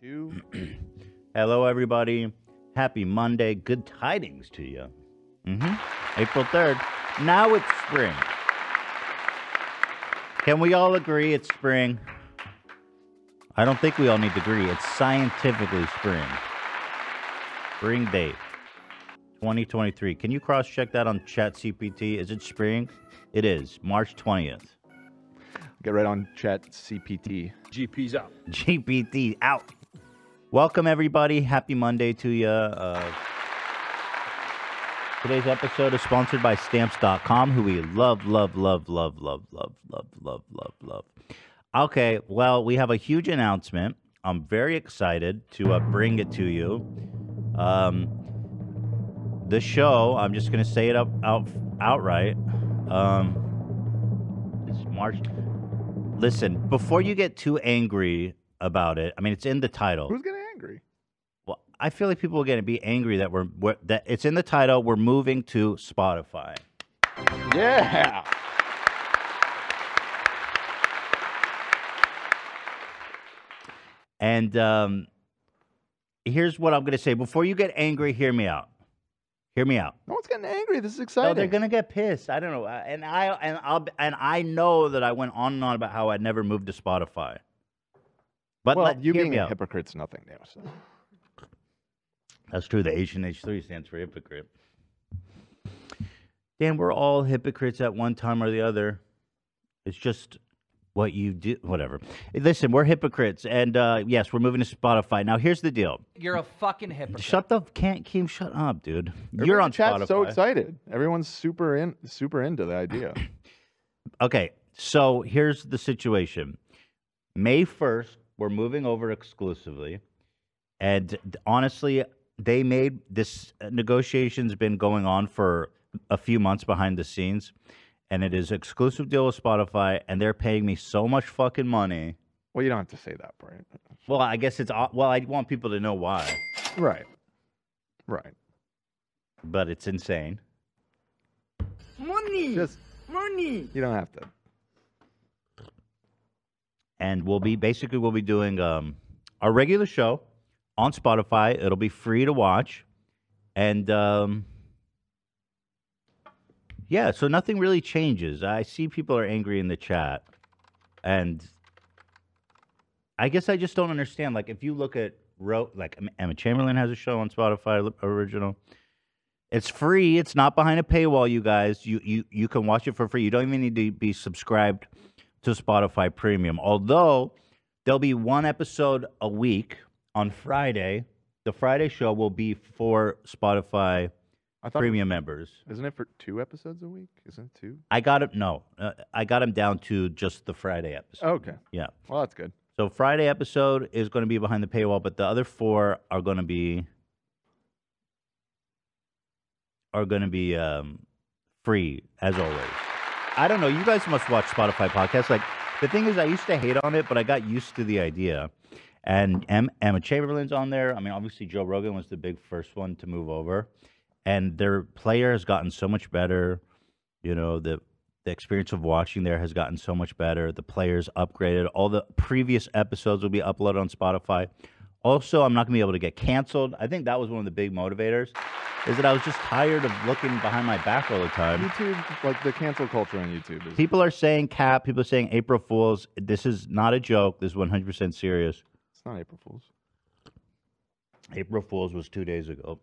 Two. Hello, everybody. Happy Monday. Good tidings to you. hmm April 3rd. Now it's spring. Can we all agree it's spring? I don't think we all need to agree. It's scientifically spring. Spring date 2023. Can you cross check that on ChatGPT? Is it spring? It is March 20th. Get right on chat CPT. GP's up. GPT out. Welcome everybody. Happy Monday to you. Uh, today's episode is sponsored by Stamps.com, who we love, love, love, love, love, love, love, love, love, love. Okay, well, we have a huge announcement. I'm very excited to uh, bring it to you. Um, the show, I'm just gonna say it up out outright. Um, it's March. Listen, before you get too angry about it, I mean, it's in the title. Who's getting angry? Well, I feel like people are going to be angry that we're, we're that it's in the title. We're moving to Spotify. Yeah. And um, here's what I'm going to say. Before you get angry, hear me out. Hear me out. No one's getting angry. This is No, exciting. they're going to get pissed. I don't know. Uh, And I and I'll and I know that I went on and on about how I'd never moved to Spotify. But well, let, you hear being me a out. hypocrite's nothing new. So. That's true. The H and H three stands for hypocrite. Dan, we're all hypocrites at one time or the other. It's just what you do. Whatever. Listen, we're hypocrites, and uh, yes, we're moving to Spotify. Now, here's the deal. You're a fucking hypocrite. Shut the can't Keem. Shut up, dude. Everyone You're in on chat. Spotify. So excited. Everyone's super in, super into the idea. Okay, so here's the situation. May 1st, we're moving over exclusively. And d- honestly, they made this uh, negotiation's been going on for a few months behind the scenes. And it is exclusive deal with Spotify, and they're paying me so much fucking money. well, you don't have to say that, Brian. Well, I guess it's o- well, I want people to know why, Right. Right. but it's insane. Money. Just money. you don't have to. and we'll be basically we'll be doing um, our regular show on Spotify. It'll be free to watch, and um, yeah, so nothing really changes. I see people are angry in the chat, and I guess I just don't understand. Like, if you look at Ro- like Em- Emma Chamberlain has a show on Spotify li- original. It's free. It's not behind a paywall, you guys. You you you can watch it for free. You don't even need to be subscribed to Spotify Premium. Although there'll be one episode a week on Friday. The Friday show will be for Spotify I thought. Premium members. Isn't it for two episodes a week? Isn't it two? I got it. No, uh, I got him down to just the Friday episode. Oh, Okay. Yeah. Well, that's good. So Friday episode is going to be behind the paywall, but the other four are going to be are going to be um, free as always. I don't know. You guys must watch Spotify podcasts. Like the thing is, I used to hate on it, but I got used to the idea. And Em- Emma Chamberlain's on there. I mean, obviously Joe Rogan was the big first one to move over, and their player has gotten so much better. You know the the experience of watching there has gotten so much better. The players upgraded. All the previous episodes will be uploaded on Spotify. Also, I'm not going to be able to get canceled. I think that was one of the big motivators, is that I was just tired of looking behind my back all the time. YouTube, like the cancel culture on YouTube, is People are saying cap. People are saying April Fools. This is not a joke. This is 100% serious. it's not April Fools. April Fools was two days ago.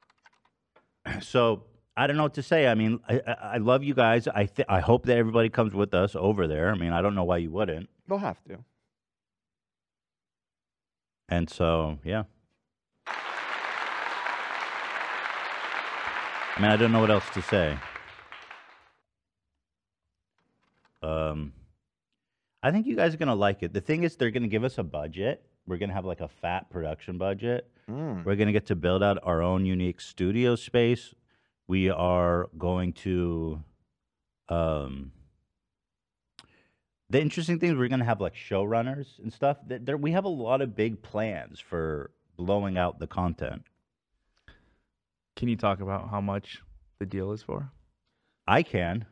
so I don't know what to say. I mean, I, I, I love you guys. I th- I hope that everybody comes with us over there. I mean, I don't know why you wouldn't. They'll have to. And so, yeah. I mean, I don't know what else to say. Um, I think you guys are gonna like it. The thing is, they're gonna give us a budget. We're gonna have like a fat production budget. Mm. We're gonna get to build out our own unique studio space. We are going to. Um, the interesting thing is we're gonna have like showrunners and stuff. Th- There, we have a lot of big plans for blowing out the content. Can you talk about how much the deal is for? I can.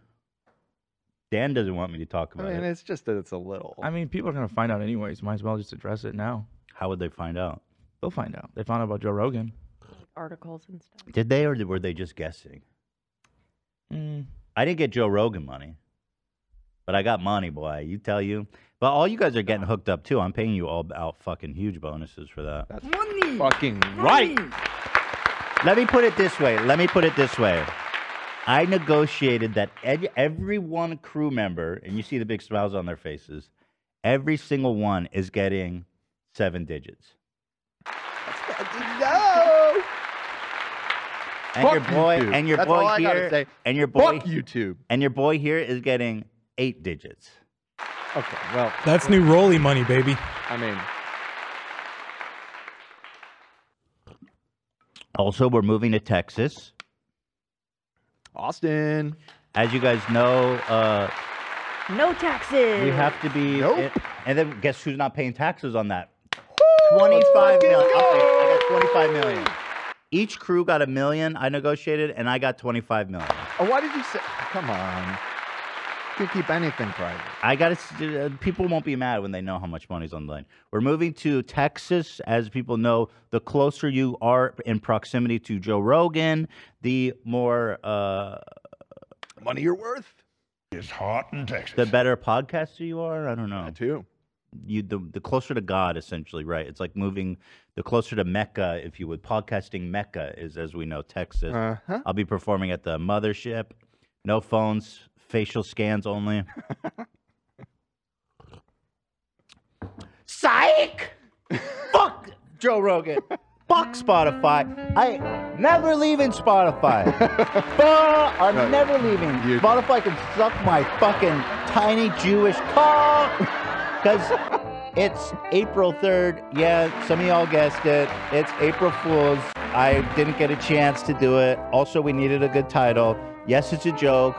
Dan doesn't want me to talk I about mean, it. it's just that it's a little. I mean, people are gonna find out anyways. Might as well just address it now. How would they find out? They'll find out. They found out about Joe Rogan. articles and stuff. Did they or were they just guessing? Mm. I didn't get Joe Rogan money, but I got money, boy. You tell you. But all you guys are getting hooked up too. I'm paying you all out fucking huge bonuses for that. Money. Fucking Right. Let me put it this way. Let me put it this way. I negotiated that ev- every one crew member, and you see the big smiles on their faces, every single one is getting seven digits. No. And your Fuck boy, YouTube. and your That's boy all I here, gotta say. and your boy, Fuck YouTube. and your boy here is getting eight digits. Okay. Well, That's new Rolly money, baby. I mean, Also, we're moving to Texas. Austin. As you guys know, uh, No taxes. we have to be. Nope. and then guess who's not paying taxes on that? Twenty-five million. I'll take it. I got twenty-five million. Each crew got a million. I negotiated, and I got twenty-five million. Oh, why did you say? Come on. You can keep anything private. I got to. People won't be mad when they know how much money's on the line. We're moving to Texas, as people know. The closer you are in proximity to Joe Rogan, the more, uh, Money you're worth. It's hot in Texas. the better podcaster you are. I don't know. That too. You the the closer to God, essentially, right? It's like moving the closer to Mecca, if you would. Podcasting Mecca is, as we know, Texas. Uh huh. I'll be performing at the mothership. No phones, facial scans only. Psych! Fuck Joe Rogan. Fuck Spotify. I never leaving Spotify. Fuck, I'm No, never leaving. you- Spotify can suck my fucking tiny Jewish cock. Because it's April 3rd. Yeah, some of y'all guessed it. It's April Fool's. I didn't get a chance to do it. Also, we needed a good title. Yes, it's a joke.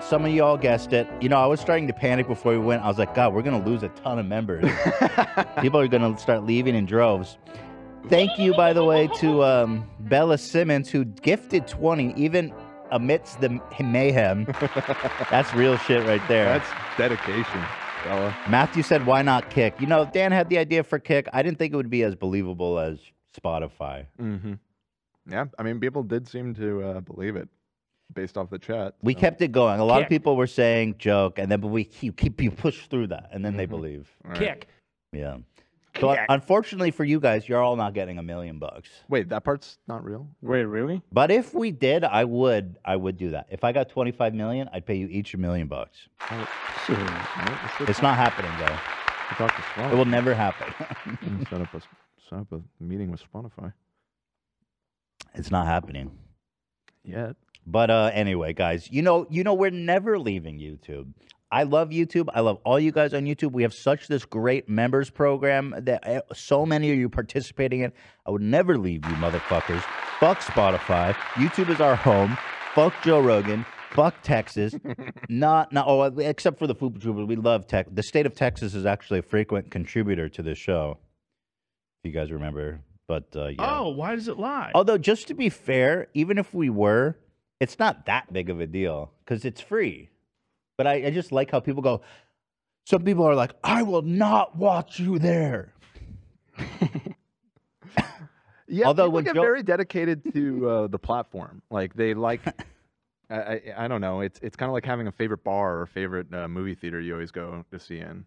Some of y'all guessed it. You know, I was starting to panic before we went. I was like, God, we're going to lose a ton of members. People are going to start leaving in droves. Thank you, by the way, to um, Bella Simmons, who gifted 20 even amidst the mayhem. That's real shit right there. That's dedication, fella. Matthew said, "Why not Kick?" You know, Dan had the idea for Kick. I didn't think it would be as believable as Spotify. Mm-hmm. Yeah, I mean, people did seem to uh, believe it based off the chat. We so- kept it going. A lot of Kick. people were saying joke, and then but we keep, keep you push through that, and then they believe. Mm-hmm. All right. Kick. Yeah. So unfortunately for you guys, you're all not getting a million bucks. Wait, that part's not real. Wait, really? But if we did, I would. I would do that. If I got 25 million, I'd pay you each a million bucks. Shit. All right, let's go It's not happening though. talk- talk to It will Spotify. never happen. Mm, set up a set up a meeting with Spotify. it's not happening. Yet. But uh, anyway, guys, you know, you know, we're never leaving YouTube. I love YouTube. I love all you guys on YouTube. We have such this great members program that uh, so many of you participating in. I would never leave you, motherfuckers. Fuck Spotify. YouTube is our home. Fuck Joe Rogan. Fuck Texas. not, not. Oh, except for the Food Troopers, we love Tech. The state of Texas is actually a frequent contributor to this show. If you guys remember, but uh, yeah. Oh, why does it lie? Although, just to be fair, even if we were, it's not that big of a deal because it's free. But I, I just like how people go. Some people are like, "I will not watch you there." Yeah. Although people when get Joe- very dedicated to uh, the platform, like they like. I, I I don't know. It's it's kind of like having a favorite bar or favorite uh, movie theater you always go to see in.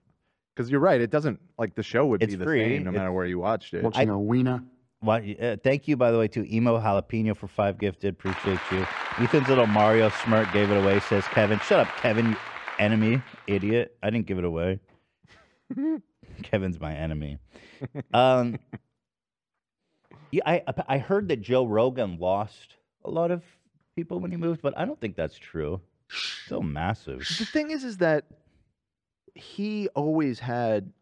Because you're right, it doesn't like the show would It's be the free, same no matter it's- where you watched it. Watching a wiener. Why, uh, thank you, by the way, to Emo Jalapeno for five gifted. Appreciate you. Ethan's little Mario smirk gave it away. Says Kevin, "Shut up, Kevin, you enemy, idiot." I didn't give it away. Kevin's my enemy. Um, yeah, I I heard that Joe Rogan lost a lot of people when he moved, but I don't think that's true. So massive. The thing is, is that he always had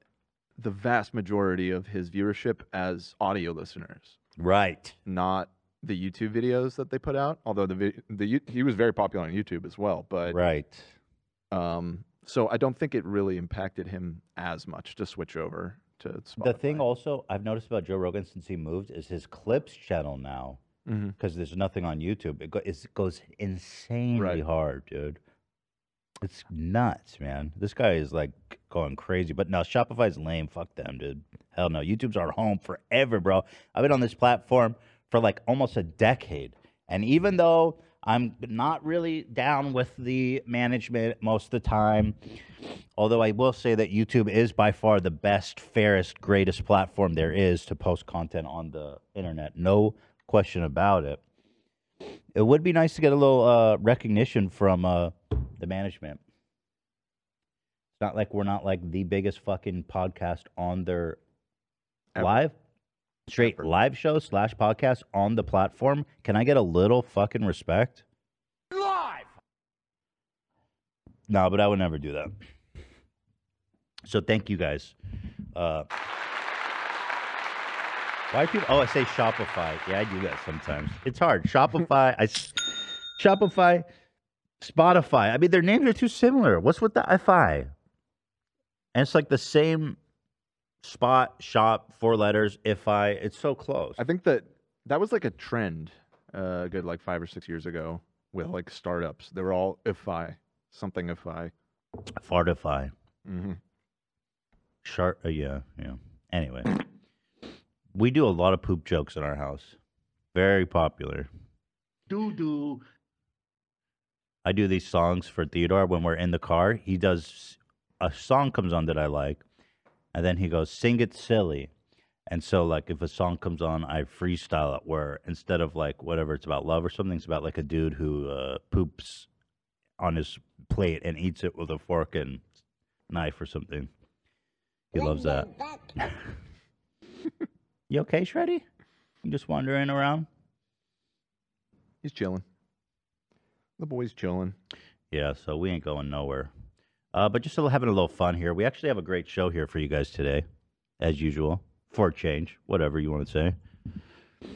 the vast majority of his viewership as audio listeners, Right. not the YouTube videos that they put out. Although the vi- the Yo- he was very popular on YouTube as well, but Right. um, so I don't think it really impacted him as much to switch over to Spotify. The thing also I've noticed about Joe Rogan since he moved is his clips channel now Mhm. because there's nothing on YouTube. It, go, it's, it goes insanely Right. hard, dude. It's nuts, man. This guy is like going crazy. But no, Shopify's lame. Fuck them, dude. Hell no. YouTube's our home forever, bro. I've been on this platform for like almost a decade. And even though I'm not really down with the management most of the time, although I will say that YouTube is by far the best, fairest, greatest platform there is to post content on the internet. No question about it. It would be nice to get a little uh, recognition from uh, the management. It's not like we're not like the biggest fucking podcast on their Ever. live straight live show slash podcast on the platform. Can I get a little fucking respect? Live. No, but I would never do that. So thank you guys. Uh, why people? Oh, I say Shopify. Yeah, I do that sometimes. It's hard. Shopify. I s- Shopify, Spotify. I mean, their names are too similar. What's with the iFi? And it's like the same spot, shop, four letters, if I. It's so close. I think that that was like a trend, uh, a good like five or six years ago with like startups. They were all if I something if I. Fartify. hmm Shark. Uh, yeah, yeah. Anyway, we do a lot of poop jokes in our house. Very popular. Doo doo. I do these songs for Theodore when we're in the car. He does a song comes on that I like, and then he goes sing it silly. And so, like, if a song comes on, I freestyle it where instead of like whatever it's about love or something, it's about like a dude who uh, poops on his plate and eats it with a fork and knife or something. He loves that. you okay, Shreddy? You just wandering around? He's chilling. The boy's chilling. Yeah, so we ain't going nowhere. Uh, but just a little- having a little fun here. We actually have a great show here for you guys today, as usual, for a change, whatever you want to say.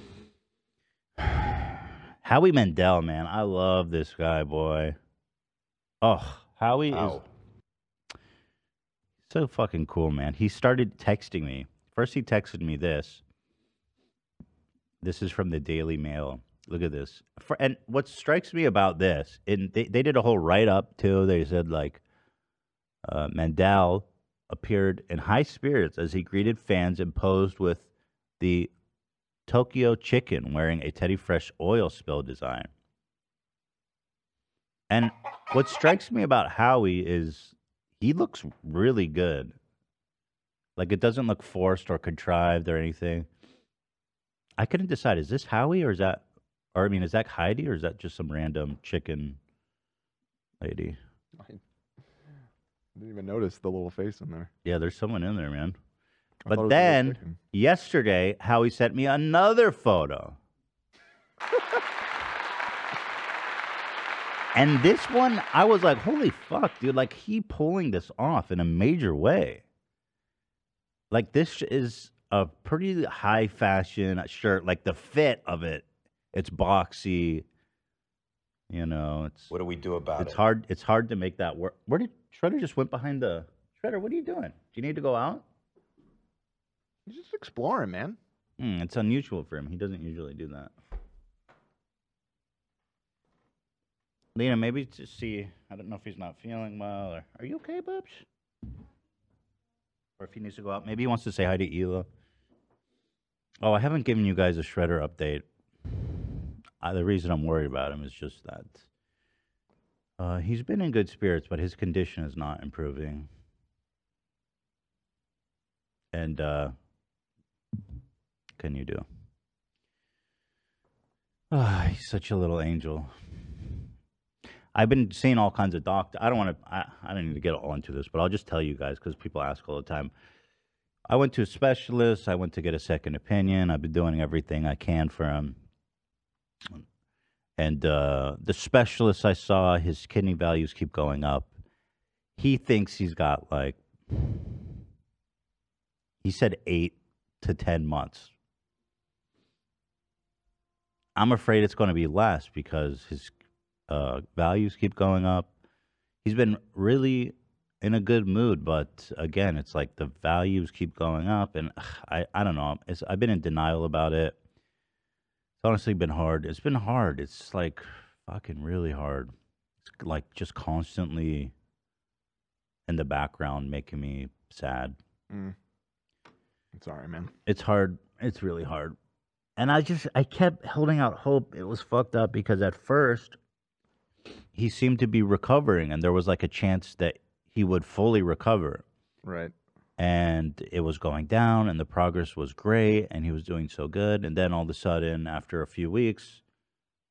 Howie Mandel, man, I love this guy, boy. Oh, Howie is so fucking cool, man. He started texting me. First, he texted me this. This is from the Daily Mail. Look at this. For, and what strikes me about this, and they, they did a whole write up too. They said, like, uh, Mandel appeared in high spirits as he greeted fans and posed with the Tokyo chicken wearing a Teddy Fresh oil spill design. And what strikes me about Howie is he looks really good. Like it doesn't look forced or contrived or anything. I couldn't decide is this Howie or is that or I mean is that Heidi or is that just some random chicken lady? Didn't even notice the little face in there. Yeah, there's someone in there, man. I But thought it was a real then- chicken. yesterday how he sent me another photo. and this one, I was like, holy fuck, dude. Like, he pulling this off in a major way. Like, this is a pretty high fashion shirt. Like, the fit of it, it's boxy. You know, it's What do we do about it's it? hard. It's hard to make that work. Where did Shredder just went behind the Shredder? What are you doing? Do you need to go out? He's just exploring, man. Hmm, it's unusual for him. He doesn't usually do that. Lena, maybe to see. I don't know if he's not feeling well or. Are you okay, Bubs? Or if he needs to go out. Maybe he wants to say hi to Ela. Oh, I haven't given you guys a shredder update. Uh, the reason I'm worried about him is just that uh, he's been in good spirits, but his condition is not improving. And uh, can you do? Ah, he's such a little angel. I've been seeing all kinds of doctors. I don't want to. I, I don't need to get all into this, but I'll just tell you guys because people ask all the time. I went to a specialist. I went to get a second opinion. I've been doing everything I can for him. And uh, the specialist I saw, his kidney values keep going up. He thinks he's got like, he said eight to 10 months. I'm afraid it's going to be less because his uh, values keep going up. He's been really in a good mood, but again, it's like the values keep going up, and ugh, I, I don't know. It's, I've been in denial about it. It's honestly been hard. It's been hard. It's like fucking really hard. It's like just constantly in the background making me sad. Mm. I'm sorry, man. It's hard. It's really hard. And I just I kept holding out hope. It was fucked up because at first he seemed to be recovering and there was like a chance that he would fully recover Right. and it was going down and the progress was great and he was doing so good and then all of a sudden after a few weeks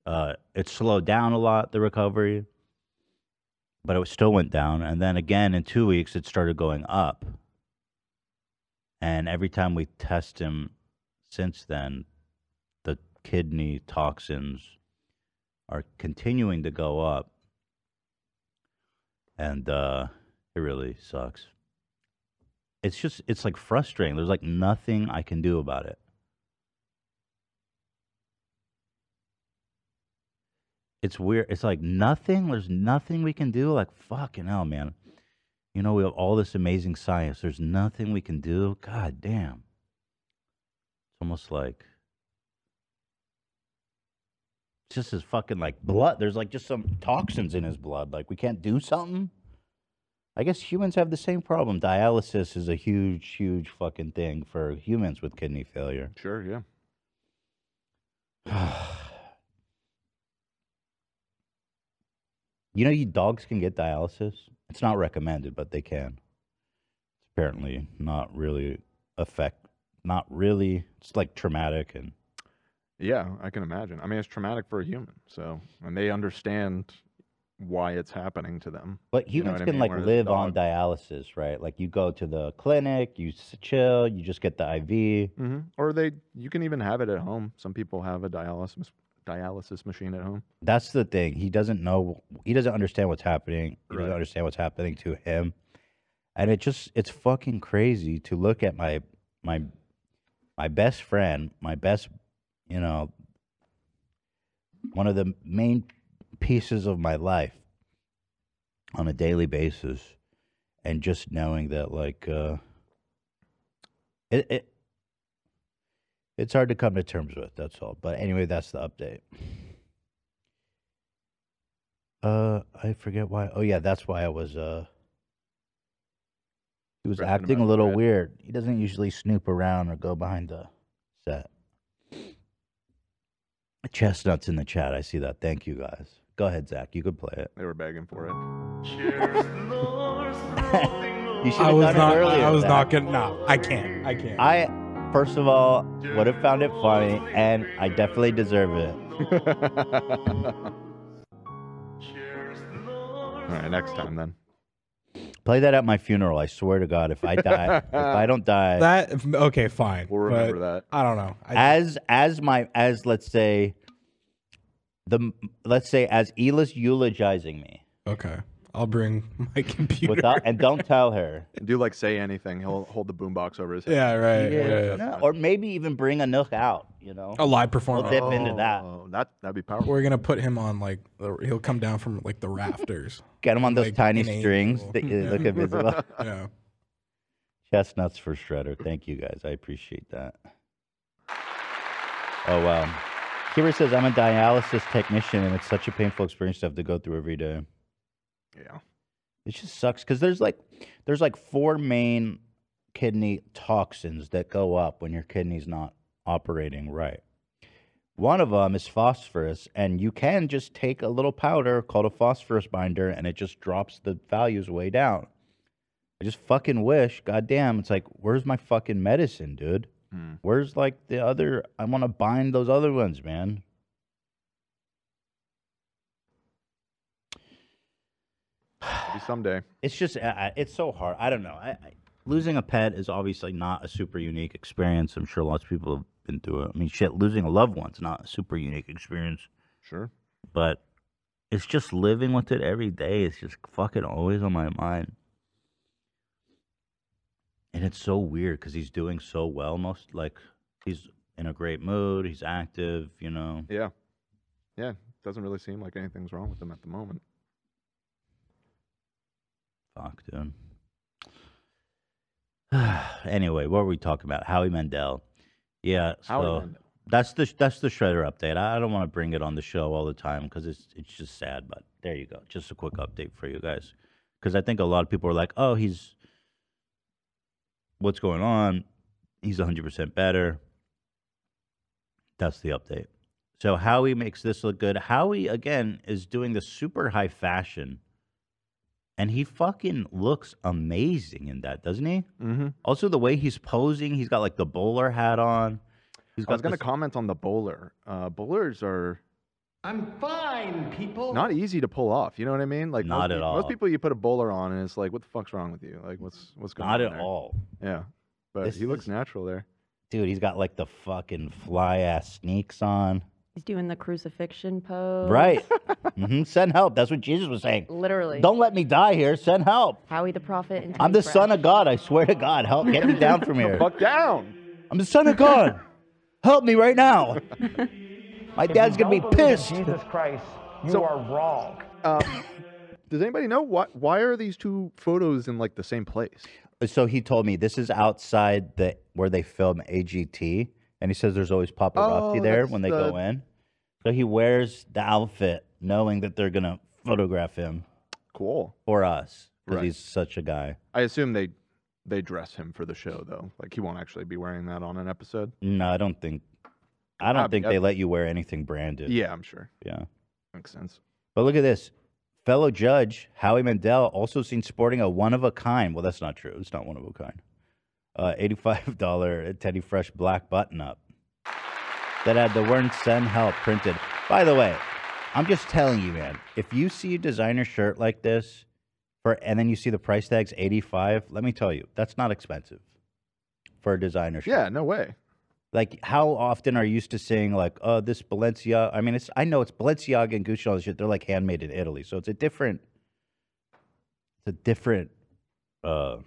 uh, it slowed down a lot the recovery but it still went down and then again in two weeks it started going up and every time we test him since then the kidney toxins are continuing to go up and uh, it really sucks it's just it's like frustrating. There's like nothing I can do about it. It's weird. It's like nothing. There's nothing we can do. Like fucking hell, man. You know we have all this amazing science. There's nothing we can do. God damn. It's almost like it's just his fucking like blood. There's like just some toxins in his blood. Like we can't do something. I guess humans have the same problem. Dialysis is a huge, huge fucking thing for humans with kidney failure. Sure. Yeah. You know, you dogs can get dialysis. It's not recommended, but they can. It's apparently not really affect, not really. It's like traumatic and Yeah, I can imagine. I mean, it's traumatic for a human. So, and they understand why it's happening to them. But You know humans what I can mean? like Whereas live on dog- dialysis, right? Like you go to the clinic, you s- chill, you just get the IV. hmm Or they, you can even have it at home. Some people have a dialysis dialysis machine at home. That's the thing. He doesn't know. He doesn't understand what's happening. He doesn't Right. understand what's happening to him, and it just it's fucking crazy to look at my my my best friend, my best, you know, one of the main pieces of my life on a daily basis, and just knowing that like uh, it it. It's hard to come to terms with, that's all. But anyway, that's the update. Uh, I forget why. Oh yeah, that's why I was. Uh, he was Griping acting a about little Brad. weird. He doesn't usually snoop around or go behind the set. Chestnuts in the chat. I see that. Thank you guys. Go ahead, Zach. You could play it. They were begging for it. You should I have was done it not. earlier. I was Zach. not gonna. Nah, I can't. I can't. I first of all would have found it funny, and I definitely deserve it. All right, next time then. Play that at my funeral. I swear to God, if I die, if I don't die, that okay, fine. We'll but remember that. I don't know. I, as as my as let's say the let's say as Ela's eulogizing me okay, I'll bring my computer. without and don't tell her. Do like say anything. He'll hold the boombox over his head. yeah, right. Yeah. yeah. No, or maybe even bring a nook out. You know, A live we'll performance. dip into that. Oh, that that'd be powerful. We're gonna put him on like the, he'll come down from like the rafters. Get him on those Like tiny an angel. strings that you look Yeah. invisible. yeah. Chestnuts for Shredder. Thank you guys. I appreciate that. Oh wow. Kira says I'm a dialysis technician and it's such a painful experience to have to go through every day. Yeah. It just sucks because there's like there's like four main kidney toxins that go up when your kidney's not operating right. One of them is phosphorus, and you can just take a little powder called a phosphorus binder, and it just drops the values way down. I just fucking wish, goddamn, it's like, where's my fucking medicine, dude? Hmm. Where's like the other? I want to bind those other ones, man. Maybe someday. it's just I, I- it's so hard. I don't know. I, I, losing a pet is obviously not a super unique experience. I'm sure lots of people have been through it. I mean, shit, losing a loved one's not a super unique experience, Sure. but it's just living with it every day. It's just fucking always on my mind. And it's so weird because he's doing so well. Most like he's in a great mood. He's active. You know. Yeah. Yeah. Doesn't really seem like anything's wrong with them at the moment. Fuck, dude. anyway, what were we talking about? Howie Mandel. Yeah, so Howie Mandel. that's the that's the shredder update. I I don't want to bring it on the show all the time because it's it's just sad. But there you go. Just a quick update for you guys. because I think a lot of people are like, "Oh, he's what's going on? He's 100% better." That's the update. So Howie makes this look good. Howie again is doing the super high fashion, and he fucking looks amazing in that, doesn't he? Mm-hmm. Also, the way he's posing, he's got like the bowler hat on. He's I was going to this- comment on the bowler. Uh, bowlers are I'm fine, people. not easy to pull off. You know what I mean? Like Oh. Not most, at peop- Most all. people you put a bowler on, and it's like, what the fuck's wrong with you? Like, what's what's going not on? at there? all, Yeah, but This he looks is- natural there. dude. He's got like the fucking fly ass sneaks on. He's doing the crucifixion pose. Right. hmm Send help. That's what Jesus was saying. Literally. Don't let me die here. Send help. Howie the prophet. And I'm Tony the son Fresh. of God. I swear to God, help. Get me down from here. Fuck down. I'm the son of God. Help me right now. My dad's gonna be pissed. Jesus Christ, you are wrong. uh, Does anybody know what? Why are these two photos in like the same place? Uh, So he told me this is outside the where they film AGT, and he says there's always paparazzi Oh, there that's when they the- go in. So he wears the outfit, knowing that they're gonna photograph him Cool. for us because Right. he's such a guy. I assume they they dress him for the show though. Like he won't actually be wearing that on an episode. No, I don't think. I don't I'd- think I'd- they let you wear anything branded. Yeah, I'm sure. Yeah. Makes sense. But look at this. Fellow judge Howie Mandel also seen sporting a one of a kind. Well, that's not true. It's not one of a kind. Uh, $85 Teddy Fresh black button up that had the word send help printed. By the way, I'm just telling you, man, if you see a designer shirt like this for and then you see the price tag's 85, let me tell you, that's not expensive for a designer shirt Yeah, no way. like how often are you used to seeing like oh this Balenciaga I mean it's I know it's Balenciaga and Gucci and all this shit they're like handmade in Italy so it's a different it's a different uh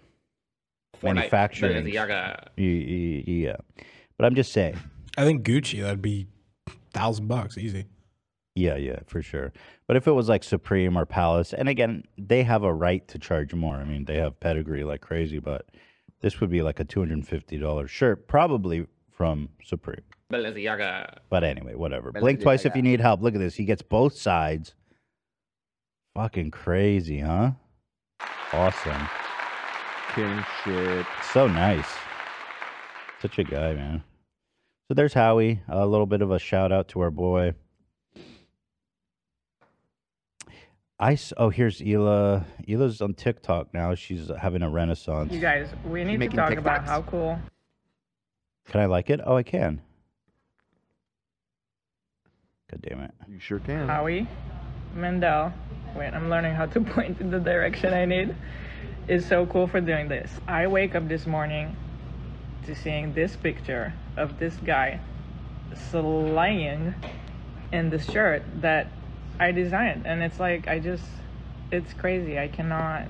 manufacturing Y- y- yeah but I'm just saying I think Gucci that'd be thousand bucks easy. yeah yeah for sure but if it was like Supreme or Palace and again they have a right to charge more I mean they have pedigree like crazy but this would be like a two hundred and fifty dollar shirt probably from Supreme But anyway, whatever. Blink twice if you need help. Look at this. He gets both sides. Fucking crazy, huh? Awesome. King shit. So nice. Such a guy, man. So there's Howie. A little bit of a shout out to our boy. I s- oh here's Hila. Hila's on TikTok now. She's having a renaissance. You guys, we need to Making talk about TikToks. how cool. Can I like it? Oh, I can. God damn it. You sure can. Howie Mandel. Wait, I'm learning how to point in the direction I need. Is so cool for doing this. I wake up this morning to seeing this picture of this guy slaying in this shirt that I designed, and it's like I just, it's crazy. I cannot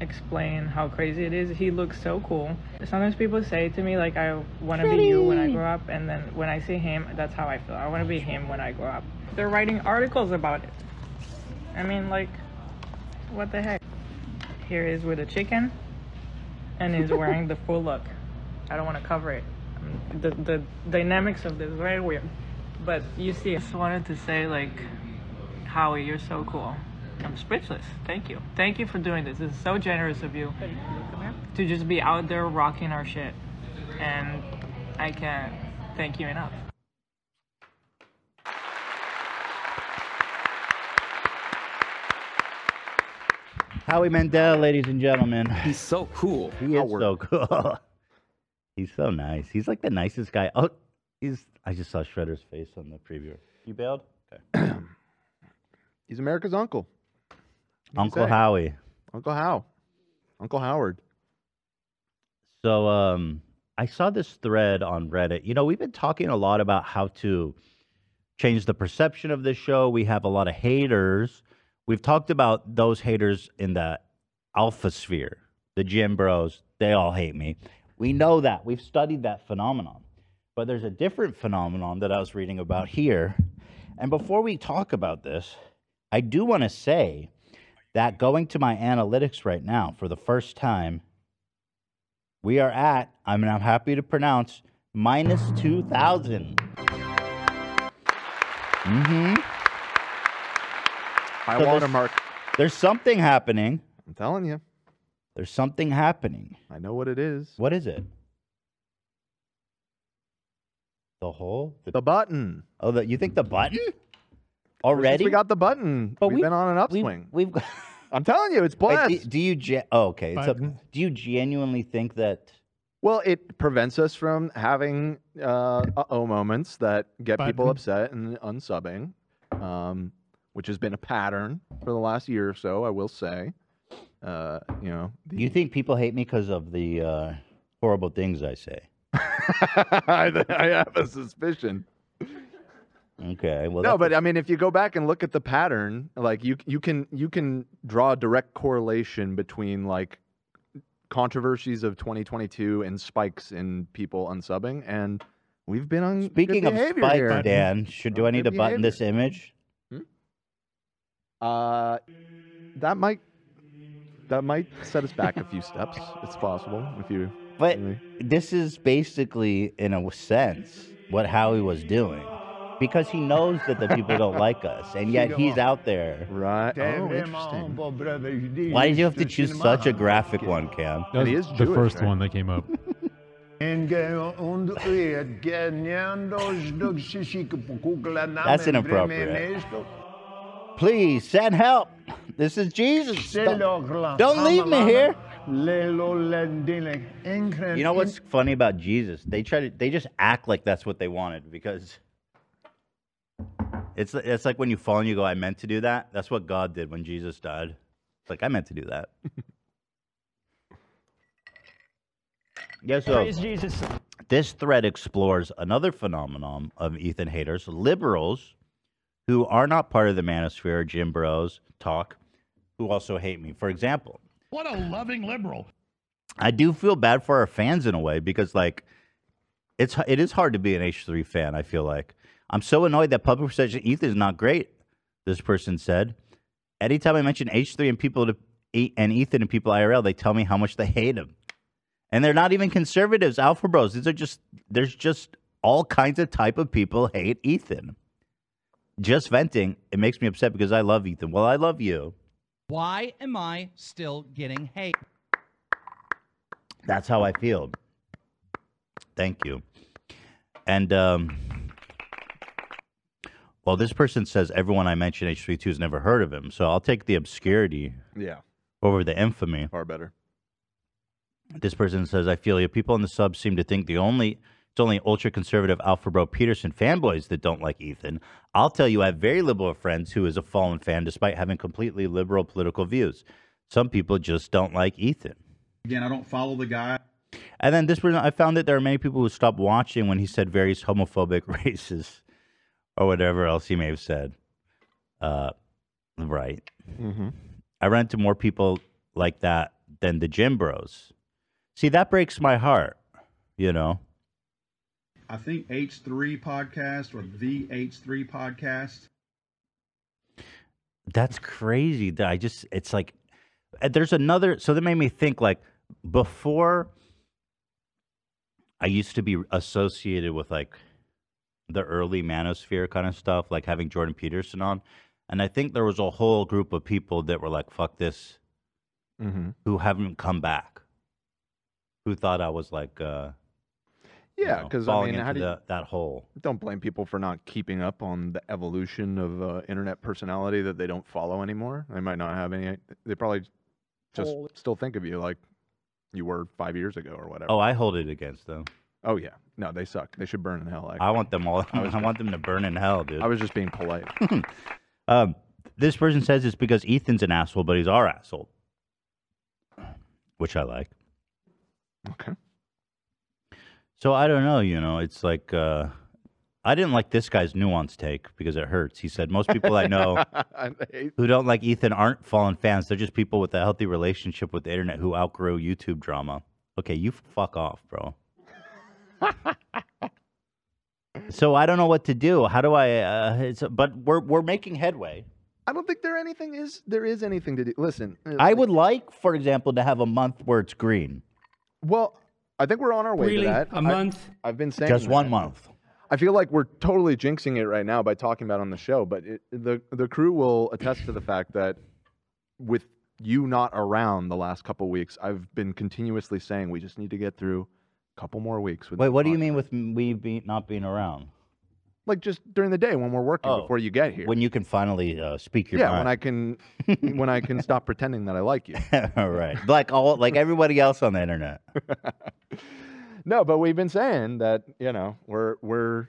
explain how crazy it is. He looks so cool. Sometimes people say to me like I want to be you when I grow up and then when I see him that's how I feel. I want to be him when I grow up. They're writing articles about it. I mean like what the heck? Here is with a chicken and is wearing the full look. I don't want to cover it. Um, The the dynamics of this is very weird. But you see, I just wanted to say like Howie, you're so cool. I'm speechless. Thank you. Thank you for doing this. This is so generous of you to just be out there rocking our shit. And I can't thank you enough. Howie Mandel, ladies and gentlemen. He's so cool. He is Howard. so cool. he's so nice. He's like the nicest guy. Oh, he's. I just saw Shredder's face on the preview. You bailed? Okay. He's America's uncle. What do you Uncle say? Howie. Uncle How. Uncle Howard. So, um, I saw this thread on Reddit. You know, we've been talking a lot about how to change the perception of this show. We have a lot of haters. We've talked about those haters in the alpha sphere, the gym bros. They all hate me. We know that. We've studied that phenomenon. But there's a different phenomenon that I was reading about here. And before we talk about this, I do want to say that going to my analytics right now for the first time, we are at, I mean, I'm happy to pronounce, minus 2,000. hmm High So this- Mm-hmm. watermark. There's something happening. I'm telling you, There's something happening. I know what it is. What is it? The hole? The, The button. oh, the, you think the button? Ever Already? Since we got the button. But we've we- been on an We've- upswing. We've got. I'm telling you, it's Wait, blessed. do, do you? Ge- oh, okay. It's up. Button. do you genuinely think that? well, it prevents us from having uh oh moments that get people Button. upset and unsubbing, um, which has been a pattern for the last year or so, I will say. Uh, you know, Do you think people hate me because of the uh, horrible things I say? I, I have a suspicion. Okay. Well, no, that's- but I mean, if you go back and look at the pattern, like you you can you can draw a direct correlation between like controversies of 2022 and spikes in people unsubbing, and we've been on good speaking of behavior spikes, here. Dan, should do Oh, I need to good button this image? Uh, that might that might set us back a few steps. It's possible if you. But Really? this is basically, in a sense, what Howie was doing, because he knows that the people don't like us, and yet he's out there. Right. Damn oh, them interesting. humble brothers did Why did you have to used choose cinema. such a graphic one, Cam? That And he was is the Jewish, first right? one that came up. And go on the ear, get down those dogs, she- she could put Google and I'm That's in inappropriate. Bremen, Esco. Please send help. This is Jesus. Sell Don't- your glass. don't leave me Amalana. here. Lelo Landile, Ingrid You know what's funny about Jesus? They try to they just act like that's what they wanted because it's it's like when you fall and you go, I meant to do that. That's what God did when Jesus died. It's like I meant to do that. yeah, so Jesus. this thread explores another phenomenon of Ethan haters, liberals who are not part of the manosphere, Jim Bros talk, who also hate me. For example, What a loving liberal. I do feel bad for our fans in a way because like it's it is hard to be an H3 fan, I feel like. I'm so annoyed that public perception of Ethan is not great, this person said. Anytime I mention H3 and people to E- and Ethan and people IRL, they tell me how much they hate him. And they're not even conservatives, alpha bros. These are just there's just all kinds of type of people hate Ethan. Just venting, it makes me upset because I love Ethan. Well, I love you. Why am I still getting hate? That's how I feel. Thank you. And um, well, this person says everyone I mention H32 has never heard of him, so I'll take the obscurity Yeah, over the infamy. far better. This person says I feel you. People in the sub seem to think the only it's only ultra conservative Alpha Bro Peterson fanboys that don't like Ethan. I'll tell you, I have very liberal friends who is a fallen fan, despite having completely liberal political views. Some people just don't like Ethan. Again, I don't follow the guy. And then this one, I found that there are many people who stopped watching when he said various homophobic races or whatever else he may have said. Uh, right. Mm-hmm. I run into more people like that than the gym bros. See, that breaks my heart, you know? I think H3 podcast or the H3 podcast. That's crazy. That I just, it's like, uh, there's another. So that made me think like before I used to be associated with like the early manosphere kind of stuff, like having Jordan Peterson on. And I think there was a whole group of people that were like, fuck this, Mm-hmm. who haven't come back, who thought I was like, uh, you Yeah, know, because I falling mean, into how do you, the- that hole. don't blame people for not keeping up on the evolution of uh, internet personality that they don't follow anymore. They might not have any. They probably just still think of you like you were five years ago or whatever. Oh, I hold it against them. Oh, yeah. No, they suck. They should burn in hell. I Actually. want them all. I, want them to burn in hell, dude. I was just being polite. Um, this person says it's because Ethan's an asshole, but he's our asshole, which I like. Okay. So I don't know. You know, it's like uh, I didn't like this guy's nuanced take because it hurts. He said most people I know I hate- who don't like Ethan aren't fallen fans. They're just people with a healthy relationship with the internet who outgrow YouTube drama. Okay, you fuck off, bro. so I don't know what to do. How do I? Uh, it's, but we're we're making headway. I don't think there anything is there is anything to do. Listen, uh, I would like, for example, to have a month where it's green, Well, I think we're on our way Really? to that. A month? I, have been saying just that. one month. I feel like we're totally jinxing it right now by talking about it on the show, but it, the the crew will attest to the fact that with you not around the last couple weeks, I've been continuously saying we just need to get through a couple more weeks. With Wait, this what do you podcast." mean with me be, not being around? Like just during the day when we're working Oh. before you get here. When you can finally uh, speak your yeah, when mind. I can, when I can stop pretending that I like you. all right, like all like everybody else on the internet. No, but we've been saying that you know we're we're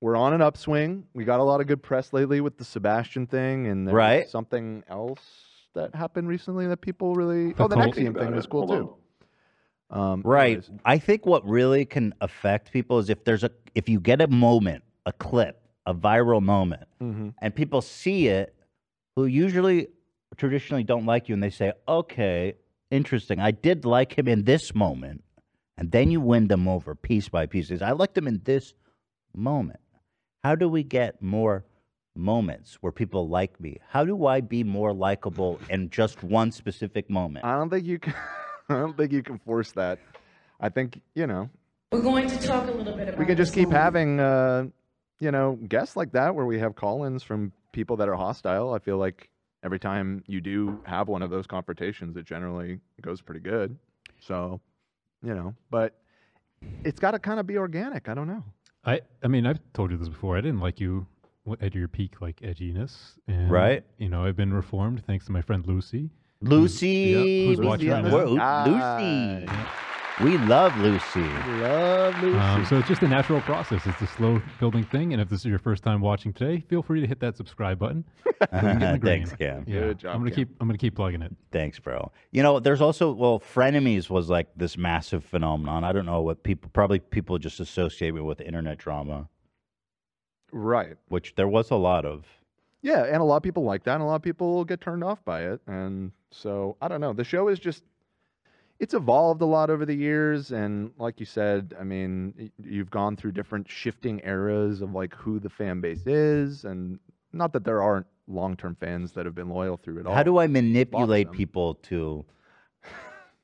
we're on an upswing. We got a lot of good press lately with the Sebastian thing, and there was Right. something else that happened recently that people really. Oh, the Nexium thing was cool too. Um, Right. anyways, I think what really can affect people is if there's a if you get a moment, a clip, a viral moment, Mm-hmm. mhm. and people see it who usually traditionally don't like you and they say, "Okay, interesting. I did like him in this moment." And then you win them over piece by piece. Is, I liked him in this moment. How do we get more moments where people like me? How do I be more likable in just one specific moment? I don't think you can. I don't think you can force that. I think you know We're going to talk a little bit about we can just this keep having uh, you know guests like that where we have call-ins from people that are hostile. I feel like every time you do have one of those confrontations, it generally goes pretty good. So, you know, but it's got to kind of be organic. I don't know. I I mean I've told you this before. I didn't like you w- at your peak like edginess. And, Right. You know I've been reformed thanks to my friend Lucy. who's- Lucy, yeah, who's was watching the right other- now. Whoa, Lucy. We love Lucy. Love Lucy. Um, so it's just a natural process. It's a slow building thing. And if this is your first time watching today, feel free to hit that subscribe button. Thanks, Cam. Yeah, Good job, I'm gonna Cam. keep I'm gonna keep plugging it. Thanks, bro. You know, there's also well, frenemies was like this massive phenomenon. I don't know what people probably people just associate it with internet drama, Right. which there was a lot of. Yeah, and a lot of people like that, and a lot of people get turned off by it. And so I don't know. The show is just it's evolved a lot over the years, and like you said, I mean, y- you've gone through different shifting eras of like who the fan base is, and not that there aren't long-term fans that have been loyal through it all. How do I manipulate people to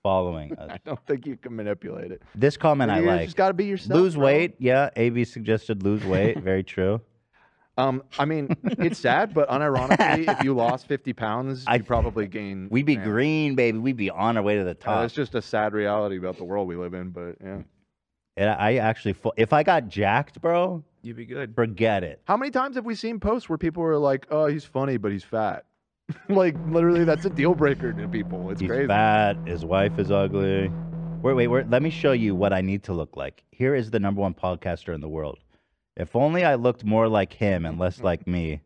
following us? I don't think you can manipulate it. This comment I You like. just gotta be yourself, Lose bro. weight. Yeah, AB suggested lose weight. Very true. Um, I mean, it's sad, but unironically, if you lost 50 pounds, you probably gain. We'd be green, baby. We'd be on our way to the Uh, top. it's just a sad reality about the world we live in, but yeah. and I actually, fu- if I got jacked, bro, you'd be good. Forget it. How many times have we seen posts where people are like, "Oh, he's funny, but he's fat." like literally, that's a deal breaker to people. It's He's crazy. fat. His wife is ugly. Wait, wait, wait. Let me show you what I need to look like. Here is the number one podcaster in the world. If only I looked more like him and less like me.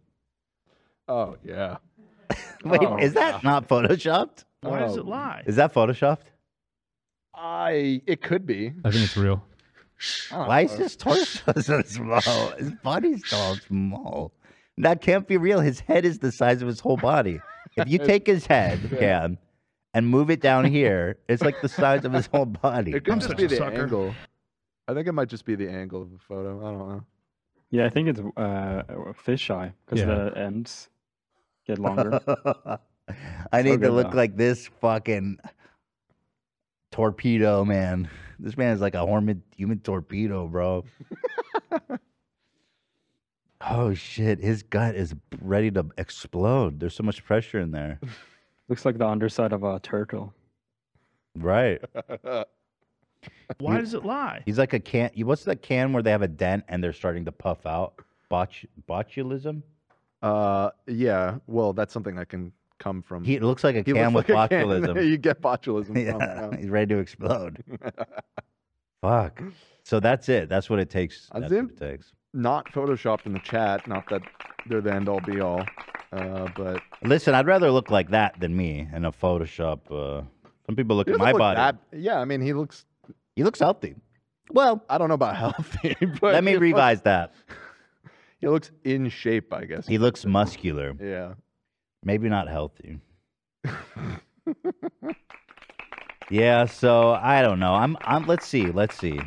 Oh yeah. Wait, Oh, is that not photoshopped? Why is it Oh. lie? Is that photoshopped? I. It could be. I think it's real. Why is his torso so small? His body's so small. That can't be real. His head is the size of his whole body. If you take his head, Yeah. Cam, and move it down here, it's like the size of his whole body. It could just be the angle. I think it might just be the angle of the photo. I don't know. Yeah, I think it's uh, fisheye because Yeah. the ends get longer. I need So to good, look though. like this fucking torpedo man. This man is like a hormid, human torpedo, bro. oh shit, his gut is ready to explode. There's so much pressure in there. Looks like the underside of a turtle. Right. Why You- does it lie? He's like a can. you- What's that can where they have a dent and they're starting to puff out? Botch botulism. Uh, yeah. Well, that's something that can come from. He looks like a He can looks with like a can botulism. you get botulism. Yeah, from, he's ready to explode. Fuck. So that's it. That's what it takes. I That's what think- it takes. Not photoshopped in the chat. Not that they're the end all be all. Uh, but Listen, I'd rather look like that than me in a Photoshop. Uh, some people look He at doesn't my body. look that- yeah, I mean, he looks. He looks healthy. Well, I don't know about healthy. But Let me he looks- revise that. He looks in shape, I guess. He looks muscular. Yeah. Maybe not healthy. yeah. So I don't know. I'm. I'm. Let's see. Let's see.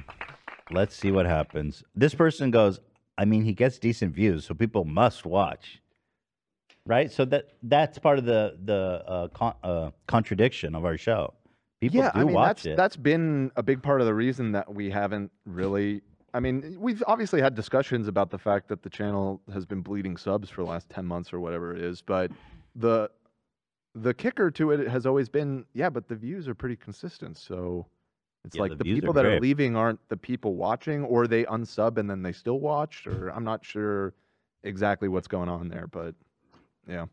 Let's see what happens. This person goes. I mean, he gets decent views, so people must watch. Right. So that that's part of the the uh, con- uh, contradiction of our show. People yeah, do I mean, watch that's it. that's been a big part of the reason that we haven't really. I mean, we've obviously had discussions about the fact that the channel has been bleeding subs for the last ten months or whatever it is, but the the kicker to it has always been, yeah, but the views are pretty consistent. So it's Yeah, like the the, views are people that are great. leaving aren't the people watching, or they unsub and then they still watched, or I'm not sure exactly what's going on there, but yeah.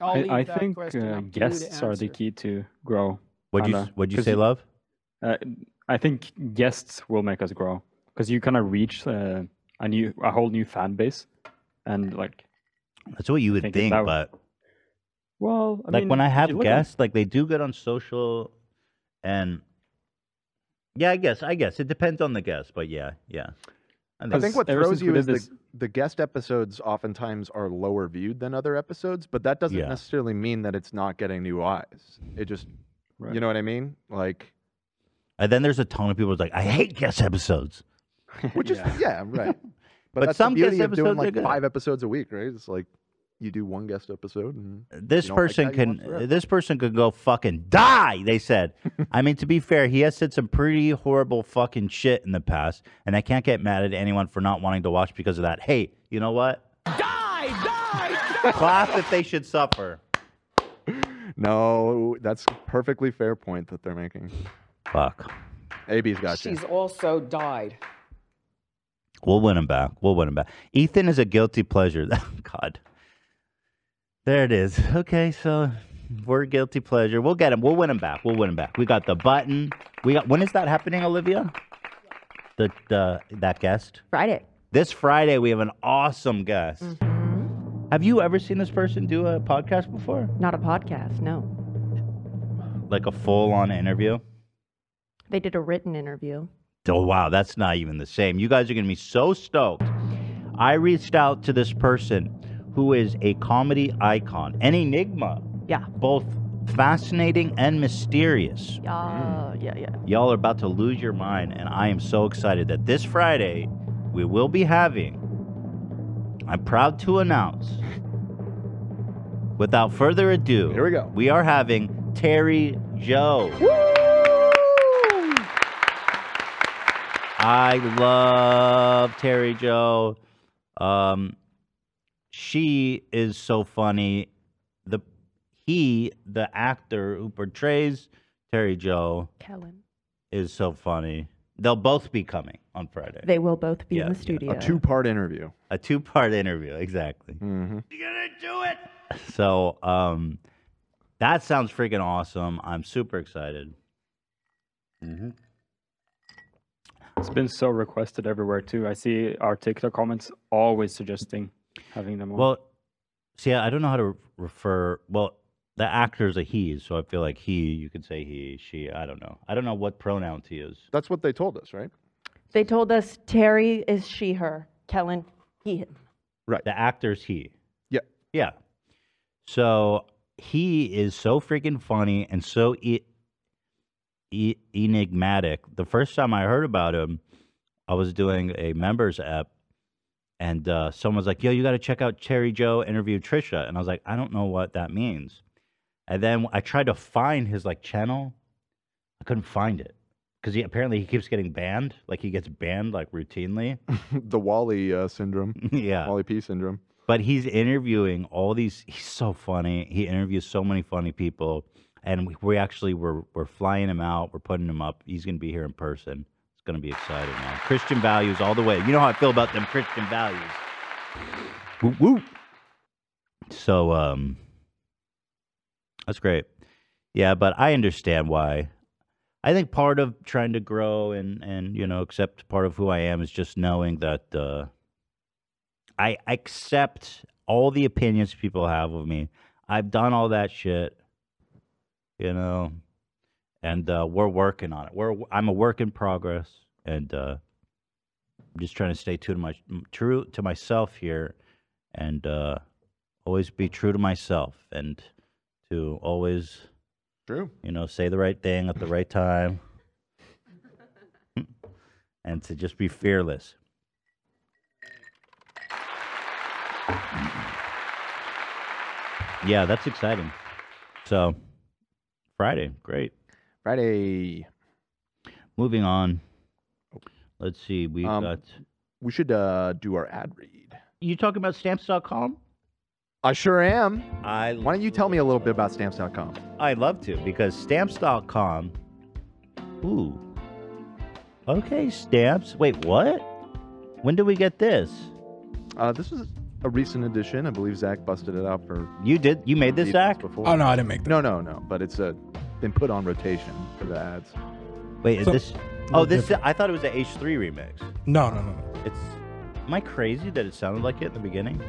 I'll leave I, I that think question um, up to you to guests are answer. the key to grow. What'd you s- kinda, what'd you 'cause say, love? Uh, I think guests will make us grow because you kind of reach uh, a new, a whole new fan base, and like That's what you would think think, if that w- but well, I like mean, when I if have you look at- guests, like they do good on social, and yeah, I guess I guess it depends on the guest, but yeah, yeah. I think what ever throws since we you did is this- the, the guest episodes oftentimes are lower viewed than other episodes, but that doesn't Yeah. necessarily mean that it's not getting new eyes. It just, you know what I mean? Like, and then there's a ton of people that's like, I hate guest episodes. which is, yeah, right. But, But that's some the beauty guest of doing episodes are like good. five episodes a week, right? It's like you do one guest episode and if This you don't like person that, you watch the can rest. this person could go fucking die. They said. I mean, to be fair, he has said some pretty horrible fucking shit in the past, and I can't get mad at anyone for not wanting to watch because of that. Hey, you know what? Clap if they should suffer. No, that's a perfectly fair point that they're making. Fuck. AB's got you. She's also died. We'll win him back. We'll win him back. Ethan is a guilty pleasure. Oh, God. There it is. Okay, so we're guilty pleasure. We'll get him. We'll win him back. We'll win him back. We got the button. We got. When is that happening, Olivia? The the that guest Friday. this Friday. We have an awesome guest. Have you ever seen this person do a podcast before? Not a podcast, no. Like a full on interview? They did a written interview. Oh, wow, that's not even the same. You guys are going to be so stoked. I reached out to this person who is a comedy icon, an enigma. Yeah. Both fascinating and mysterious. Uh, yeah, yeah. Y'all are about to lose your mind, and I am so excited that this Friday we will be having. I'm proud to announce. Without further ado, here we go. We are having Terry Joe. I love Terry Joe. Um, she is so funny. The he, the actor who portrays Terry Joe, Kellen. is so funny. They'll both be coming on Friday. They will both be Yeah, in yeah. the studio. part interview. A two part interview, exactly. Mm-hmm. So um, that sounds freaking awesome. I'm super excited. Mm-hmm. it's been so requested everywhere too. I see our TikTok comments always suggesting having them on. Well, see, I don't know how to re- refer. Well, the actor's a he, so I feel like he. You could say he, she. I don't know. I don't know what pronoun to use. That's what they told us, right? They told us Terry is she, her. Kellen, he, him. Right. The actor's he. Yeah. Yeah. So he is so freaking funny and so e- e- enigmatic. The first time I heard about him, I was doing a members app and uh, someone's like, yo, you got to check out Cherry Joe interview Trisha. And I was like, I don't know what that means. And then I tried to find his like channel. I couldn't find it because he apparently he keeps getting banned. Like he gets banned like routinely. the Wally uh, syndrome. yeah. Wally P syndrome. but he's interviewing all these he's so funny he interviews so many funny people and we, we actually we're, we're flying him out we're putting him up he's going to be here in person it's going to be exciting man christian values all the way you know how i feel about them christian values woo woo so um that's great yeah but i understand why i think part of trying to grow and and you know accept part of who i am is just knowing that uh I accept all the opinions people have of me. I've done all that shit, you know, and uh, we're working on it. We're I'm a work in progress, and uh, I'm just trying to stay true to my true to myself here, and uh, always be true to myself, and to always true, you know, say the right thing at the right time, and to just be fearless. Yeah, that's exciting. So, Friday, great. Friday. Oh. Moving on. Let's see. We Um, got. We should uh, do our ad read. You talking about stamps.com? I sure am. I Why don't you tell me a little bit about stamps.com? I'd love to because stamps.com. Ooh. Okay, stamps. Wait, what? When did we get this? Uh, this was a recent edition. I believe Zach busted it out for. You did? You made this, Ethan's Zach? Before. Oh, no, I didn't make No, no, no. But it's uh, been put on rotation for the ads. Wait, is this? Oh, this. I thought it was the H3 remix. No, no, no. It's. Am I crazy that it sounded like it in the beginning?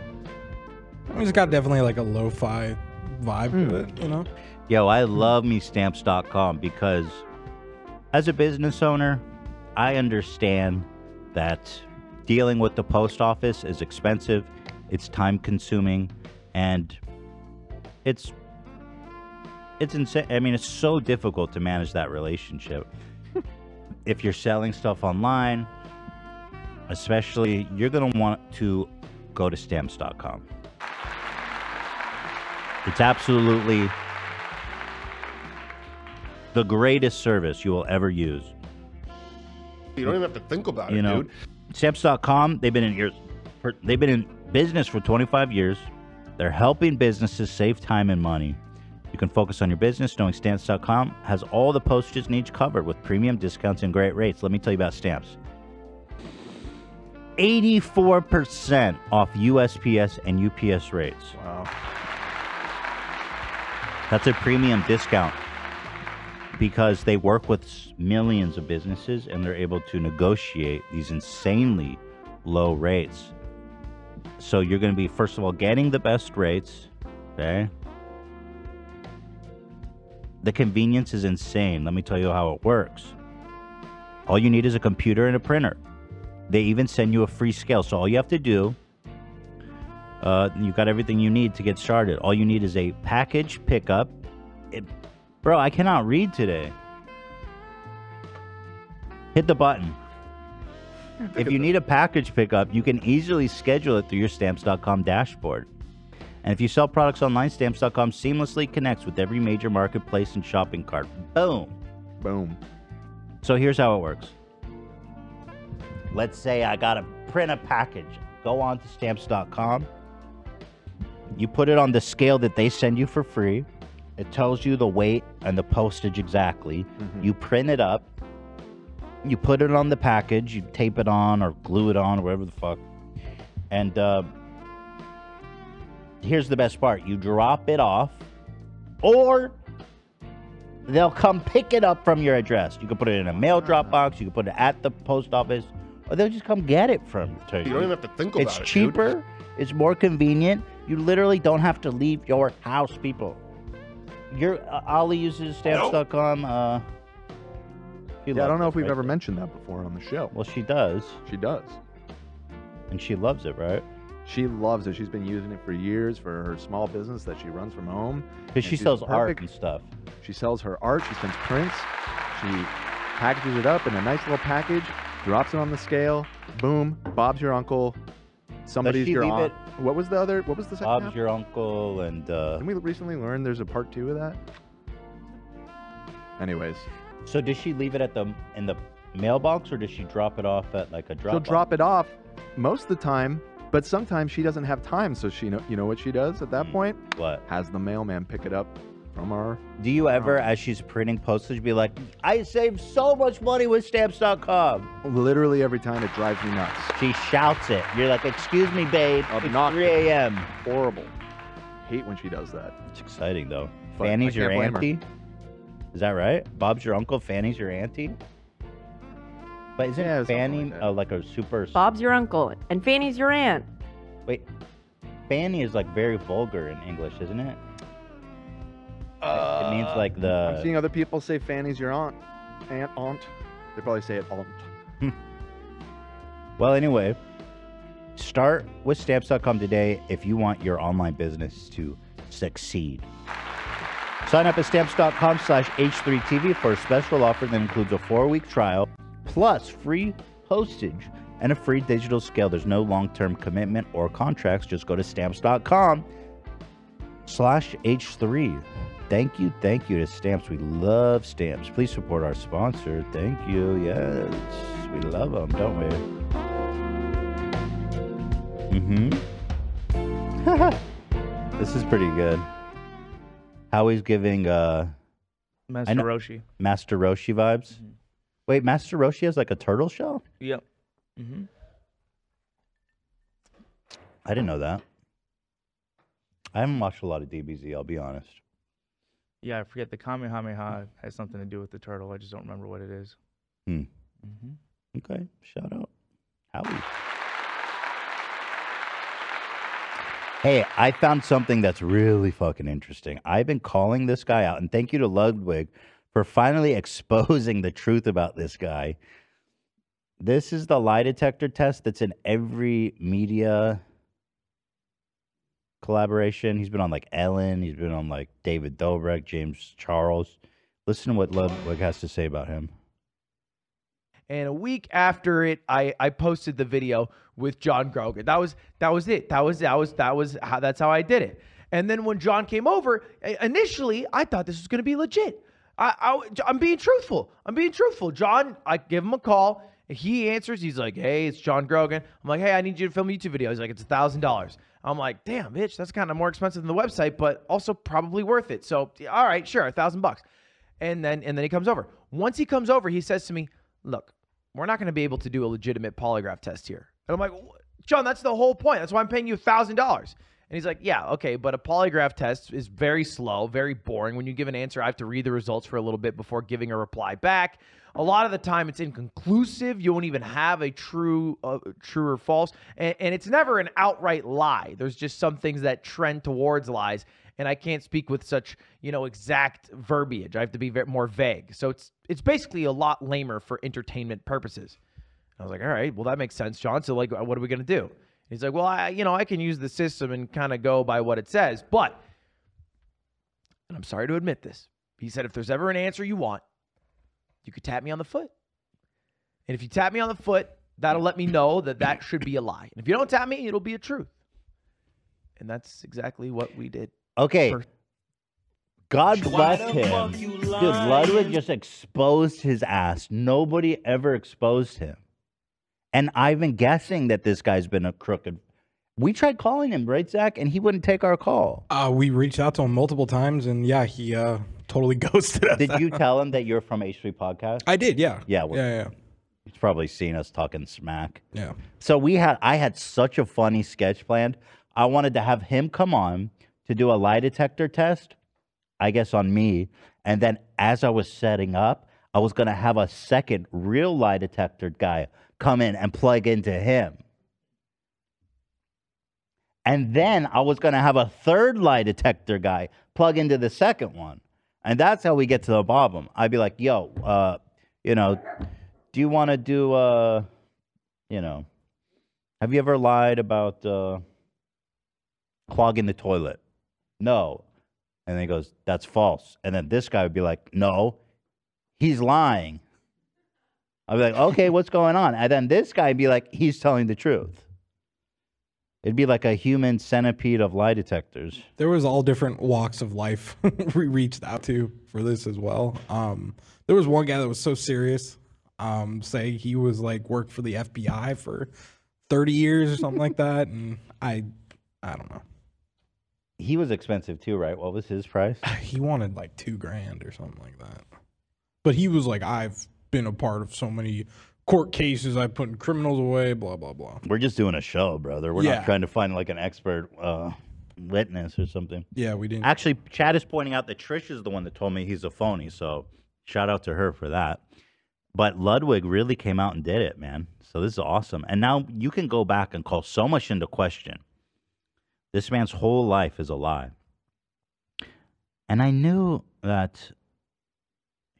I mean, it's got definitely like a lo-fi vibe to it, you know? Yo, I love me stamps.com because as a business owner, I understand that dealing with the post office is expensive, it's time consuming, and it's it's insane. I mean, it's so difficult to manage that relationship. if you're selling stuff online, especially, you're going to want to go to stamps.com. It's absolutely the greatest service you will ever use. You don't even have to think Uh, about You it, know, dude. stamps.com, they've been in years, per- they've been in business for 25 years. They're helping businesses save time and money. You can focus on your business knowing stamps.com has all the postage needs covered with premium discounts and great rates. Let me tell you about stamps. 84% off USPS and UPS rates. Wow. That's a premium discount because they work with s- millions of businesses and they're able to negotiate these insanely low rates. So you're going to be, first of all, getting the best rates. Okay. The convenience is insane. Let me tell you how it works. All you need is a computer and a printer. They even send you a free scale. So all you have to do, uh, you've got everything you need to get started. All you need is a package pickup. It- bro, I cannot read today. Hit the button. If you need a package pickup, you can easily schedule it through your stamps.com dashboard. And if you sell products online, stamps.com seamlessly connects with every major marketplace and shopping cart. Boom. Boom. So here's how it works. Let's say I got to print a package. Go on to stamps.com. You put it on the scale that they send you for free. It tells you the weight and the postage exactly. You print it up. You put it on the package. You tape it on or glue it on or whatever the fuck. And uh, here's the best part you drop it off, or they'll come pick it up from your address. You can put it in a mail Uh-huh. drop box. You can put it at the post office, or they'll just come get it from you. You don't even have to think about it's it, dude. cheaper. It's more convenient. You literally don't have to leave your house, people. Your uh, Ali uses stamps.com. Uh, she Yeah, I loves don't know it, if we've right? ever mentioned that before on the show. Well, she does. She does. And she loves it, right? She loves it. She's been using it for years for her small business that she runs from home. Because she and she's sells art perfect- and stuff. She sells her art. She sends prints. She packages it up in a nice little package, drops it on the scale. Boom. Bob's your uncle. Somebody's she your leave aunt. it- What was the other? What was the second? Bob's half? your uncle, and uh, Didn't we recently learn there's a part two of that? Anyways, so does she leave it at the in the mailbox, or does she drop it off at like a drop? she'll drop it off most of the time, but sometimes she doesn't have time. So she know you know what she does at that point? Hmm. What? Has the mailman pick it up from our Do you ever, as she's printing postage, be like, I saved so much money with stamps.com. Literally every time it drives me nuts. She shouts it. You're like, excuse me, babe. Obnoxious. It's 3 a.m. Horrible. Hate when she does that. It's exciting though. But Fanny's I your can't blame her. auntie. Is that right? Bob's your uncle. Fanny's your auntie. But isn't Fanny like, uh, like a super? Bob's your uncle, and Fanny's your aunt. Wait, Fanny is like very vulgar in English, isn't it? it means like the. Uh, I'm seeing other people say Fanny's your aunt, aunt, aunt. They probably say it aunt. Well, anyway, start with stamps.com today if you want your online business to succeed. Sign up at stamps.com slash H3TV for a special offer that includes a four week trial plus free postage and a free digital scale. There's no long term commitment or contracts. Just go to stamps.com slash H3. Thank you, thank you to Stamps. We love Stamps. Please support our sponsor. Thank you. Yes, we love them, don't we? Mm hmm. Mm-hmm. This is pretty good. Howie's giving uh I Master know- Roshi. Mm-hmm. Master Roshi vibes. Wait, Master Roshi has like a turtle shell? Yep. hmm I didn't know that. I haven't watched a lot of DBZ, I'll be honest. Yeah, I forget the Kamehameha has something to do with the turtle. I just don't remember what it is. Hmm. Mm-hmm. Okay. Shout out. Howie. Hey, I found something that's really fucking interesting. I've been calling this guy out, and thank you to Ludwig for finally exposing the truth about this guy. This is the lie detector test that's in every media collaboration. He's been on like Ellen, he's been on like David Dobrik, James Charles. Listen to what Ludwig has to say about him. And a week after it, I, I posted the video with John Grogan. That was that was it. That was that was that was how that's how I did it. And then when John came over, i- initially I thought this was going to be legit. I, I I'm being truthful. I'm being truthful. John, I give him a call. He answers. He's like, "Hey, it's John Grogan." I'm like, "Hey, I need you to film a YouTube video." He's like, "It's a thousand dollars." I'm like, "Damn, bitch, that's kind of more expensive than the website, but also probably worth it." So, yeah, all right, sure, a thousand bucks and then and then he comes over. Once he comes over, he says to me, "Look, we're not going to be able to do a legitimate polygraph test here." And I'm like, "What? "John, that's the whole point. That's why I'm paying you thousand dollars." And he's like, "Yeah, okay, but a polygraph test is very slow, very boring. When you give an answer, I have to read the results for a little bit before giving a reply back. A lot of the time, it's inconclusive. You won't even have a true, uh, true or false, and, and it's never an outright lie. There's just some things that trend towards lies." and I can't speak with such you know exact verbiage. I have to be ve- more vague. So it's it's basically a lot lamer for entertainment purposes. I was like, all right, well that makes sense, John. So like, what are we gonna do? He's like, well, I you know I can use the system and kind of go by what it says, but and I'm sorry to admit this. He said if there's ever an answer you want, you could tap me on the foot. And if you tap me on the foot, that'll let me know that that should be a lie. And if you don't tap me, it'll be a truth. And that's exactly what we did. Okay. God Why bless the him. fuck you Dude, lying? Ludwig just exposed his ass. Nobody ever exposed him. And I've been guessing that this guy's been a crooked. We tried calling him, right, Zach? And he wouldn't take our call. Uh, we reached out to him multiple times, and yeah, he uh, totally ghosted us. Did you tell him that you're from H3 Podcast? I did, yeah. Yeah, Yeah, yeah. He's probably seen us talking smack. Yeah. So we had I had such a funny sketch planned. I wanted to have him come on to do a lie detector test, I guess on me. And then as I was setting up, I was gonna have a second real lie detector guy come in and plug into him. And then I was going to have a third lie detector guy plug into the second one. And that's how we get to the bottom. I'd be like, yo, uh, you know, do you want to do, uh, you know, have you ever lied about uh, clogging the toilet? No. And then he goes, that's false. And then this guy would be like, no, he's lying. I'd be like, okay, what's going on? And then this guy would be like, he's telling the truth. It'd be like a human centipede of lie detectors. There was all different walks of life we reached out to for this as well. Um, there was one guy that was so serious, um, say he was like worked for the FBI for thirty years or something like that, and I, I don't know. He was expensive too, right? What was his price? He wanted like two grand or something like that. But he was like, I've been a part of so many court cases. I've put criminals away. Blah blah blah. We're just doing a show, brother. We're Yeah. not trying to find like an expert uh, witness or something. Yeah, we didn't. Actually, Chad is pointing out that Trish is the one that told me he's a phony. So shout out to her for that. But Ludwig really came out and did it, man. So this is awesome. And now you can go back and call so much into question. This man's whole life is a lie. And I knew that.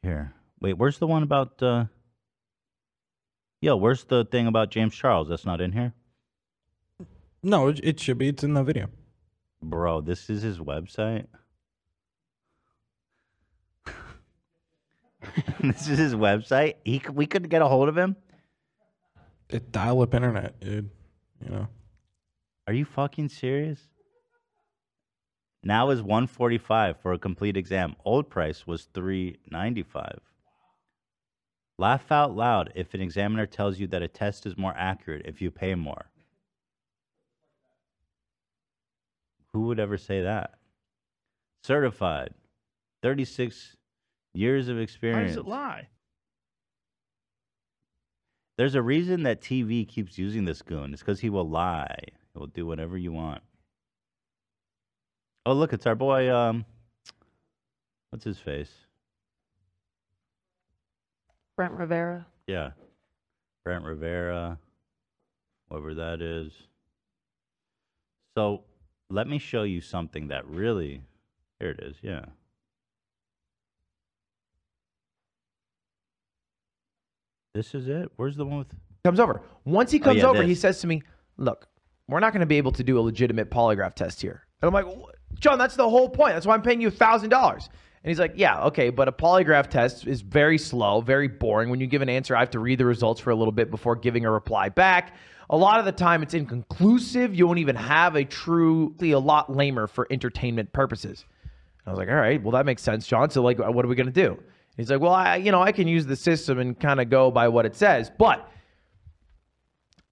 Here. Wait, where's the one about. Uh... Yo, where's the thing about James Charles? That's not in here? No, it, it should be. It's in the video. Bro, this is his website. this is his website. He c- we couldn't get a hold of him. It dial up internet, dude. You know. Are you fucking serious? Now is 145 for a complete exam. Old price was 395. Laugh out loud if an examiner tells you that a test is more accurate if you pay more. Who would ever say that? Certified, 36 years of Why experience. does it lie? There's a reason that TV keeps using this goon. It's because he will lie. He will do whatever you want. Oh, look, it's our boy. Um, what's his face? Brent Rivera. Yeah, Brent Rivera, whoever that is. So let me show you something that really. Here it is. Yeah. This is it. Where's the one with? Comes over. Once he Oh, comes yeah, over, he this. says to me, "Look, we're not going to be able to do a legitimate polygraph test here." And I'm like, "What? "John, that's the whole point. That's why I'm paying you thousand dollars." And he's like, "Yeah, okay, but a polygraph test is very slow, very boring. When you give an answer, I have to read the results for a little bit before giving a reply back. A lot of the time, it's inconclusive. You won't even have a truly a lot lamer for entertainment purposes." I was like, all right, well, that makes sense, John. So, like, what are we going to do? He's like, well, I, you know, I can use the system and kind of go by what it says. But,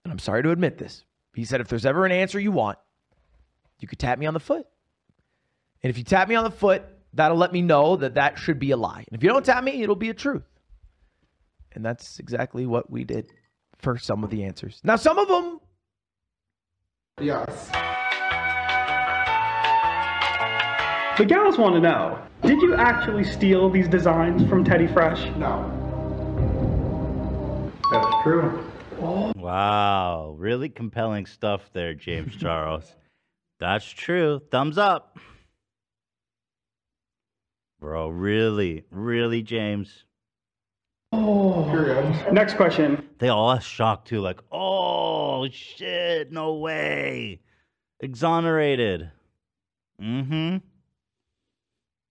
and I'm sorry to admit this, he said, if there's ever an answer you want, you could tap me on the foot. And if you tap me on the foot, that'll let me know that that should be a lie. And if you don't tap me, it'll be a truth. And that's exactly what we did for some of the answers. Now, some of them. Yes. The gals want to know Did you actually steal these designs from Teddy Fresh? No. That's true. Mm-hmm. Wow, really compelling stuff there, James Charles. That's true. Thumbs up. Bro, really, really, James. Oh. Next question. They all are shocked too, like, oh shit, no way. Exonerated. Mm-hmm.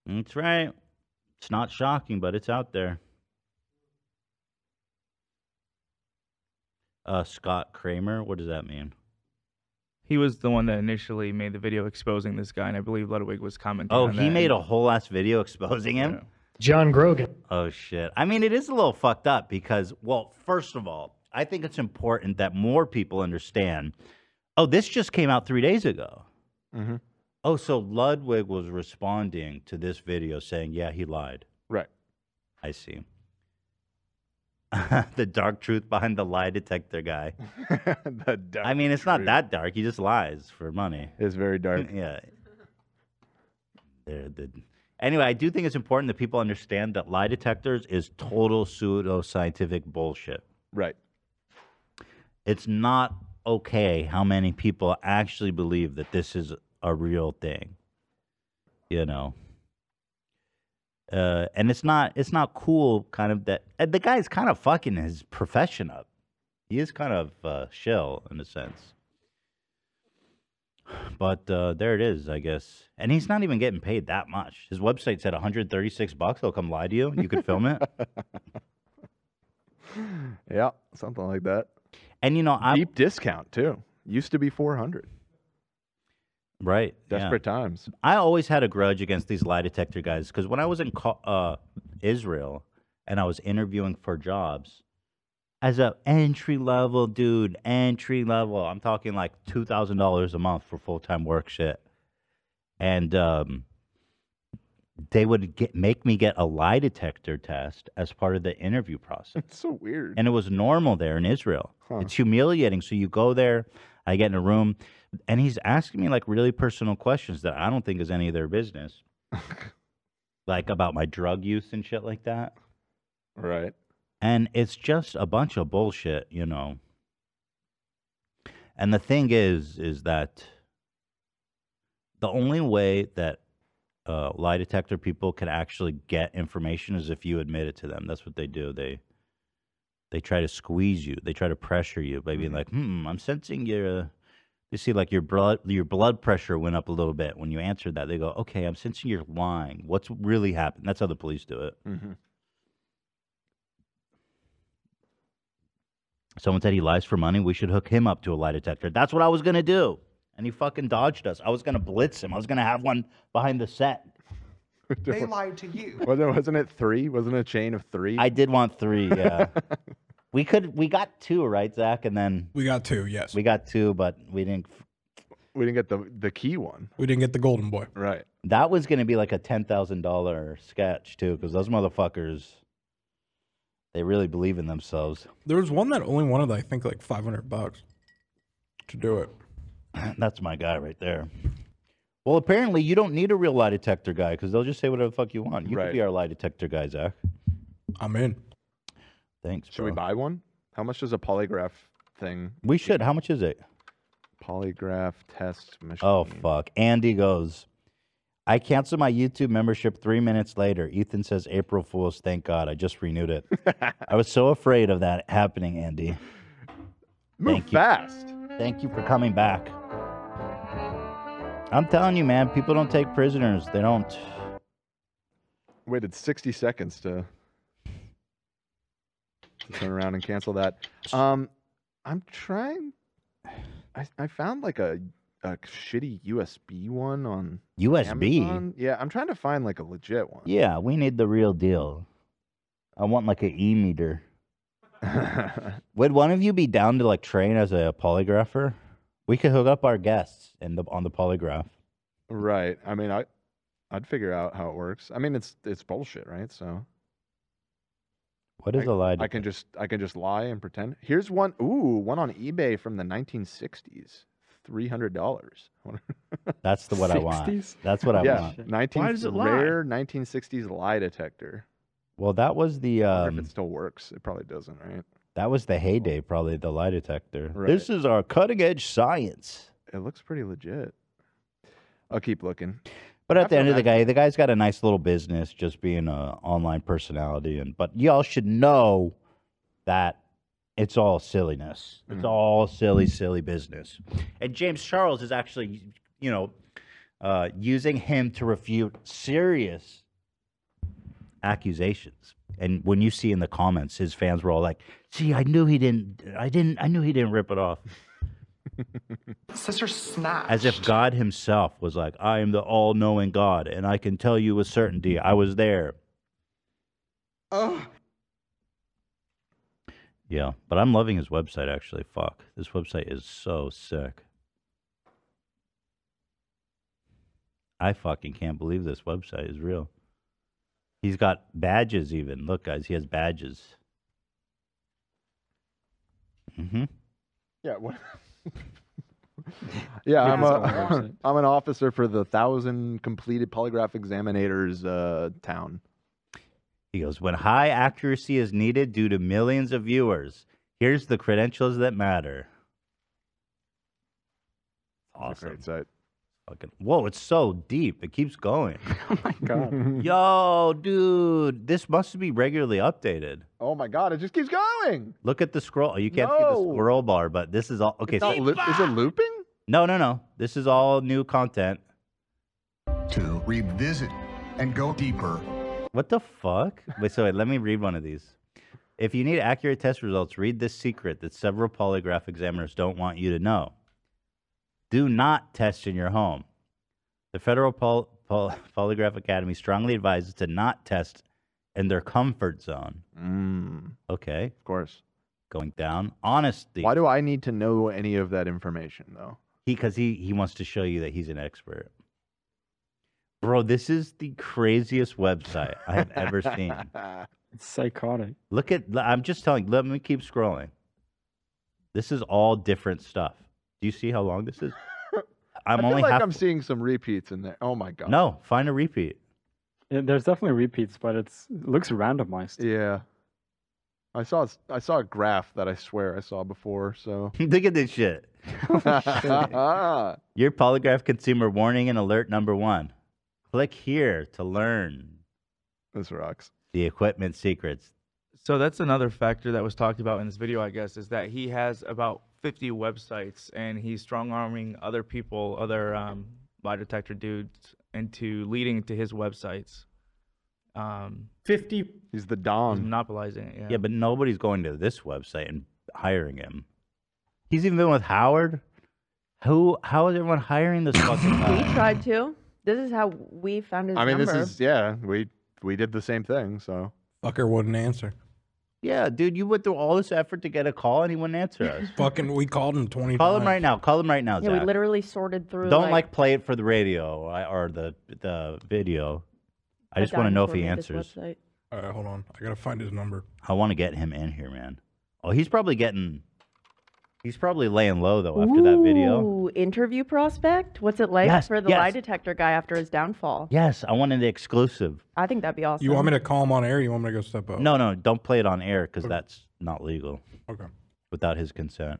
That's right. It's not shocking, but it's out there. Uh Scott Kramer, what does that mean? He was the one that initially made the video exposing this guy, and I believe Ludwig was commenting. Oh, on he that. made a whole ass video exposing him. John Grogan. Oh shit. I mean, it is a little fucked up because, well, first of all, I think it's important that more people understand. Oh, this just came out three days ago. Mm-hmm. Oh, so Ludwig was responding to this video saying, "Yeah, he lied." Right. I see. the dark truth behind the lie detector guy. I mean, it's not that dark. He just lies for money. It's very dark. yeah. There, the, anyway, I do think it's important that people understand that lie detectors is total pseudo scientific bullshit. Right. It's not okay how many people actually believe that this is a real thing. You know. Uh, and it's not it's not cool kind of that and the guy's kind of fucking his profession up. He is kind of uh shell in a sense. But uh, there it is, I guess. And he's not even getting paid that much. His website said 136 bucks. They'll come lie to you. You could film it. Yeah, something like that. And you know, I deep discount too. Used to be 400. Right. yeah. Desperate times. I always had a grudge against these lie detector guys because when I was in co- uh, Israel and I was interviewing for jobs as a entry level dude, entry level, I'm talking like two thousand dollars a month for full time work shit, and um, they would get make me get a lie detector test as part of the interview process. It's so weird. And it was normal there in Israel. It's humiliating. So you go there, I get in a room, and he's asking me like really personal questions that I don't think is any of their business, like about my drug use and shit like that. Right. And it's just a bunch of bullshit, you know. And the thing is, is that the only way that uh, lie detector people can actually get information is if you admit it to them. That's what they do. They they try to squeeze you. They try to pressure you by being like, "Hmm, I'm sensing your." Uh, they see like your blood your blood pressure went up a little bit when you answered that. They go, "Okay, I'm sensing you're lying. What's really happened?" That's how the police do it. Mhm. Someone said he lies for money. We should hook him up to a lie detector. That's what I was gonna do. And he fucking dodged us. I was gonna blitz him. I was gonna have one behind the set. They lied to you. Wasn't it, wasn't it three? Wasn't it a chain of three? I did want three. Yeah, we could. We got two, right, Zach? And then we got two. Yes, we got two, but we didn't. we didn't get the the key one. We didn't get the golden boy. Right. That was going to be like a ten thousand dollar sketch too, because those motherfuckers, they really believe in themselves. There was one that only wanted, I think, like 500 bucks to do it. That's my guy right there. Well, apparently you don't need a real lie detector guy because they'll just say whatever the fuck you want. You could be our lie detector guy, Zach. I'm in. Thanks. Should we buy one? How much does a polygraph thing? We should. How much is it? Polygraph test machine. Oh fuck! Andy goes. I canceled my YouTube membership three minutes later. Ethan says, "April Fools." Thank God, I just renewed it. I was so afraid of that happening, Andy. Move Thank fast. You. Thank you for coming back. I'm telling you, man, people don't take prisoners. They don't. Waited 60 seconds to, to turn around and cancel that. Um, I'm trying. I I found like a a shitty USB one on USB? Amazon. Yeah, I'm trying to find like a legit one. Yeah, we need the real deal. I want like an e meter. Would one of you be down to like train as a polygrapher? We could hook up our guests in the on the polygraph. Right. I mean, I I'd figure out how it works. I mean, it's it's bullshit, right? So What is a lie? I can just I can just lie and pretend. Here's one. Ooh, one on eBay from the 1960s. Three hundred dollars. That's the what I want. 60s? That's what I yeah, want. 19 rare 1960s lie detector. Well, that was the I wonder um, if it still works. It probably doesn't, right? that was the heyday, probably the lie detector. Right. This is our cutting edge science. It looks pretty legit. I'll keep looking. But at I the end feel of the bad. day, the guy's got a nice little business, just being a online personality. And but y'all should know that it's all silliness. Mm-hmm. It's all silly, silly business. And James Charles is actually, you know, uh, using him to refute serious accusations. And when you see in the comments, his fans were all like, "See, I knew he didn't. I didn't. I knew he didn't rip it off." Sister Snap. As if God Himself was like, I am the all knowing God, and I can tell you with certainty I was there. Oh. Yeah, but I'm loving his website actually. Fuck. This website is so sick. I fucking can't believe this website is real. He's got badges even. Look, guys, he has badges. Mm-hmm. Yeah. What? Yeah, I'm That's all it a works. I'm an officer for the thousand completed polygraph examinators uh, town. He goes, when high accuracy is needed due to millions of viewers, here's the credentials that matter. Awesome. Great site. Fucking, whoa, it's so deep. It keeps going. oh my God. Yo, dude, this must be regularly updated. Oh my god, it just keeps going. Look at the scroll. You can't see the No. scroll bar, but this is all. Okay, It's not loo- is it looping? No, no, no. This is all new content. to revisit and go deeper. What the fuck? Wait, so wait, let me read one of these. If you need accurate test results, read this secret that several polygraph examiners don't want you to know. Do not test in your home. The Federal Pol- Pol- Polygraph Academy strongly advises to not test in their comfort zone. Okay. Of Mm. course. Going down. Honesty. Why do I need to know any of that information though? He because he he wants to show you that he's an expert. Bro, this is the craziest website I have ever seen. It's psychotic. Look at I'm just telling. Let me keep scrolling. This is all different stuff. Do you see how long this is? I'm I feel only like half. I'm seeing some repeats in there. Oh my god. No, find a repeat. Yeah, there's definitely repeats, but it's it looks randomized. Yeah. I saw s- I saw a graph that I swear I saw before, so Look at this shit. Oh, Your polygraph consumer warning and alert number one. Click here to learn. This rocks. The equipment secrets. So that's another factor that was talked about in this video, I guess, is that he has about 50 websites and he's strong arming other people, other um, lie detector dudes, into leading to his websites. Um, 50. He's the Don. monopolizing it. Yeah. Yeah, but nobody's going to this website and hiring him. He's even been with Howard. Who? How is everyone hiring this fucking We guy? tried to. This is how we found his I mean, number. this is yeah. We we did the same thing, so Fucker wouldn't answer. Yeah, dude, you went through all this effort to get a call and he wouldn't answer us. Fucking, we called him twenty. Call him right now. Call him right now, Yeah, we Zach. literally sorted through. Don't like, play it for the radio I- or the the video. I a just want to know if he dinosaur made this answers. website. All right, hold on. I gotta find his number. I want to get him in here, man. Oh, he's probably getting. He's probably laying low though after that video. Ooh, interview prospect. What's it like Yes, for the yes. lie detector guy after his downfall? Yes, I wanted the exclusive. I think that'd be awesome. You want me to call him on air? You want me to go step up? No, no, don't play it on air because that's not legal. Okay. Without his consent.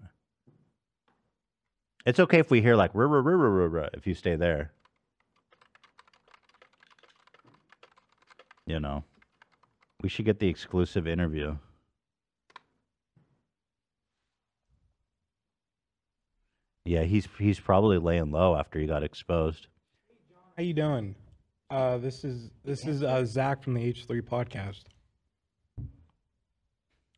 It's okay if we hear like rah rah rah rah rah rah if you stay there. You know, we should get the exclusive interview. Yeah, he's he's probably laying low after he got exposed. How you doing? Uh, this is this is uh, Zach from the H three podcast.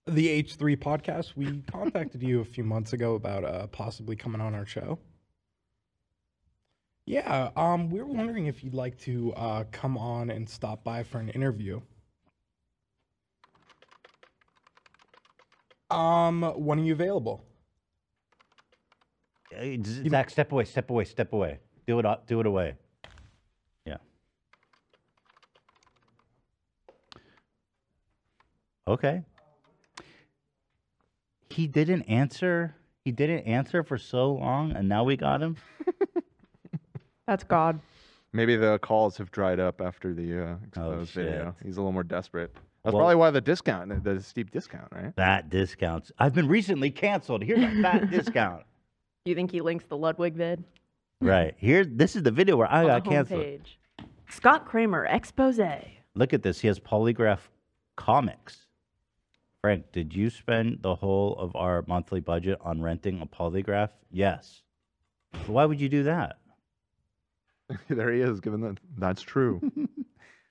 The H three podcast. We contacted you a few months ago about uh, possibly coming on our show. Yeah, um, we were wondering if you'd like to uh, come on and stop by for an interview. Um, when are you available? Hey, Z- Zach, step away, step away, step away. Do it, o- do it away. Yeah. Okay. He didn't answer. He didn't answer for so long, and now we got him. That's God. Maybe the calls have dried up after the Oh, uh, exposed video. He's a little more desperate. That's probably why the discount, the steep discount, right? That discounts. I've been recently canceled. Here's a fat discount. You think he links the Ludwig vid? Right here. This is the video where I on got the canceled. homepage? Scott Kramer expose. Look at this. He has polygraph comics. Frank, did you spend the whole of our monthly budget on renting a polygraph? Yes. Why would you do that? there he is, given that that's true.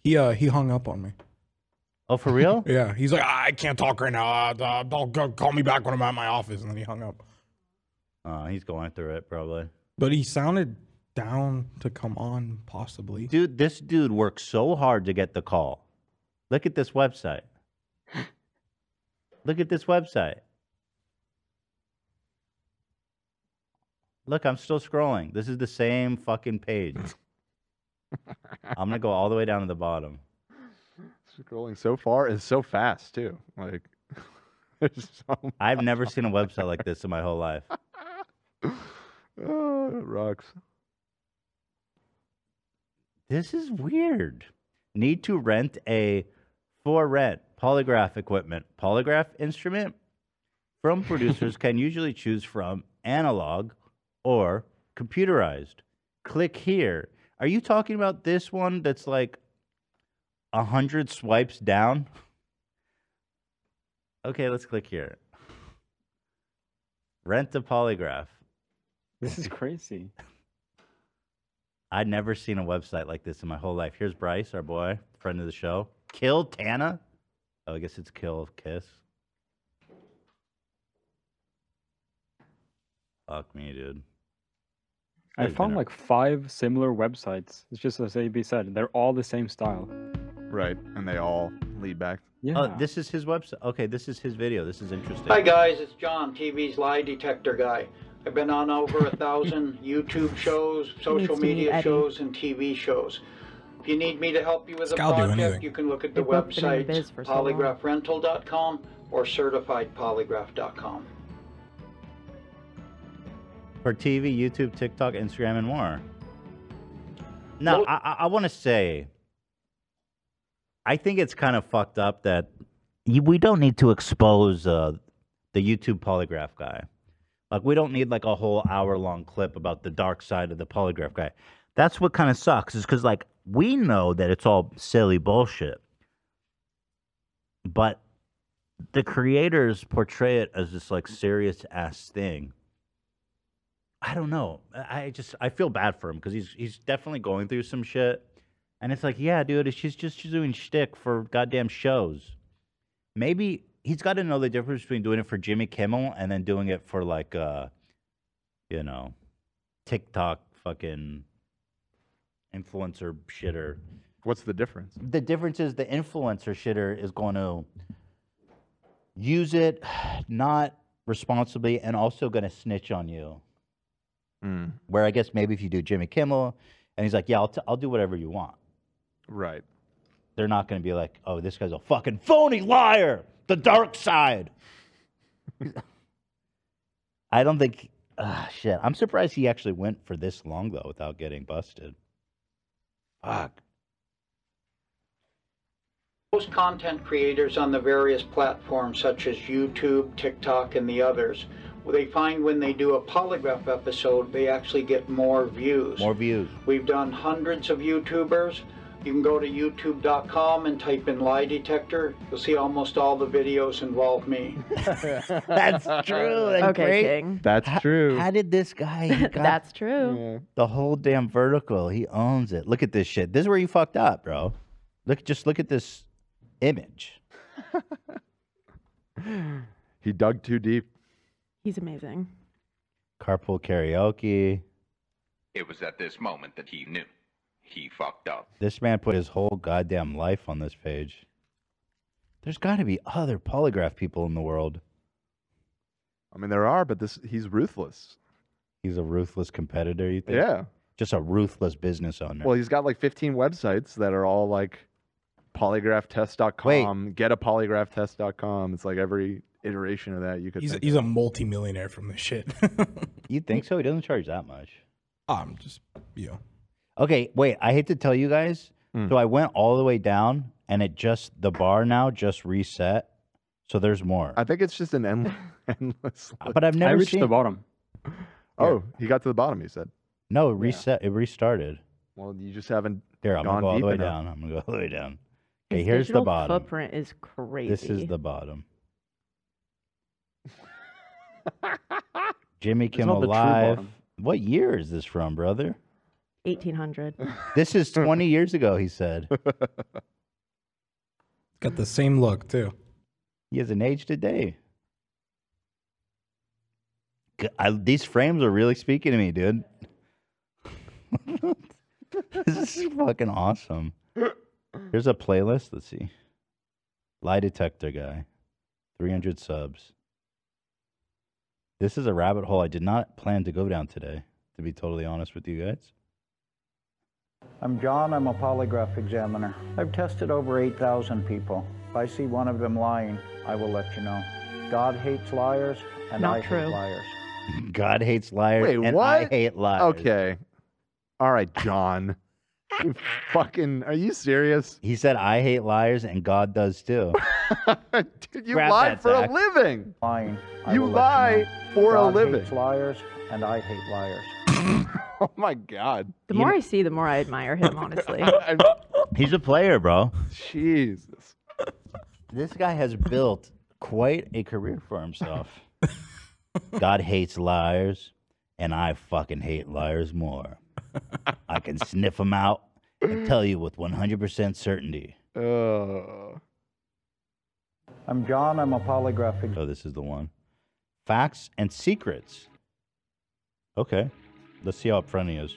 He uh he hung up on me. Oh, for real? yeah, he's like, I can't talk right now. Uh, uh, don't go- call me back when I'm at my office, and then he hung up. Uh, he's going through it probably. But he sounded down to come on, possibly. Dude, this dude worked so hard to get the call. Look at this website. Look at this website. Look, I'm still scrolling. This is the same fucking page. I'm going to go all the way down to the bottom. Scrolling so far and so fast too. Like I've never seen a website like this in my whole life. oh, it rocks. This is weird. Need to rent a for rent polygraph equipment. Polygraph instrument from producers can usually choose from analog or computerized. Click here. Are you talking about this one that's like a hundred swipes down? Okay, let's click here. Rent a polygraph. This is crazy. I'd never seen a website like this in my whole life. Here's Bryce, our boy, friend of the show. Kill Tana. Oh, I guess it's kill kiss. Fuck me, dude. I found like five similar websites. It's just as AB said, they're all the same style. Right, and they all lead back. Oh, this is his website. Okay, this is his video. This is interesting. Hi guys, it's John, TV's lie detector guy. I've been on over a thousand YouTube shows, social needs to meet media Eddie. shows, and TV shows. If you need me to help you with a Guy will do project, anything. you can look at the They've both been in the websites biz for so long. polygraphrental.com or certifiedpolygraph.com. For TV, YouTube, TikTok, Instagram, and more. No, I, I, I want to say, I think it's kind of fucked up that you, we don't need to expose uh, the YouTube polygraph guy. Like, we don't need like a whole hour long clip about the dark side of the polygraph guy. That's what kind of sucks, is because like we know that it's all silly bullshit, but the creators portray it as this like serious ass thing. I don't know. I I just I feel bad for him because he's he's definitely going through some shit, and it's like, yeah, dude, she's just she's doing shtick for goddamn shows. Maybe he's got to know the difference between doing it for Jimmy Kimmel and then doing it for like, uh, you know, TikTok fucking influencer shitter. What's the difference? The difference is the influencer shitter is going to use it not responsibly and also going to snitch on you. Where I guess maybe if you do Jimmy Kimmel and he's like, yeah, I'll, t- I'll do whatever you want. Right. They're not going to be like, oh, this guy's a fucking phony liar, the dark side. I don't think, ah, shit. I'm surprised he actually went for this long, though, without getting busted. Fuck. Most content creators on the various platforms such as YouTube, TikTok, and the others, they find when they do a polygraph episode, they actually get more views. More views. We've done hundreds of YouTubers. You can go to youtube.com and type in lie detector. You'll see almost all the videos involve me. That's true. and Okay, great. King. That's true. How did this guy? he got That's true. the whole damn vertical. He owns it. Look at this shit. This is where you fucked up, bro. Look, just look at this image. He dug too deep. He's amazing. Carpool karaoke. It was at this moment that he knew. He fucked up. This man put his whole goddamn life on this page. There's got to be other polygraph people in the world. I mean, there are, but this—he's ruthless. He's a ruthless competitor. You think? Yeah. Just a ruthless business owner. Well, he's got like 15 websites that are all like polygraphtest.com, getapolygraphtest.com. It's like every iteration of that you could. He's, think he's of. a multimillionaire from this shit. you think so? He doesn't charge that much. I'm just, you know. Okay, wait. I hate to tell you guys. Hmm. So I went all the way down, and it just the bar now just reset. So there's more. Uh, I think it's just an endless. endless But I've never seen Oh, he got to the bottom. He said. No, it reset. It restarted. Well, you just haven't. Here, I'm gonna gone go all deep the way enough. down. I'm gonna go all the way down. His Okay, here's the digital bottom. Footprint is crazy. This is the bottom. Jimmy It's not Kimmel the true Live. bottom. What year is this from, brother? 1800. This is Hmm. 20 years ago, he said. Got the same look, too. He hasn't aged today. G- I, these frames are really speaking to me, dude. this is fucking awesome. Here's a playlist. Let's see. Lie detector guy, 300 subs. This is a rabbit hole I did not plan to go down today, to be totally honest with you guys. I'm John. I'm a polygraph examiner. I've tested over 8,000 people. If I see one of them lying, I will let you know. God hates liars, and Not I true. hate liars. God hates liars. Wait, and what? I hate liars. Okay. All right, John. You fucking, are you serious? He said, I hate liars, and God does too. Dude, you Grab lie that, for Zach. a living. Lying. I You will let lie know. for a God living. Hates liars, and I hate liars. Oh my God. The more I see, the more I admire him, honestly. He's a player, bro. Jesus. This guy has built quite a career for himself. God hates liars, and I fucking hate liars more. I can sniff them out and tell you with 100% certainty. Oh. I'm John. I'm a polygraph Oh, this is the one. Facts and secrets. Okay. Let's see how up front he is.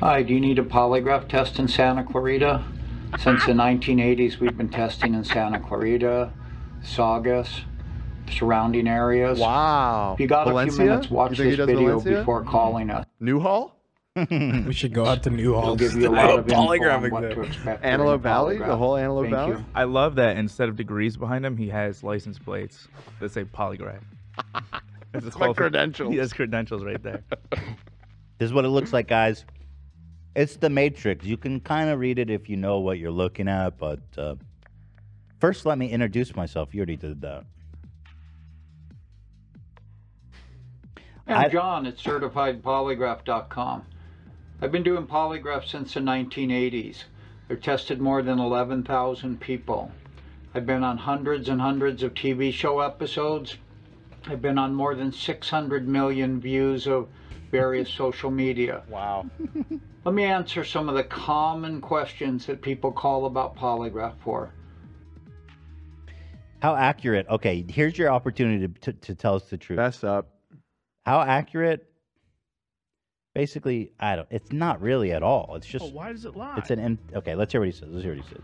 Hi, do you need a polygraph test in Santa Clarita? Since the 1980s, we've been testing in Santa Clarita, Saugus, surrounding areas. Wow. If you got a Valencia? few minutes, You watch think he this does video Valencia? before calling us. Newhall? we should go out to Newhall. It'll give you a lot of info on what to expect. during Antelope a Valley? The polygraph. whole Antelope Thank Valley? you. I love that instead of degrees behind him, he has license plates that say polygraph. That's It's my credentials. He has credentials right there. This is what it looks like, guys. It's the Matrix. You can kind of read it if you know what you're looking at, but uh, first, let me introduce myself. You already did that. I- And John at certifiedpolygraph.com. I've been doing polygraphs since the 1980s. I've tested more than 11,000 people. I've been on hundreds and hundreds of TV show episodes. I've been on more than 600 million views of various social media. Wow. Let me answer some of the common questions that people call about polygraph for. How accurate? Okay, here's your opportunity to, to, to tell us the truth. Mess up. How accurate Basically, I don't. It's not really at all. It's just. why does it lie? It's an. em- Okay, let's hear what he says. Let's hear what he says.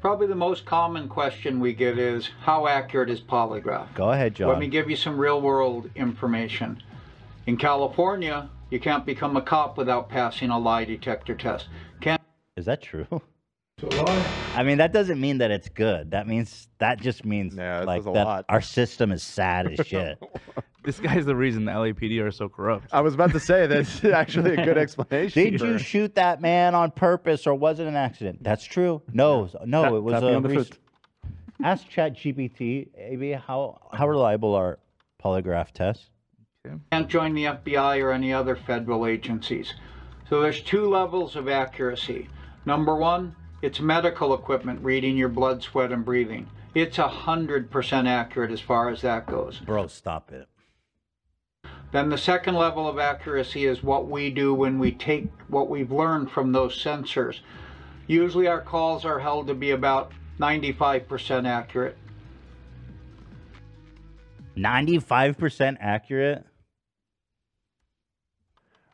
Probably the most common question we get is how accurate is polygraph? Go ahead, John. Let me give you some real world information. In California, you can't become a cop without passing a lie detector test. Can't Is that true? I mean, that doesn't mean that it's good. That means that just means like a that lot. our system is sad as shit. This guy's the reason the LAPD are so corrupt. I was about to say that's actually a good explanation. Did you shoot that man on purpose or was it an accident? That's true. No, no, Tap- it was tap me a on the rec- foot. Ask ChatGPT, AB, how how reliable are polygraph tests? can't join the FBI or any other federal agencies. So there's two levels of accuracy. Number one, it's medical equipment reading your blood, sweat, and breathing. It's a hundred percent accurate as far as that goes. Bro, stop it. Then the second level of accuracy is what we do when we take what we've learned from those sensors. Usually our calls are held to be about 95% accurate. Ninety-five percent accurate.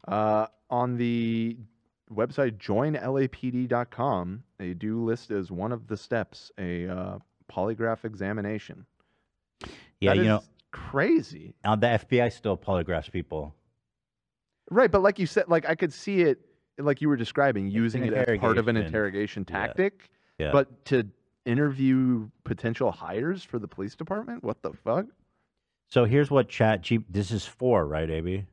Uh, on the website joinlapd.com, they do list as one of the steps a uh, polygraph examination. Yeah, That you know, is crazy. uh, the FBI still polygraphs people. Right, but like you said, like I could see it, like you were describing, using it as part of an interrogation. interrogation tactic. Yeah. But to interview potential hires for the police department, what the fuck? So here's what Chat G. This is four, right, AB?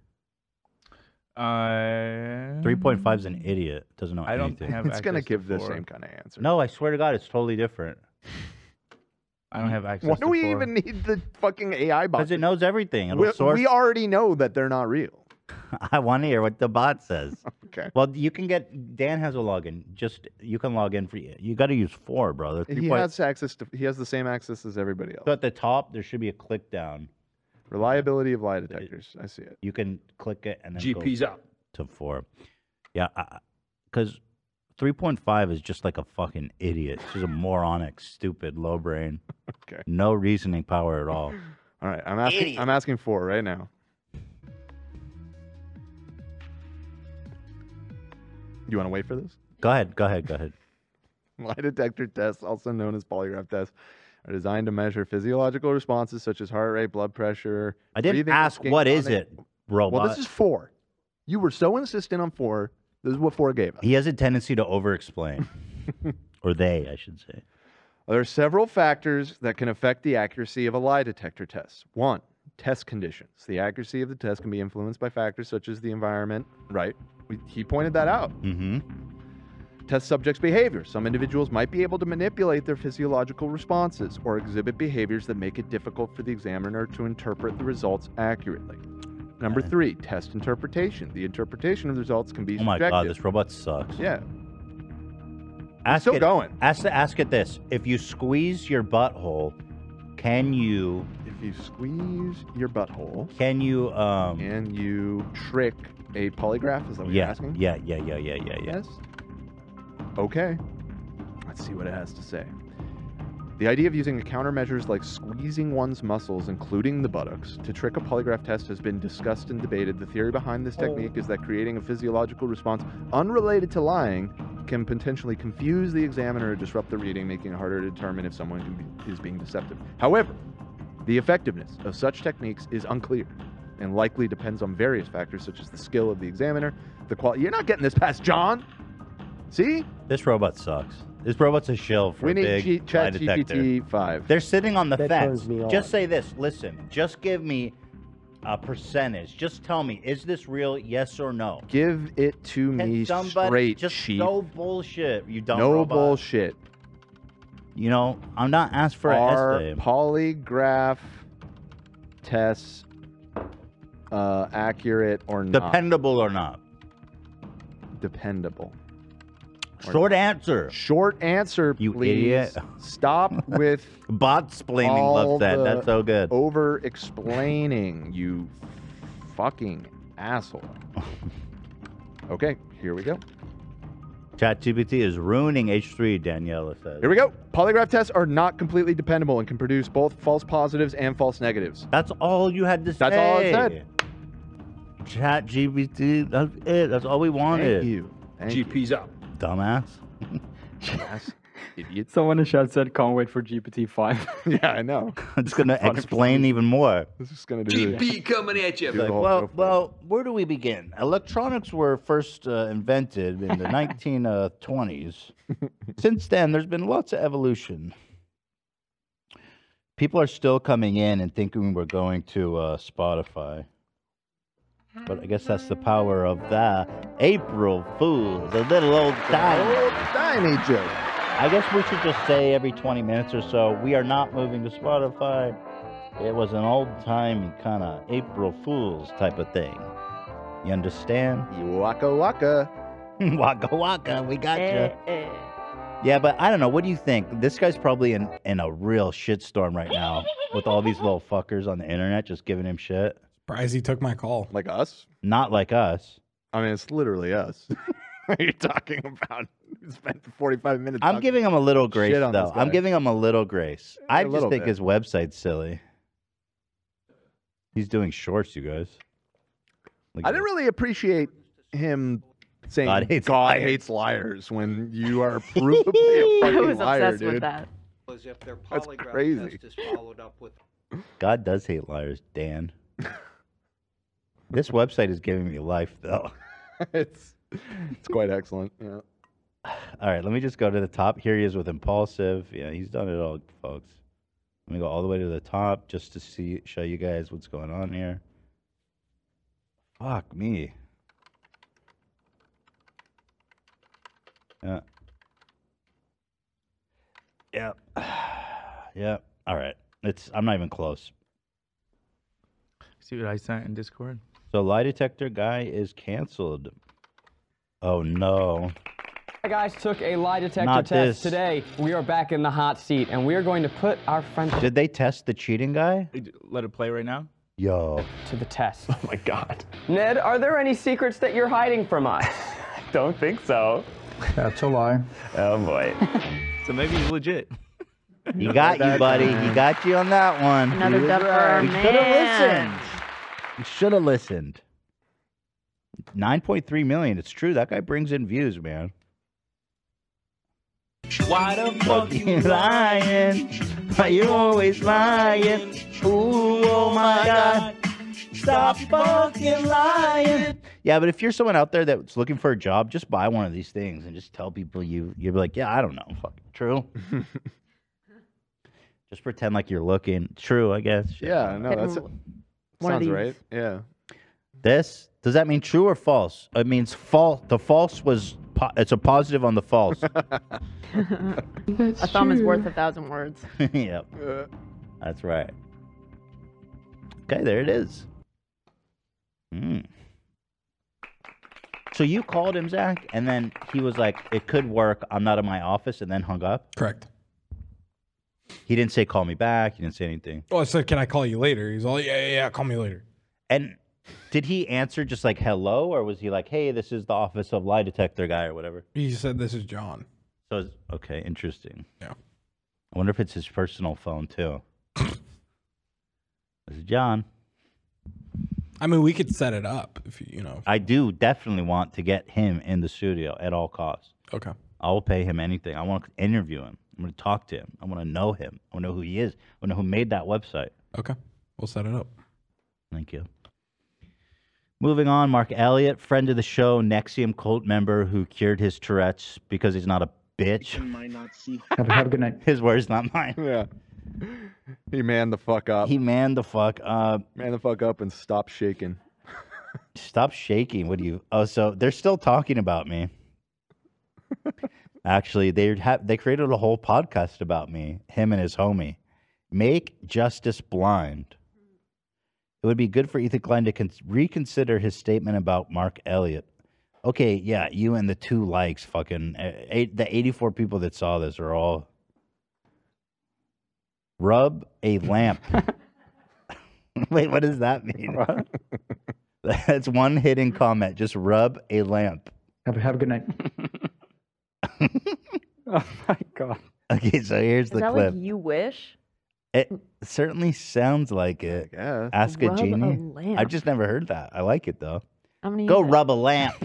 Uh, Three point five is an idiot. Doesn't know I don't anything. have It's gonna access to give the four. same kind of answer. No, I swear to God, it's totally different. I don't have access. Why do we even need the fucking AI bot? Because it knows everything. It'll We, source. we already know that they're not real. I want to hear what the bot says. okay. Well, you can get Dan has a login. Just you can log in for you. Got to use four, brother. Three He point- has access to. He has the same access as everybody else. So at the top, there should be a click down. Reliability of lie detectors. I see it. You can click it and then GP's go up. to four. Yeah, because three point five is just like a fucking idiot. She's a moronic, stupid, low brain. Okay. No reasoning power at all. All right, I'm asking. I'm asking for right now. You want to wait for this? Go ahead. Go ahead. Go ahead. Lie detector tests, also known as polygraph tests, are designed to measure physiological responses such as heart rate, blood pressure. I didn't breathing, ask skin what is tonic- it, robot. Well, this is four. You were so insistent on four. This is what four gave us. He has a tendency to over-explain, or they, I should say. There are several factors that can affect the accuracy of a lie detector test. One, test conditions. The accuracy of the test can be influenced by factors such as the environment, right? We, he pointed that out. Mm-hmm. Test subjects' behavior. Some individuals might be able to manipulate their physiological responses or exhibit behaviors that make it difficult for the examiner to interpret the results accurately. Number three, test interpretation. The interpretation of the results can be Oh my subjective. god, this robot sucks. Yeah. Ask still it, going. Ask the, ask it this: If you squeeze your butthole, can you? If you squeeze your butthole, can you? Um, can you trick a polygraph? Is that what yeah, you're asking? yeah, yeah, yeah, yeah, yeah, yeah. Yes. Okay. Let's see what it has to say. The idea of using countermeasures like squeezing one's muscles, including the buttocks, to trick a polygraph test has been discussed and debated. The theory behind this technique is that creating a physiological response unrelated to lying can potentially confuse the examiner or disrupt the reading, making it harder to determine if someone can be, is being deceptive. However, the effectiveness of such techniques is unclear and likely depends on various factors such as the skill of the examiner, the quality. You're not getting this past John. See? This robot sucks. This robot's a shell for We a need big G- lie detector. ChatGPT 5. They're sitting on the That fence. turns me Just on. say this. Listen. Just give me a percentage. Just tell me: Is this real? Yes or no? Give it to Can me somebody straight, just chief. no bullshit? You dumb no robot. bullshit. You know, I'm not asked for Are a essay. polygraph tests uh, accurate or not? Dependable or not? Dependable. Or Short answer. Short answer, you please. idiot. Stop with bot splaining. all Love that. the That's so good. Over explaining, you fucking asshole. Okay, here we go. ChatGPT is ruining H3. Daniela says. Here we go. Polygraph tests are not completely dependable and can produce both false positives and false negatives. That's all you had to That's all it say. said. Chat GPT. That's it. That's all we wanted. you. GP's up. Dumbass. Yes. Someone in chat said, "Can't wait for GPT 5 yeah, I know. I'm just gonna explain even more. This is gonna do it. GP coming at you. Do the whole well, profile. well, where do we begin? Electronics were first uh, invented in the 1920s. Since then, there's been lots of evolution. People are still coming in and thinking we're going to uh, Spotify. But I guess that's the power of the April Fool's, a little old tiny. tiny joke. I guess we should just say every 20 minutes or so, we are not moving to Spotify. It was an old timey kind of April Fool's type of thing. You understand? You waka waka. waka waka, we got you. Yeah, but I don't know. What do you think? This guy's probably in, in a real shitstorm right now with all these little fuckers on the internet just giving him shit. Surprised he took my call. Like us? Not like us. I mean, it's literally us. what are you talking about? We spent 45 minutes. I'm talking giving him a little grace, shit on though. this I'm guy. giving him a little grace. I A just little think bit. his website's silly. He's doing shorts, you guys. Look I at didn't this. really appreciate him saying God hates, liars. when you are provably a fucking liar, dude. As if their That's polygraph crazy. test is followed up with God does hate liars, Dan. this website is giving me life, though. it's it's quite excellent. Yeah. All right, let me just go to the top. Here he is with impulsive. Yeah, he's done it all, folks. Let me go all the way to the top just to see show you guys what's going on here. Fuck me. Yeah. Yep. Yep. All right. It's I'm not even close. See what I sent in Discord? So lie detector guy is canceled. Oh no. Hi guys, took a lie detector Not test this. today. We are back in the hot seat, and we are going to put our friend Did they test the cheating guy? Let it play right now. Yo. to the test. Oh my God. Ned, are there any secrets that you're hiding from us? Don't think so. That's a lie. Oh boy. So maybe he's legit. He got you, buddy. He got you on that one. Another You was duffer right. We should have man. listened. We should have listened. 9.3 million. It's true. That guy brings in views, man. Why the fuck you lying? Why you always lying? Ooh, oh my God. Stop fucking lying. Yeah, but if you're someone out there that's looking for a job, just buy one of these things and just tell people you you're like, yeah, I don't know, fucking true. just pretend like you're looking. True, I guess. Shit, I Yeah, don't no, know. that's one of sounds these. right. Yeah. This does that mean true or false? It means false. The false was po- it's a positive on the false. a thumb is worth a thousand words. yep, that's right. Okay, there it is. Mm. So you called him, Zach, and then he was like, "It could work. I'm not in my office," and then hung up. Correct. He didn't say call me back. He didn't say anything. Oh, I said, can I call you later? He's all, yeah, yeah, yeah, call me later. And did he answer just like hello, or was he like, "Hey, this is the office of lie detector guy" or whatever? He said, this is John. So it's- okay, interesting. Yeah. I wonder if it's his personal phone too. this is John. I mean, we could set it up if you, you know. I do definitely want to get him in the studio at all costs. Okay. I will pay him anything. I want to interview him. I'm going to talk to him. I want to know him. I want to know who he is. I want to know who made that website. Okay. We'll set it up. Thank you. Moving on, Mark Elliott, friend of the show, Nexium cult member who cured his Tourette's because he's not a bitch. Might not see. Have a good night. His words, not mine. Yeah. He manned the fuck up. He manned the fuck up. Man the fuck up and stop shaking. Stop shaking. What do you? Oh, so they're still talking about me. Actually, they have they created a whole podcast about me, him and his homie. Make justice blind. It would be good for Ethan Klein to con- reconsider his statement about Mark Elliott. Okay, yeah, you and the two likes, fucking eh, eight, the eighty-four people that saw this are all rub a lamp. Wait, what does that mean? That's one hidden comment. Just rub a lamp. Have, have a good night. Okay, so here's Is the that clip. like you wish? It certainly sounds like it. Ask a Rub a genie. I've lamp. just never heard that. I like it though. I'm gonna Go use it. rub a lamp.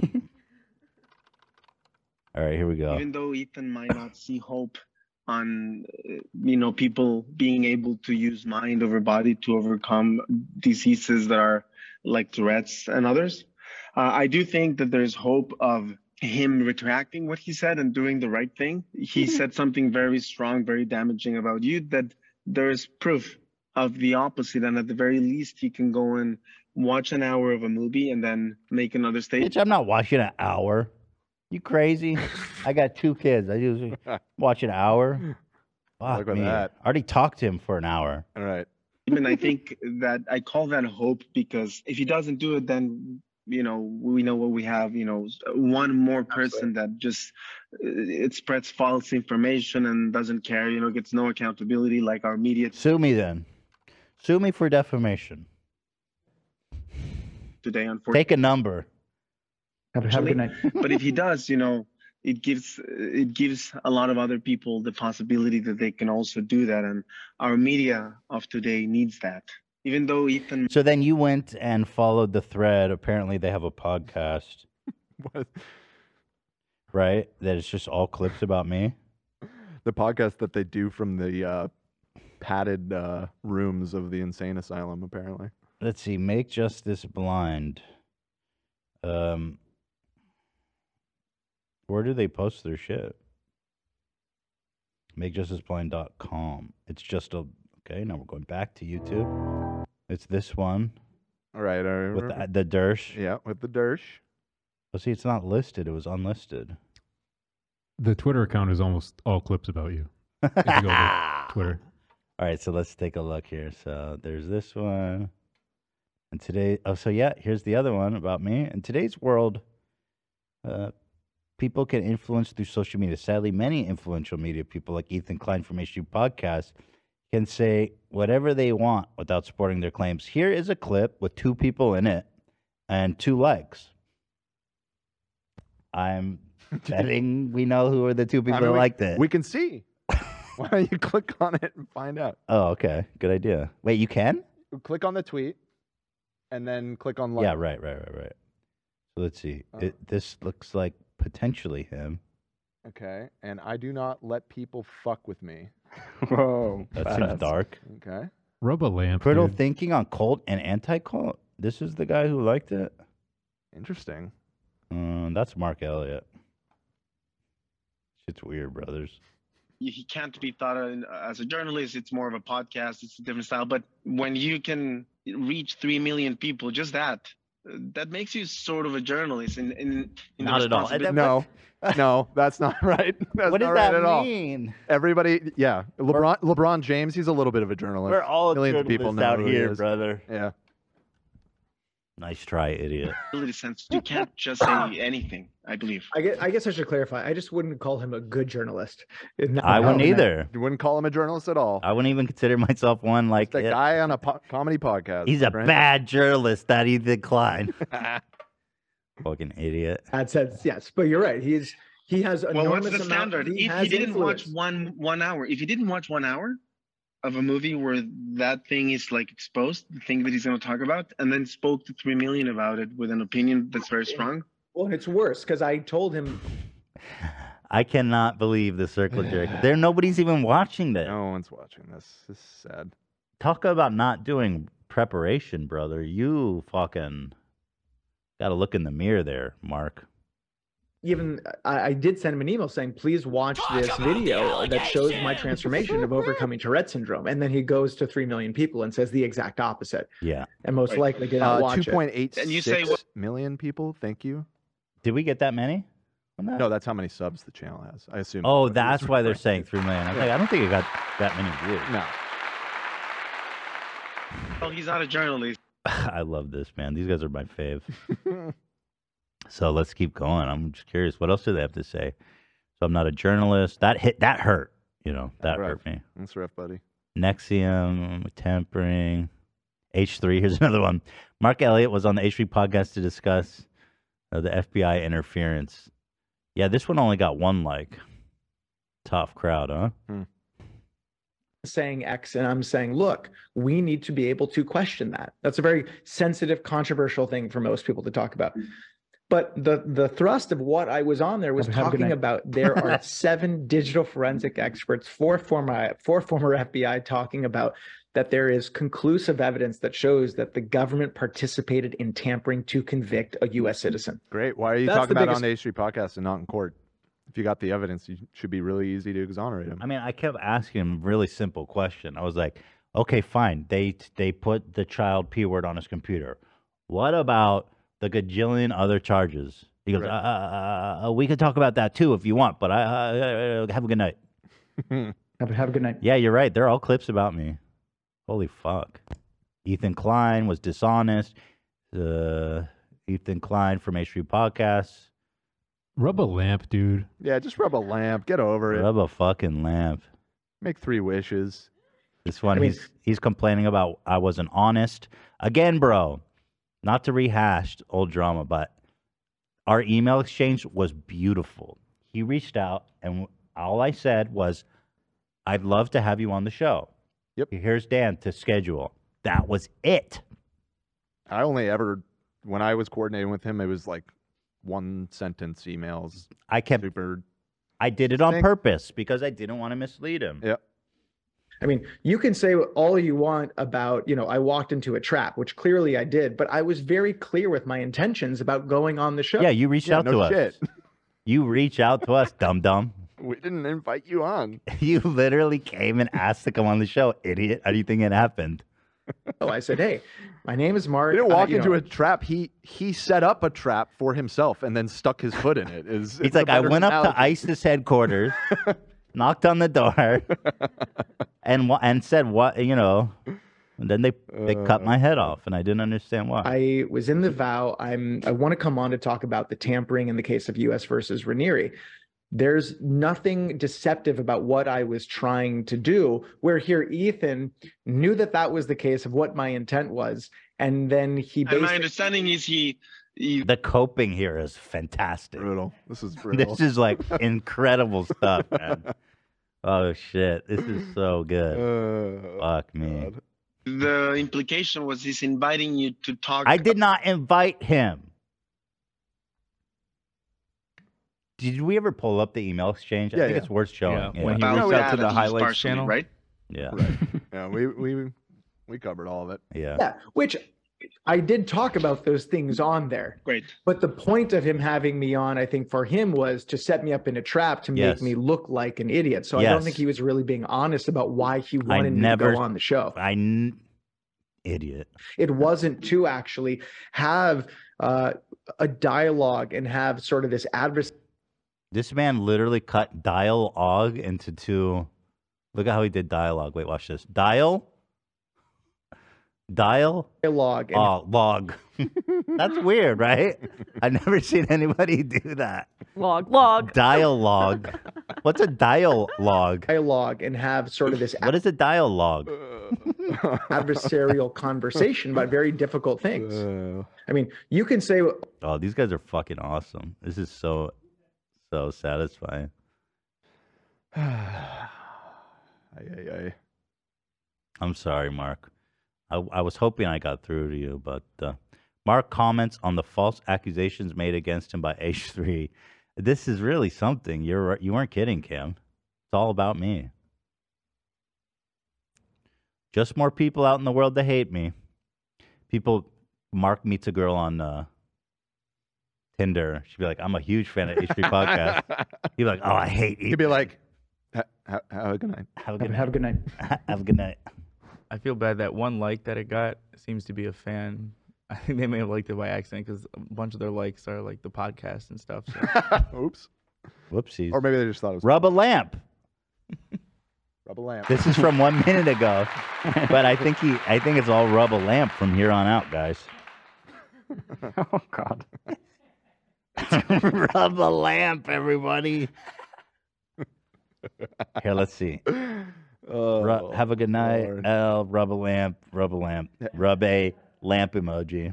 All right, here we go. Even though Ethan might not see hope on uh, you know people being able to use mind over body to overcome diseases that are like Tourette's and others, uh, I do think that there's hope of him retracting what he said and doing the right thing. He said something very strong, very damaging about you that there is proof of the opposite, and at the very least, he can go and watch an hour of a movie and then make another statement. Bitch, I'm not watching an hour. You crazy? I got two kids. I usually watch an hour. Fuck at me. I already talked to him for an hour. All right. even I think that I call that hope because if he doesn't do it, then you know we know what we have. You know, one more person that just uh, it spreads false information and doesn't care. You know, gets no accountability like our media Sue me then. Sue me for defamation. today, unfortunately. Take a number. actually. but if he does, you know, it gives it gives a lot of other people the possibility that they can also do that, and our media of today needs that. Even though Ethan So then you went and followed the thread. Apparently, they have a podcast. What? Right? That it's just all clips about me. The podcast that they do from the uh, padded uh, rooms of the insane asylum, apparently. Let's see. Make justice blind. Um, where do they post their shit? MakeJusticeBlind.com. It's just a okay. Now we're going back to YouTube. It's this one. All right. I with remember. the, the Dersh. Yeah, with the Dersh. Well, see, it's not listed. It was unlisted. The Twitter account is almost all clips about you. If you go to Twitter. All right, so let's take a look here. So there's this one. And today, oh, so yeah, here's the other one about me. In today's world, uh, people can influence through social media. Sadly, many influential media people like Ethan Klein from HU Podcast can say whatever they want without supporting their claims. Here is a clip with two people in it and two likes. I'm betting we know who are the two people I mean, that we- liked it. We can see. Why don't you click on it and find out? Oh, okay. Good idea. Wait, you can? Click on the tweet, and then click on like. Yeah, right, right, right, right. So let's see. Uh. It, this looks like potentially him. Okay, and I do not let people fuck with me. Whoa. That seems badass. dark. Okay. Rub a lamp. Critical thinking on cult and anti cult. This is the guy who liked it. Interesting. Um, that's Mark Elliott. Shit's weird, brothers. you- he can't be thought of in- as a journalist. It's more of a podcast. It's a different style. But when you can reach three million people, just that, uh, that makes you sort of a journalist. In in, in the Not at all. responsibility- No, no, that's not right. That's What does not right that at mean? All. Everybody, yeah, LeBron, LeBron James, he's a little bit of a journalist. We're all Millions of people journalists know out who he here, is. brother. Yeah. Nice try, idiot. Responsibility sense. You can't just say anything. I believe. I guess, I guess I should clarify. I just wouldn't call him a good journalist. In that I wouldn't realm, in that- either. You wouldn't call him a journalist at all. I wouldn't even consider myself one like The it. guy on a po- comedy podcast. He's a Brent. bad journalist, that Ethan Klein. Fucking idiot. That sense, yes. But you're right. He's he has Well, what's enormous the amount. standard? He if has he didn't influence. watch one one hour, if he didn't watch one hour of a movie where that thing is like exposed, the thing that he's going to talk about, and then spoke to three million about it with an opinion that's very strong. Well, and it's worse because I told him I cannot believe the circle jerk. There, nobody's even watching this. No one's watching this. This is sad. Talk about not doing preparation, brother. You fucking got to look in the mirror there, Mark. even I, I did send him an email saying, please watch this video that shows my transformation of overcoming Tourette syndrome. And then he goes to three million people and says the exact opposite. Yeah. And most likely did not uh, watch it. 2.86 And you say what- million people. Thank you. Did we get that many? on that? No, that's how many subs the channel has. I assume. Oh, that's what it that's is. why they're saying three million. I'm Yeah. like, I don't think it got that many views. No. Well, he's not a journalist. I love this, man. These guys are my fave. so let's keep going. I'm just curious. What else do they have to say? So I'm not a journalist. That hit. That hurt. You know, that rough. hurt me. That's rough, buddy. Nexium, tempering. H3, here's another one. Mark Elliott was on the H3 podcast to discuss uh, the FBI interference. Yeah, this one only got one like. Tough crowd, huh? Hmm. saying X and I'm saying, look, we need to be able to question that. That's a very sensitive, controversial thing for most people to talk about. But the the thrust of what I was on there was Have a good talking night. about there are seven digital forensic experts, four former four former FBI talking about that there is conclusive evidence that shows that the government participated in tampering to convict a U.S. citizen. Great. Why are you That's talking about the it biggest- on the H Street podcast and not in court? If you got the evidence, you should be really easy to exonerate him. I mean, I kept asking him a really simple question. I was like, okay, fine. They they put the child p word on his computer. What about the gajillion other charges? He goes, Right. uh, uh, uh, uh, we could talk about that too if you want, but I uh, uh, have a good night. Have, have a good night. Yeah, you're right. They're all clips about me. Holy fuck. Ethan Klein was dishonest. Uh, Ethan Klein from H Street Podcast. Rub a lamp, dude. Yeah, just rub a lamp. Get over it. Rub a fucking lamp. Make three wishes. This one, I mean- he's he's complaining about I wasn't honest again, bro. Not to rehash old drama, but our email exchange was beautiful. He reached out, and all I said was, "I'd love to have you on the show." Yep. Here's Dan to schedule. That was it. I only ever, when I was coordinating with him, it was like one sentence emails. I kept. Super. I did it on Thank- purpose because I didn't want to mislead him. Yep. I mean, you can say all you want about, you know, I walked into a trap, which clearly I did, but I was very clear with my intentions about going on the show. Yeah, you reached out to us. You reach out to us, dum dum. We didn't invite you on. You literally came and asked to come on the show, idiot. How do you think it happened? So I said, hey, my name is Mark. He Oh. didn't walk Uh, you into know, a trap. He he set up a trap for himself and then stuck his foot in it. Is He's like, I went up to ISIS headquarters, knocked on the door, and wa- and said, "What you know?" And then they they cut my head off, and I didn't understand why. I was in the vow. I'm I want to come on to talk about the tampering in the case of US versus Ranieri. There's nothing deceptive about what I was trying to do. Where here Ethan knew that that was the case of what my intent was, and then he And my basically understanding is he the coping here is fantastic. Brutal. This is This is like incredible stuff, man. Oh shit, this is so good. Oh, Fuck me. the implication was he's inviting you to talk. I did not invite him. Did we ever pull up the email exchange? I Yeah, think yeah. it's worth showing. Yeah, when he reached out to the highlights channel, right? Yeah. yeah, we we we covered all of it. Yeah. Yeah, which I did talk about those things on there. Great. But the point of him having me on, I think, for him was to set me up in a trap to make Yes. me look like an idiot. So I Yes. don't think he was really being honest about why he I wanted me never to go on the show. I n- idiot. It wasn't to actually have uh, a dialogue and have sort of this adversary. This man literally cut dialogue into two. Look at how he did dialogue. Wait, watch this. Dial. Dial. Dialogue. And- oh, log. That's weird, right? I've never seen anybody do that. Log, log. Dialogue. What's a dialogue? Dialogue and have sort of this. What is a dialogue? adversarial conversation about very difficult things. I mean, you can say Oh, these guys are fucking awesome. This is so, so satisfying. Ay, ay, ay. I'm sorry, Mark. I, I was hoping I got through to you, but uh, Mark comments on the false accusations made against him by H3. This is really something. You're right- you weren't kidding, Kim. It's all about me. Just more people out in the world that hate me. People, Mark meets a girl on uh, Tinder. She'd be like, "I'm a huge fan of H3 podcast." He'd be like, "Oh, I hate." He'd be like, "Ha- ha- Oh, "Have a good night." Have a good Have a good night. Have a good night. I feel bad that one like that it got seems to be a fan. I think they may have liked it by accident because a bunch of their likes are like the podcast and stuff. So. Oops. Whoopsies. Or maybe they just thought it was Rub a lamp. rub a lamp. This is from one minute ago, but I think he, I think it's all rub a lamp from here on out, guys. Oh God. rub a lamp, everybody. Here, let's see. Oh, Ru- have a good night. L, rub a lamp, rub a lamp, rub a lamp emoji.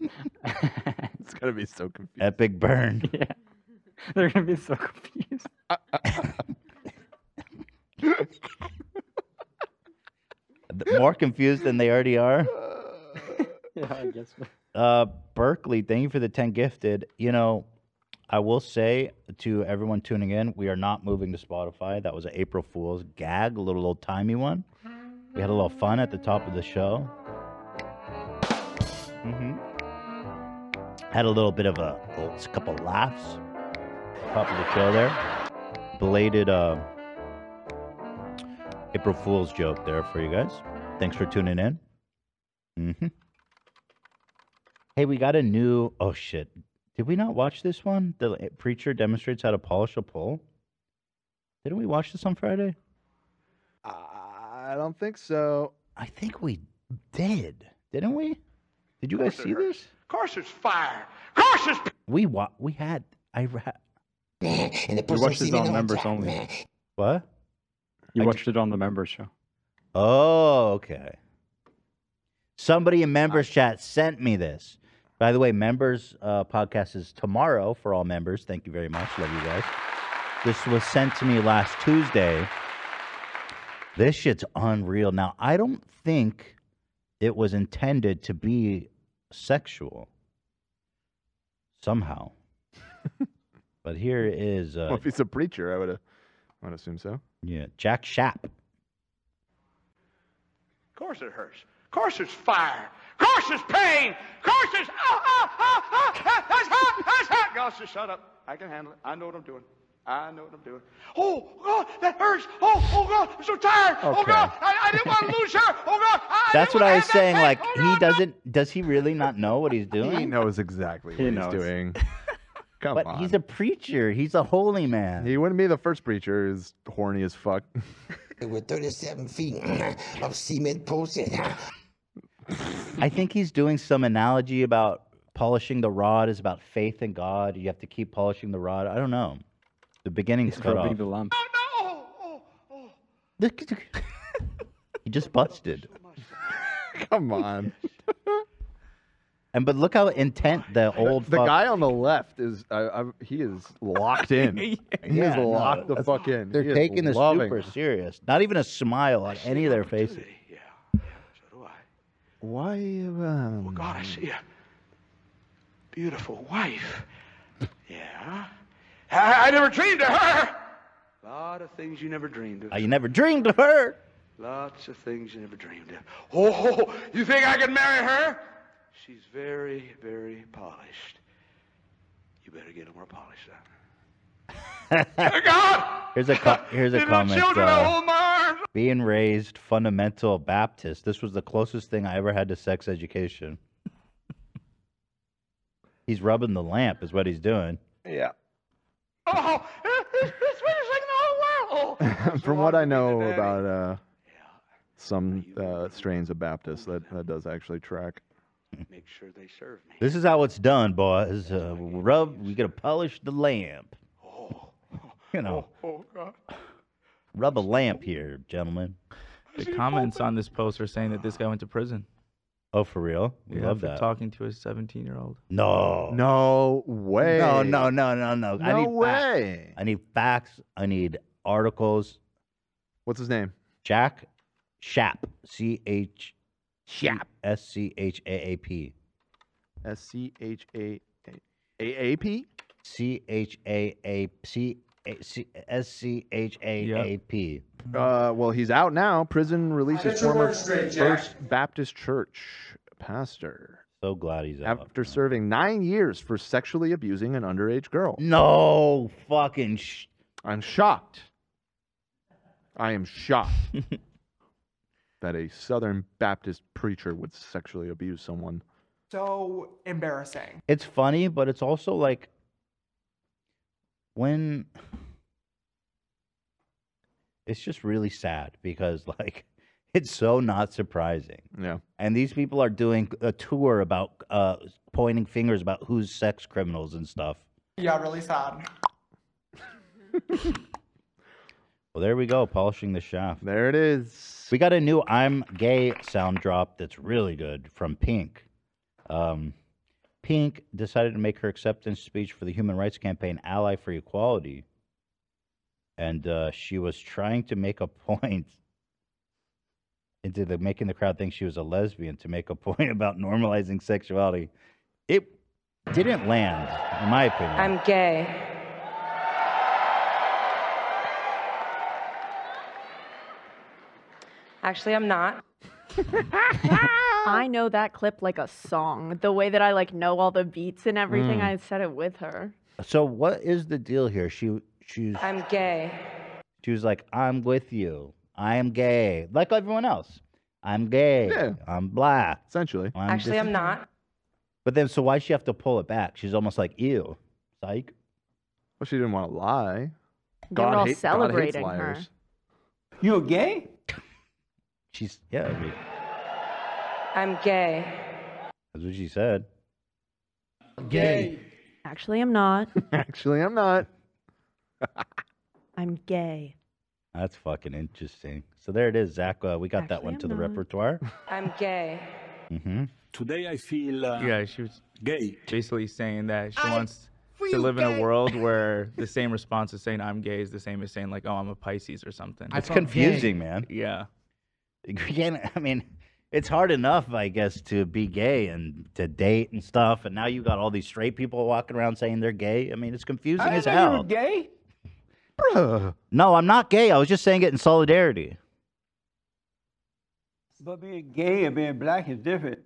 it's gonna be so confusing. Epic burn. Yeah. Uh, They're gonna be so confused. more confused than they already are. yeah, I guess. Uh, Berkeley, thank you for the 10 gifted. You know, I will say to everyone tuning in, we are not moving to Spotify. That was an April Fool's gag, a little old timey one. We had a little fun at the top of the show. Mm-hmm. hmm Had a little bit of a, a couple laughs. Top of the show there. Belated uh, April Fool's joke there for you guys. Thanks for tuning in. hmm Hey, we got a new. Oh shit! Did we not watch this one? The preacher demonstrates how to polish a pole. Didn't we watch this on Friday? I don't think so. I think we did, didn't we? Did you guys see this? Of course it's fire. Of course it's We wa- we had I ra- And the person watched this receiving on the members WhatsApp. only. What? You watched it on the members show. Oh, okay. Somebody in members chat sent me this. By the way, members uh, podcast is tomorrow for all members. Thank you very much. Love you guys. This was sent to me last Tuesday. This shit's unreal. Now, I don't think it was intended to be sexual somehow. but here is uh, Well, if he's a preacher, I would I would assume so. yeah, Jack Shapp. Of course it hurts. Of course it's fire. Of course it's pain. Of course it's oh, oh, oh, oh, ah, that's hot, that's hot. God, just shut up. I can handle it. I know what I'm doing. I know what I'm doing. Oh God, that hurts. Oh, oh God, I'm so tired. Oh Okay. God, I, I didn't want to lose her. Oh God, I, I That's what didn't Ah, I wanna was have that saying. pain. Like Oh, he doesn't. Does he really not know what he's doing? He knows exactly He what knows. he's doing. Come but on. he's a preacher. He's a holy man. He wouldn't be the first preacher who's horny as fuck. with 37 feet of cement posted. I think he's doing some analogy about polishing the rod is about faith in God. You have to keep polishing the rod. I don't know. The beginning's cut rubbing off. the lamp. oh, Look, look. he just busted. Come on. And but look how intent the old The fuck- guy on the left is I, I, he is locked in. He Yeah, is no, locked the that's- fuck in. They're He is taking this loving super it. serious. Not even a smile on any of their faces. Why? Um, oh God, I see a beautiful wife. Yeah. I, I never dreamed of her. A lot of things you never dreamed of. I never dreamed of her. Lots of things you never dreamed of. Oh, you think I could marry her? She's very, very polished. You better get her more polished then. Here's a co- here's a Did my comment. children uh, hold my arms? being raised fundamental Baptist, this was the closest thing I ever had to sex education. he's rubbing the lamp, is what he's doing. Yeah. Oh, it's, it's like the whole world. Oh, From what I know about uh, some uh, strains of Baptist, that, that does actually track. Make sure they serve me. This is how it's done, boys. Uh, we rub, we gotta polish the lamp. You know, Oh God. rub a lamp here, gentlemen. The comments on this post are saying that this guy went to prison. Oh, for real? We Yeah, love for that. Talking to a 17 year old. No. No way. No, no, no, no, no. I No need way. Facts. I need facts. I need articles. What's his name? Jack Shap. C H Shap. S C H A A P. S C H A A A P. C H A A C A C S C H A A P. Uh, well, he's out now. Prison releases Get your former words straight, Jack. First Baptist Church pastor So glad he's out. after serving nine years for sexually abusing an underage girl. No fucking. Sh- I'm shocked. I am shocked that a Southern Baptist preacher would sexually abuse someone. So embarrassing. It's funny, but it's also like when it's just really sad because like it's so not surprising. Yeah. And these people are doing a tour about uh pointing fingers about who's sex criminals and stuff. Yeah, really sad. Well, there we go, polishing the shaft. There it is. We got a new "I'm Gay" sound drop that's really good from Pink. Um, Pink decided to make her acceptance speech for the human rights campaign Ally for Equality, and uh, she was trying to make a point into the making the crowd think she was a lesbian to make a point about normalizing sexuality. It didn't land, in my opinion. I'm gay. Actually, I'm not. I know that clip like a song. The way that I like know all the beats and everything, Mm. I said it with her. So what is the deal here? She she's I'm gay. she was like, I'm with you. I am gay. Like everyone else. I'm gay. I'm black. Essentially. Actually, I'm not. But then so why does she have to pull it back? She's almost like, ew, psych. Well, she didn't want to lie. They were all celebrating her. You're gay? She's yeah, I mean, I'm gay. that's what she said. Gay. Actually, I'm not. Actually, I'm not. I'm gay. That's fucking interesting. So there it is, Zach. Uh, we got that one to the repertoire. I'm gay. Mm-hmm. Today I feel. Uh, yeah, she was gay. Basically saying that she wants to live in a world where the same response as saying I'm gay is the same as saying like, oh, I'm a Pisces or something. It's confusing, man. Yeah. You can't- I mean, it's hard enough, I guess, to be gay and to date and stuff. And now you got all these straight people walking around saying they're gay. I mean, it's confusing as hell. gay. No, I'm not gay. I was just saying it in solidarity. But being gay and being black is different.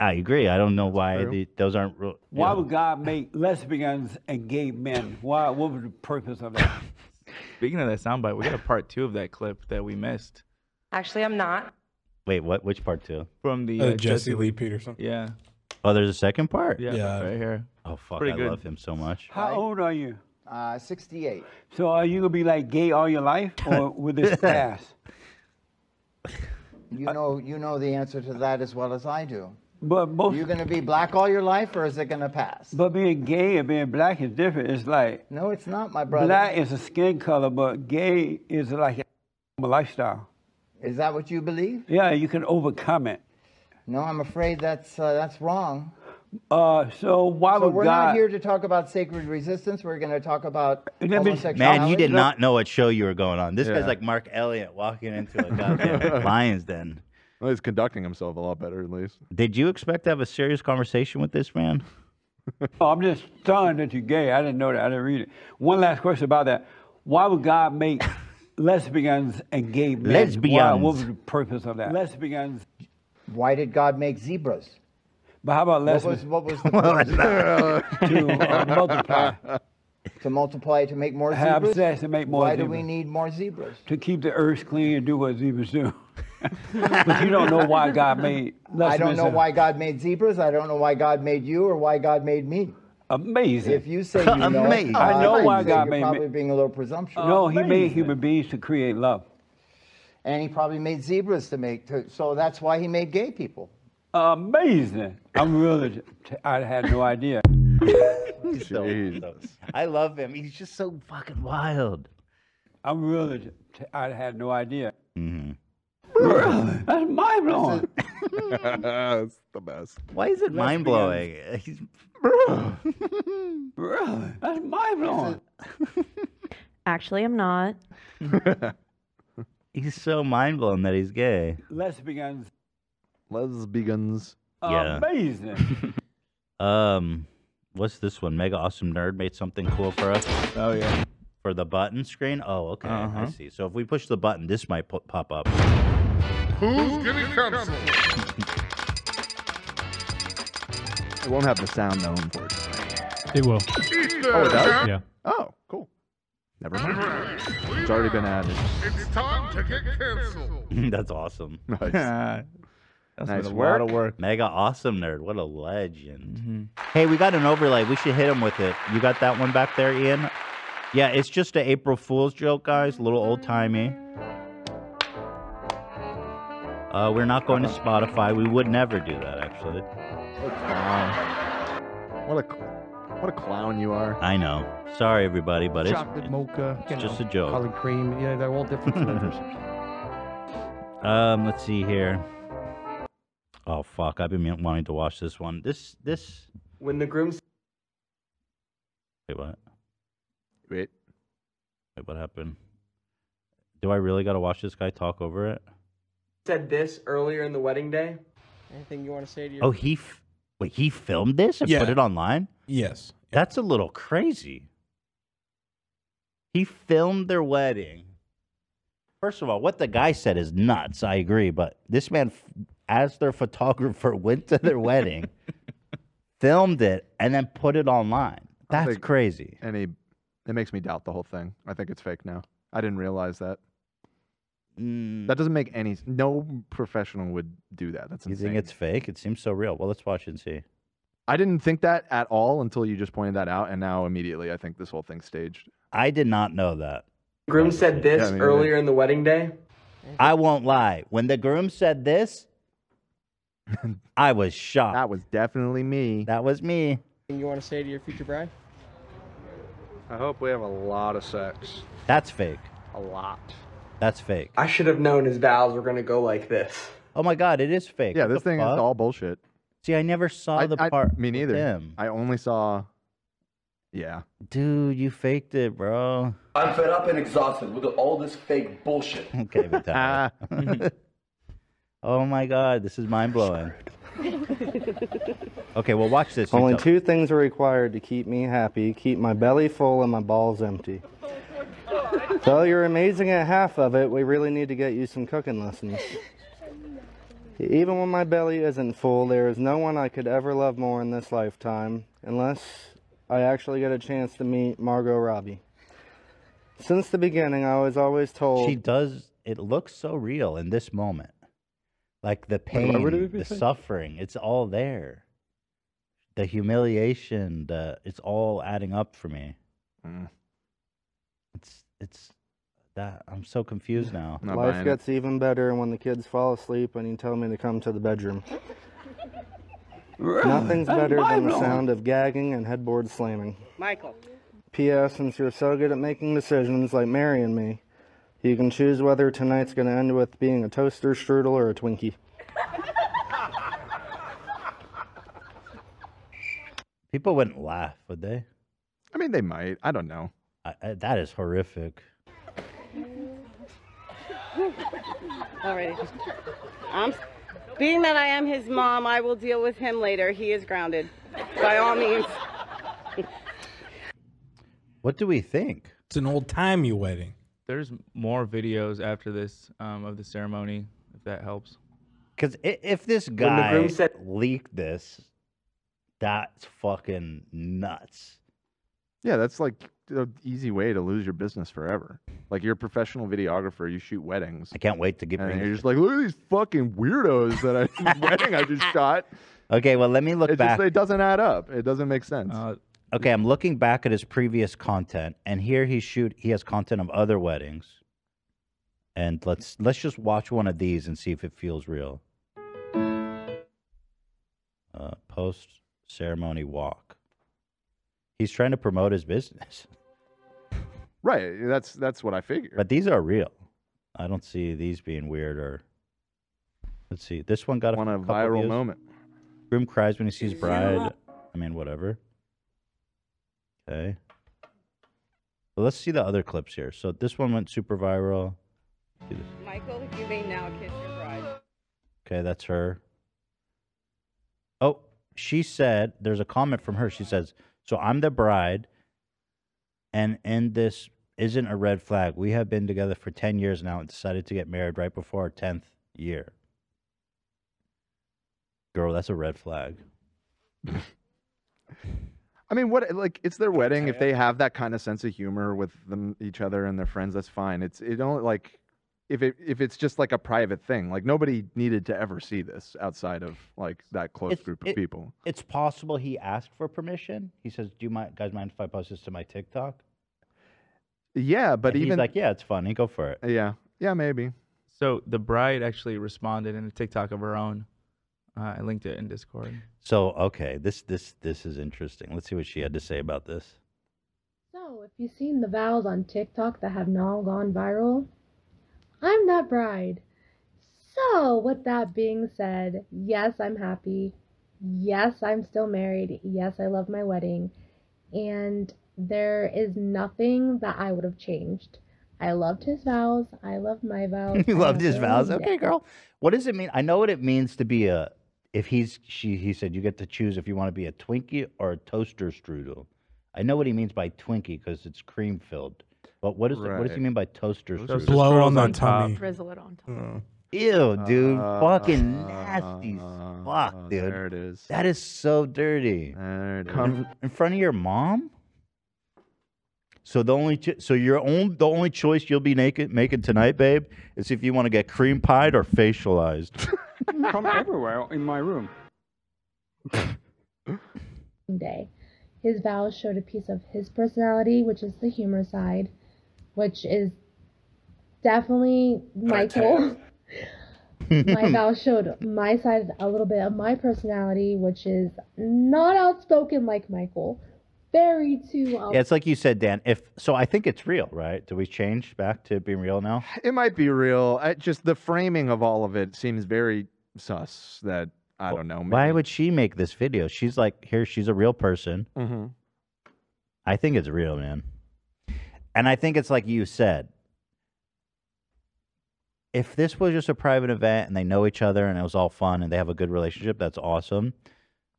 I agree. I don't know why the, those aren't real. Why would God make lesbians and gay men? Why? What was the purpose of that? Speaking of that soundbite, we got a part two of that clip that we missed Actually, I'm not. Wait, what? Which part two? from the Uh, Jesse Lee Peterson. Yeah. Oh, there's a second part. Yeah, Yeah. right here. Oh fuck, Pretty I good. love him so much. How old are you? Uh, 68. So are you gonna be like gay all your life, or with this pass? You know, you know the answer to that as well as I do. But most you going to be black all your life, or is it going to pass? But being gay and being black is different. It's like no, it's not, my brother. Black is a skin color, but gay is like a lifestyle. Is that what you believe? Yeah, you can overcome it. No, I'm afraid that's uh, that's wrong. Uh, so why So would we're God? not here to talk about sacred resistance. We're going to talk about homosexuality. Man, you did not know what show you were going on. This guy's Yeah. like Mark Elliott walking into a goddamn lion's den. Well, he's conducting himself a lot better, at least. Did you expect to have a serious conversation with this man? Oh, I'm just stunned that you're gay. I didn't know that. I didn't read it. One last question about that. Why would God make lesbians and gay men? Why, Lesbians. what was the purpose of that? Lesbians. Why did God make zebras? But how about What lesbians? was, what was the Well, purpose? that's- To, uh, multiply. To multiply, to make more Have zebras? sex and make more Why do zebras. we need more zebras? To keep the earth clean and do what zebras do. but you don't know why God made lesbians. I don't know and- why God made zebras. I don't know why God made you or why God made me. Amazing. If you say you know, Amazing. I know why then God you're made me- probably being a little presumptuous. No, he made human beings to create love. And he probably made zebras to make, to, so that's why he made gay people. Amazing. I'm really, I had no idea. He's so awesome. I love him. He's just so fucking wild. I'm really, I had no idea. Mm-hmm. Really? That's mind blowing. That's the best. Why is it Lesbians. mind blowing? He's Really? That's mind blowing. Actually, I'm not. he's so mind blown that he's gay. Lesbians. Lesbians. Yeah. Amazing. Um, what's this one? Mega awesome nerd made something cool for us. Oh yeah. For the button screen. Oh, okay. I Uh-huh. see. So if we push the button, this might po- pop up. Who's getting canceled? It won't have the sound though, unfortunately. It will. Oh, it does? Yeah. Oh, cool. Never mind. It's already been added. It's time to get canceled. That's awesome. Nice. That's been nice a lot of work. Mm-hmm. Mega awesome nerd. What a legend. Hey, we got an overlay. We should hit him with it. You got that one back there, Ian? Yeah, it's just an April Fool's joke, guys. A little old timey. Uh, we're not going to Spotify. We would never do that, actually. What a cl- what a clown you are. I know. Sorry, everybody, but it's chocolate mocha. it's you just know, a joke. Collard cream. Yeah, they're all different flavors. Um, let's see here. Oh fuck, I've been wanting to watch this one. This this When the groom's wait what? Wait. Wait, what happened? Do I really gotta watch this guy talk over it? said this earlier in the wedding day. Anything you want to say to your Oh, he f- wait. He filmed this and put Yeah. it online. Yes. That's a little crazy. He filmed their wedding. First of all, what the guy said is nuts. I agree, but this man, f- as their photographer, went to their wedding, filmed it, and then put it online. That's crazy. Any, it makes me doubt the whole thing. I think it's fake now. I didn't realize that. Mm. That doesn't make any. s- No professional would do that. That's You insane. think it's fake? It seems so real. Well, let's watch and see. I didn't think that at all until you just pointed that out, and now immediately I think this whole thing's staged. I did not know that. groom said this Yeah, I mean, earlier in the wedding day. I won't lie. When the groom said this, I was shocked. That was definitely me. That was me. Anything you want to say to your future bride? I hope we have a lot of sex. That's fake. A lot. That's fake. I should have known his vows were going to go like this. Oh my god, it is fake. Yeah, What this the thing fuck? is all bullshit. See, I never saw the part. Me neither. him. I only saw. Yeah. Dude, you faked it, bro. I'm fed up and exhausted with all this fake bullshit. Okay, but that- oh my god, this is mind blowing. Okay, well, watch this. you Only tell- two things are required to keep me happy keep my belly full and my balls empty. So you're amazing at half of it. We really need to get you some cooking lessons. Even when my belly isn't full, there is no one I could ever love more in this lifetime unless I actually get a chance to meet Margot Robbie. Since the beginning, I was always told. She does. It looks so real in this moment. Like the Wait, why pain, would it be the fake? suffering, it's all there. The humiliation, the it's all adding up for me. Mm. It's it's that I'm so confused now. Life gets even better when the kids fall asleep and you tell me to come to the bedroom. Nothing's That's better my than the rule. sound of gagging and headboard slamming. Michael. P.S. Since you're so good at making decisions like Mary and me, you can choose whether tonight's going to end with being a toaster strudel or a Twinkie. People wouldn't laugh, would they? I mean, they might. I don't know. I, I, that is horrific. Alrighty. I'm, being that I am his mom, I will deal with him later. He is grounded, by all means. What do we think? It's an old timey wedding. There's more videos after this um, of the ceremony, if that helps. Because if this When the guy groom leaked this, that's fucking nuts. Yeah, that's like an easy way to lose your business forever. Like you're a professional videographer, you shoot weddings. I can't wait to get. And bring you're this- just like, look at these fucking weirdos that I wedding I just shot. Okay, well, let me look It back. just it doesn't add up. It doesn't make sense. okay, I'm looking back at his previous content, and here he shoot he has content of other weddings. And let's let's just watch one of these and see if it feels real. Uh, Post ceremony walk. He's trying to promote his business, right? That's that's what I figured. but these are real. I don't see these being weird or. Let's see. This one got a, Want a couple viral views. moment. Groom cries when he sees bride. I mean, whatever. Okay. But let's see the other clips here. So this one went super viral. See this- Michael, you may now kiss your bride. Okay, that's her. Oh, she said, there's a comment from her. She says, So I'm the bride, and in this isn't a red flag. We have been together for 10 years now and decided to get married right before our 10th year. Girl, that's a red flag. I mean, what like it's their wedding. If they have that kind of sense of humor with them, each other, and their friends, that's fine. It's it only like if it if it's just like a private thing. Like nobody needed to ever see this outside of like that close group of it- people. It's possible he asked for permission. He says, "Do you mind, guys mind if I post this to my TikTok?" Yeah, Uh, but And he's even like, "Yeah, it's funny. Go for it." Yeah, yeah, maybe. So the bride actually responded in a TikTok of her own. Uh, I linked it in Discord. So okay, this this this is interesting. Let's see what she had to say about this. So, if you've seen the vows on TikTok that have now gone viral, I'm that bride. So, with that being said, yes, I'm happy. Yes, I'm still married. Yes, I love my wedding. And there is nothing that I would have changed. I loved his vows. I loved my vows. you I loved his Oh, really vows. did. Okay, girl. What does it mean? I know what it means to be a. If he's she, he said you get to choose if you want to be a Twinkie or a toaster strudel. I know what he means by Twinkie because it's cream filled. But what is the- what does he Right. mean by toaster Toaster strudel? Blow strudels on the on top. Hmm. tummy. Drizzle it on top. Ew, dude. Uh, Fucking nasty. as fuck, Ah, dude. Oh, there it is. That is so dirty. There it is. in front of your mom. So the only cho- so your own the only choice you'll be naked making tonight, babe, is if you want to get cream pied or facialized. From everywhere in my room. day. His vows showed a piece of his personality, which is the humor side, which is definitely Michael. my vows showed my side a little bit of my personality, which is not outspoken like Michael. Very too yeah, it's like you said, Dan. If so, I think it's real, right? Do we change back to being real now? It might be real. I, just the framing of all of it seems very sus. That I don't know. Why would she make this video? She's like, here, she's a real person. Mm-hmm. I think it's real, man. And I think it's like you said. If this was just a private event and they know each other and it was all fun and they have a good relationship, that's awesome.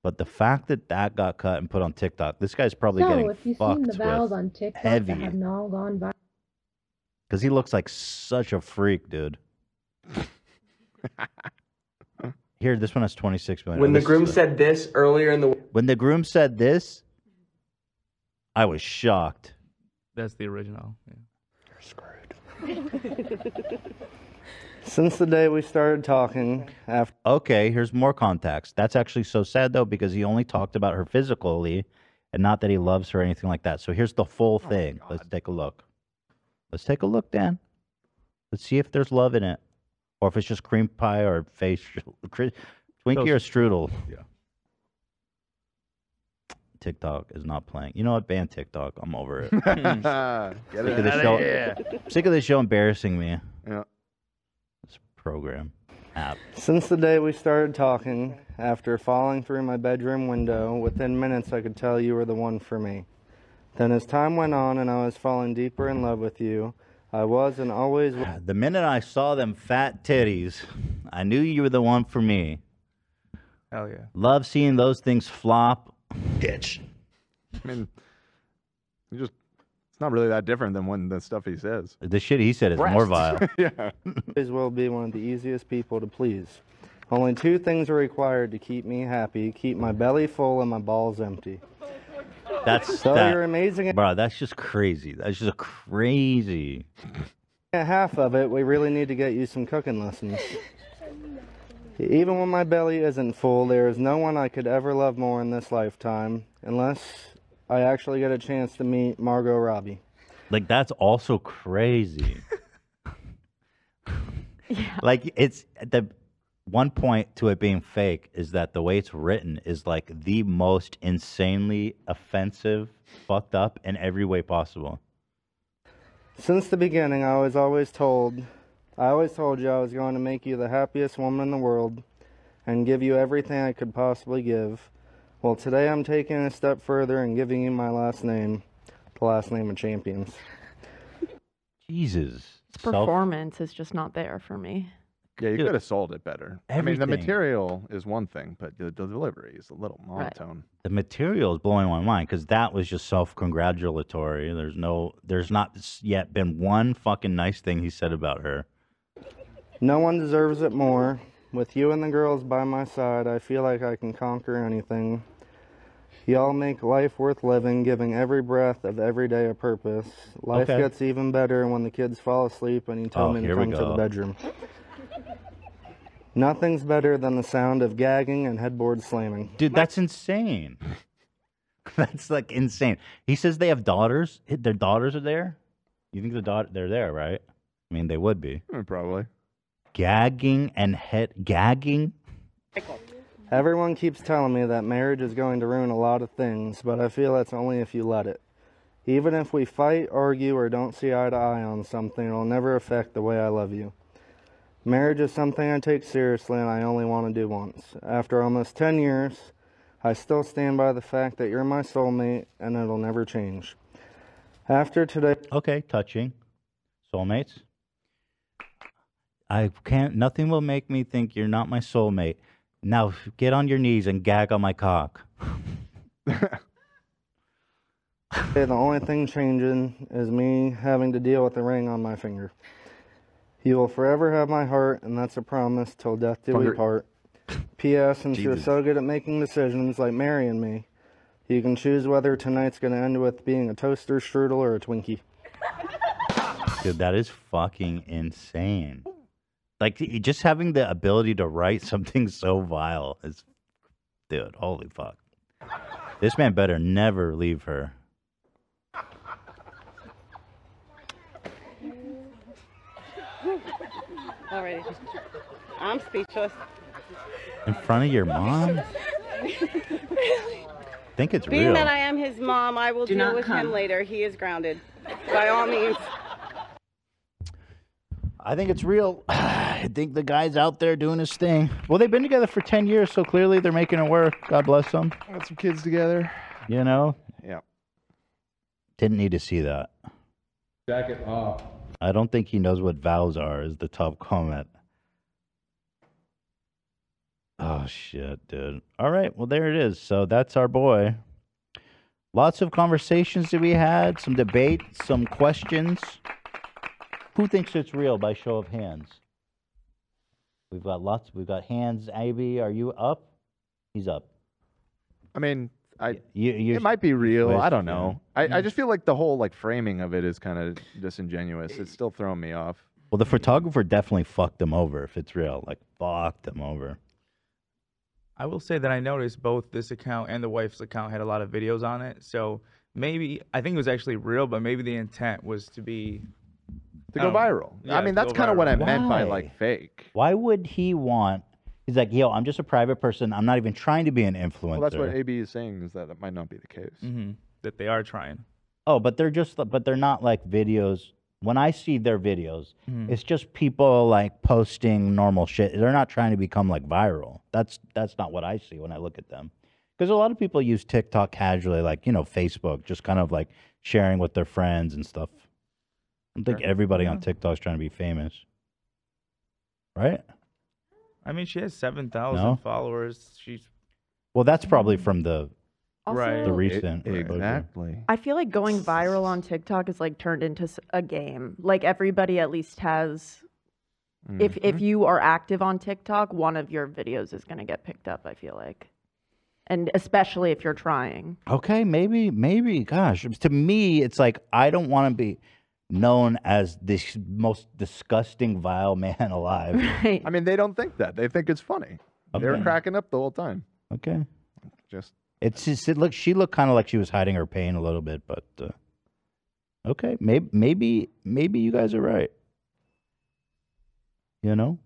But the fact that that got cut and put on TikTok, this guy's probably So, getting if you've fucked seen the vows on TikTok that heavy. have now gone viral, because he looks like such a freak, dude. Here, this one has 26 million. When the This is groom the- said this earlier in the when the groom said this, I was shocked. That's the original. Yeah. Since the day we started talking, after Okay, here's more context. That's actually so sad though, because he only talked about her physically and not that he loves her or anything like that. So here's the full thing. Let's take a look. Let's take a look, Dan. Let's see if there's love in it. Or if it's just cream pie or face cr- Twinkie or strudel. Yeah. TikTok is not playing. You know what? Ban TikTok. I'm over it. Get sick, of it this out show, of here. sick of this show embarrassing me. Yeah. This program. App. Since the day we started talking, after falling through my bedroom window, within minutes I could tell you were the one for me. Then, as time went on and I was falling deeper in love with you, I was and always will The minute I saw them fat titties, I knew you were the one for me. Hell yeah. Love seeing those things flop. Bitch. I mean, you just it's not really that different than when the stuff he says. The shit he said is more vile. Breasts. yeah. always will be one of the easiest people to please. Only two things are required to keep me happy keep my belly full and my balls empty. That's So that, you're amazing. Bro, that's just crazy. That's just crazy. At half of it, we really need to get you some cooking lessons. Even when my belly isn't full, there is no one I could ever love more in this lifetime, unless I actually get a chance to meet Margot Robbie. Like that's also crazy. Like it's the one point to it being fake is that the way it's written is like the most insanely offensive, fucked up in every way possible. Since the beginning, I was always told, I always told you I was going to make you the happiest woman in the world and give you everything I could possibly give. Well, today I'm taking it a step further and giving you my last name, the last name of champions. Jesus. His performance is just not there for me. Yeah, you Dude. could have sold it better. I mean, the Everything. material is one thing, but the delivery is a little monotone. the material is blowing my mind because that was just self-congratulatory. There's no, there's not s- yet been one fucking nice thing he said about her. No one deserves it more. With you and the girls by my side, I feel like I can conquer anything. Y'all make life worth living, giving every breath of every day a purpose. Life Okay. gets even better when the kids fall asleep and you tell Oh, me to here we come to the go. bedroom. Nothing's better than the sound of gagging and headboard slamming. Dude, that's insane. that's like insane. He says they have daughters. Hi- Their daughters are there. You think the daughter they're there, right? I mean, they would be probably. Gagging and head gagging. Everyone keeps telling me that marriage is going to ruin a lot of things, but I feel that's only if you let it. Even if we fight, argue, or don't see eye to eye on something, it'll never affect the way I love you. Marriage is something I take seriously and I only want to do once. After almost 10 years, I still stand by the fact that you're my soulmate and it'll never change. After today. Okay, touching. Soulmates? I can't, nothing will make me think you're not my soulmate. Now f- get on your knees and gag on my cock. Say the only thing changing is me having to deal with the ring on my finger. You will forever have my heart, and that's a promise till death do we Fucker. part. P.S. Since you're Jesus. so good at making decisions like Mary and me, you can choose whether tonight's going to end with being a toaster strudel or a Twinkie. Dude, that is fucking insane. Like y- just having the ability to write something so vile is, dude, holy fuck. This man better never leave her. Alrighty. I'm speechless. In front of your mom? think it's Being real. that I am his mom, I will Do deal not with come. him later. He is grounded. By all means. I think it's real. I think the guy's out there doing his thing. Well, they've been together for 10 years, so clearly they're making it work. God bless them. Got some kids together. You know? Yeah. Didn't need to see that. Jack it off. I don't think he knows what vows are, is the top comment. Oh, shit, dude. All right. Well, there it is. So that's our boy. Lots of conversations that we had, some debate, some questions. Who thinks it's real by show of hands? We've got lots. We've got hands. Ab, are you up? He's up. I mean, I you, it might be real. I Twist, don't yeah. know. I, I just feel like the whole like framing of it is kind of disingenuous. It's still throwing me off. Well, the photographer definitely fucked them over if it's real. Like, fucked them over. I will say that I noticed both this account and the wife's account had a lot of videos on it. So maybe I think it was actually real, but maybe the intent was to be To I go don't- viral. yeah, I mean, to that's go kind of what I viral. meant by like fake. Why would he want? He's like, yo, I'm just a private person. I'm not even trying to be an influencer. Well, that's what AB is saying is that it might not be the case. Mm-hmm. that they are trying. oh, but they're just, but they're not like videos. When I see their videos, Mm-hmm. Mhm. it's just people like posting normal shit. They're not trying to become like viral. That's that's not what I see when I look at them. Because a lot of people use TikTok casually, like you know Facebook, just kind of like sharing with their friends and stuff. I don't think Sure. everybody on Yeah. TikTok is trying to be famous, right? I mean, she has 7,000 No. followers. She's Well, that's probably from the Right. the Also- recent Mm. E- exposure. exactly. I feel like going viral on TikTok is like turned into s- a game. Like everybody at least has. If Mm-hmm. if you are active on TikTok, one of your videos is going to get picked up. I feel like, and especially if you're trying. Okay, maybe, maybe. Gosh, to me, it's like I don't want to be known as this most disgusting, vile man alive. I mean, they don't think that. They think it's funny. They're Okay. cracking up the whole time. Okay, Just it's just it look. She looked kind of like she was hiding her pain a little bit, but uh, okay, maybe, maybe, maybe you guys are right. You know,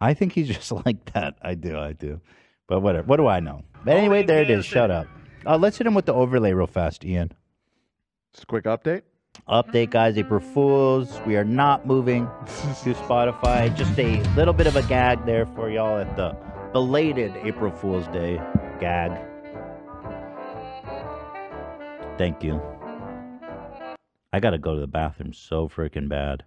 I think he's just like that. I do, I do. But whatever. What do I know? But anyway, there it is. Shut up. Uh, let's hit him with the overlay real fast, Ian. Just a quick update. Update, guys. April Fools. We are not moving to Spotify. Just a little bit of a gag there for y'all at the belated April Fool's Day gag. Thank you. I gotta go to the bathroom so freaking bad.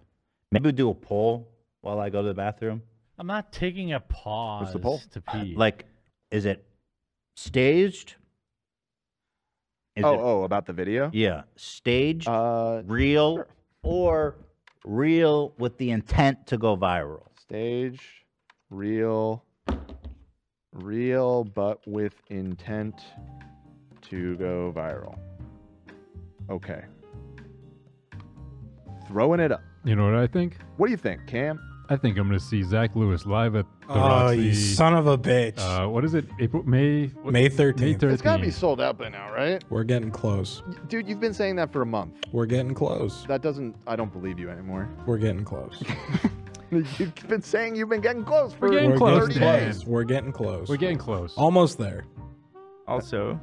Maybe we'll do a poll while I go to the bathroom. I'm not taking a pause the poll? to pee. Like, is it staged? Is oh, it- oh, about the video. Uh, Yeah, staged, real, or real with the intent to go viral. Staged, real, real, but with intent to go viral. Okay. Throwing it up. You know what I think? What do you think, Cam? I think I'm going to see Zach Lewis live at the Oh, Roxy. you son of a bitch. Uh, what is it? April, May? what- May May 13th. 13th. It's got to be sold out by now, right? We're getting close. Dude, you've been saying that for a month. We're getting close. That doesn't, I don't believe you anymore. We're getting close. You've been saying you've been getting close for We're 30 days. We're getting close. We're getting close. Almost there. also,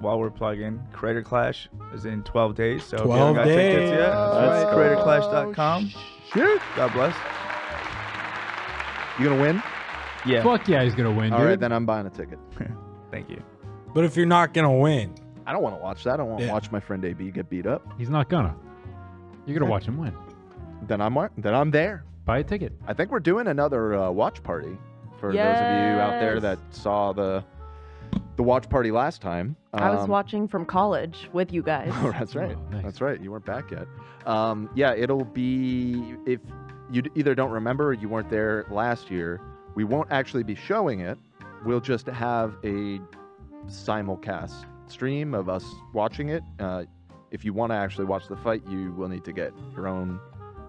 while we're plugging, Creator Clash is in 12 days. So if 12 you haven't got days. tickets yet, That's that's right. creatorclash.com. God bless. You gonna win? Yeah. Fuck yeah, he's going to win, All right, dude. then I'm buying a ticket. Thank you. But if you're not going to win, I don't want to watch that. I don't want to watch my friend AB get beat up. He's not gonna. You're gonna watch him win. Then I'm wa- then I'm there. Buy a ticket. I think we're doing another uh, watch party for those of you out there Yes. that saw the the watch party last time. I was Um, watching from college with you guys. Oh, that's right. That's right. You weren't back yet. Um, yeah, it'll be if you d- either don't remember or you weren't there last year. We won't actually be showing it. We'll just have a simulcast stream of us watching it. Uh, if you want to actually watch the fight, you will need to get your own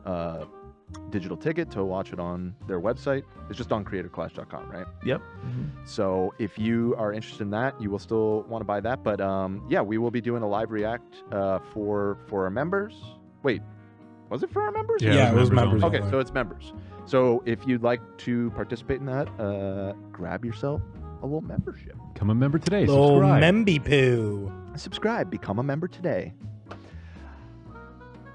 uh, digital ticket to watch it on their website. It's just on creatorclash.com, right? Yep. Mm-hmm. So if you are interested in that, you will still want to buy that. But um, yeah, we will be doing a live react uh, for for our members. Wait, was it for our members? Yeah, Yeah, it was it was members members only. Okay, so it's members. So if you'd like to participate in that, uh, grab yourself a little membership. Come a member today. Little subscribe. memby poo. Subscribe. Become a member today.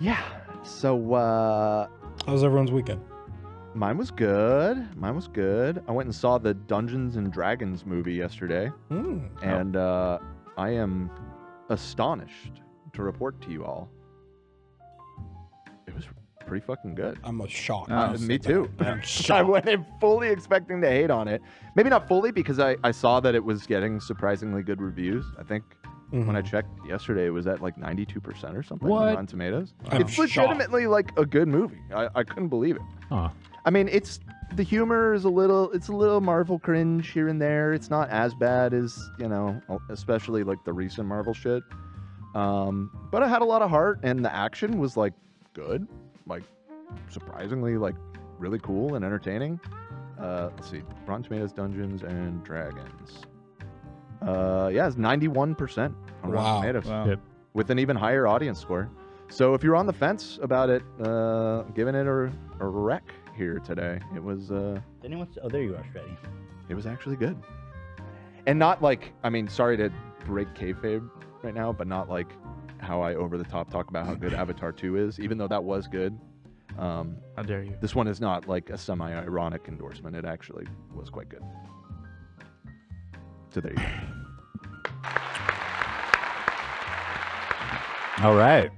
Yeah. So uh, how was everyone's weekend? Mine was good. Mine was good. I went and saw the Dungeons and Dragons movie yesterday, Mm. and uh, I am astonished to report to you all. It was pretty fucking good. I'm a shock. Uh, me too. I went in fully expecting to hate on it. Maybe not fully because I, I saw that it was getting surprisingly good reviews. I think when I checked yesterday, it was at like 92% or Mm-hmm. something What? on Rotten Tomatoes. I'm it's legitimately like a good movie. I, I couldn't believe it. Huh. I mean, it's the humor is a little, it's a little Marvel cringe here and there. It's not as bad as you know, especially like the recent Marvel shit. Um, but it had a lot of heart, and the action was like good, like surprisingly like really cool and entertaining. Uh, let's see, Rotten Tomatoes, Dungeons and Dragons. Uh, yeah, it's 91% on Wow. Rotten Tomatoes Wow. Yep. with an even higher audience score. So if you're on the fence about it, uh, giving it a, a wreck here today, it was uh, Anyone? Oh, there you are, Shreddy. it was actually good, and not like I mean, sorry to break kayfabe right now, but not like how I over the top talk about how good Avatar Two is, even though that was good. Um, How dare you? this one is not like a semi-ironic endorsement. It actually was quite good. So there you go. All right.